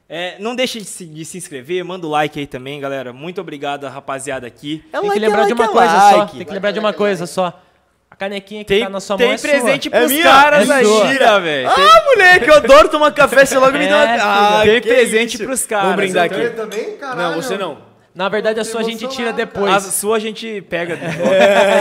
Speaker 2: é, não deixe de se, de se inscrever, manda o like aí também, galera. Muito obrigado, rapaziada, aqui.
Speaker 3: Tem
Speaker 4: É
Speaker 3: que
Speaker 4: like, é
Speaker 3: lembrar de
Speaker 4: like,
Speaker 3: uma
Speaker 4: é
Speaker 3: coisa só.
Speaker 4: like.
Speaker 3: Tem que lembrar de uma coisa só. A canequinha que
Speaker 2: Tem,
Speaker 3: tá na sua
Speaker 2: tem
Speaker 3: mão é sua.
Speaker 2: presente
Speaker 4: É
Speaker 2: pros
Speaker 4: minha?
Speaker 2: caras
Speaker 4: É
Speaker 2: aí,
Speaker 4: sua.
Speaker 2: gira, velho.
Speaker 4: Ah, moleque, eu adoro tomar café, você logo me dá
Speaker 3: É,
Speaker 4: uma... Ah,
Speaker 2: tem
Speaker 4: que
Speaker 2: presente
Speaker 4: isso.
Speaker 2: pros caras.
Speaker 4: Vamos brindar
Speaker 5: Então eu
Speaker 4: aqui.
Speaker 5: também, caralho.
Speaker 4: Não, você não.
Speaker 3: Na verdade, a
Speaker 5: Tô
Speaker 3: sua a gente tira
Speaker 5: emocionado,
Speaker 3: depois.
Speaker 2: A sua a gente pega.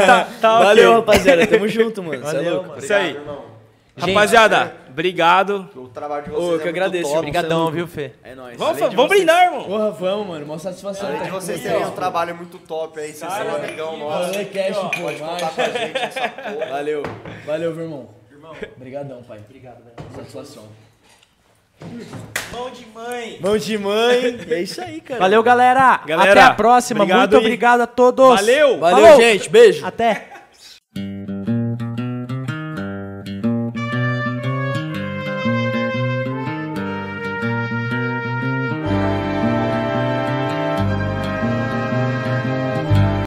Speaker 2: tá, tá ok.
Speaker 4: Valeu, Ah, rapaziada. Tamo junto, mano. Você é
Speaker 3: Valeu,
Speaker 4: louco.
Speaker 3: mano.
Speaker 2: Isso aí.
Speaker 5: Irmão,
Speaker 3: Gente,
Speaker 2: Rapaziada, obrigado.
Speaker 5: o trabalho de
Speaker 4: Ô,
Speaker 5: vocês
Speaker 4: eu
Speaker 5: é
Speaker 4: que
Speaker 5: muito
Speaker 4: agradeço,
Speaker 5: top.
Speaker 4: obrigado.
Speaker 3: Obrigadão, viu, Fê?
Speaker 4: É nóis. É,
Speaker 2: Vamos,
Speaker 4: Além de
Speaker 2: vamos
Speaker 4: vocês-
Speaker 2: brindar, irmão.
Speaker 4: Porra, vamos, mano. Mó satisfação.
Speaker 5: Além de vocês terem um trabalho muito top aí, vocês são um amigão nosso.
Speaker 4: Valeu, cash, pô,
Speaker 5: Tá
Speaker 4: mais.
Speaker 5: com a gente essa porra.
Speaker 4: Valeu. Valeu, meu irmão. Irmão. Obrigadão, pai. Obrigado, velho. Satisfação.
Speaker 2: Mão de mãe.
Speaker 4: Mão de mãe. É isso aí, cara.
Speaker 3: Valeu, galera.
Speaker 2: Galera,
Speaker 3: Até a próxima.
Speaker 2: obrigado
Speaker 3: Muito
Speaker 2: e-
Speaker 3: obrigado a todos.
Speaker 2: Valeu.
Speaker 4: Valeu,
Speaker 3: Falou.
Speaker 4: gente. Beijo.
Speaker 3: Até.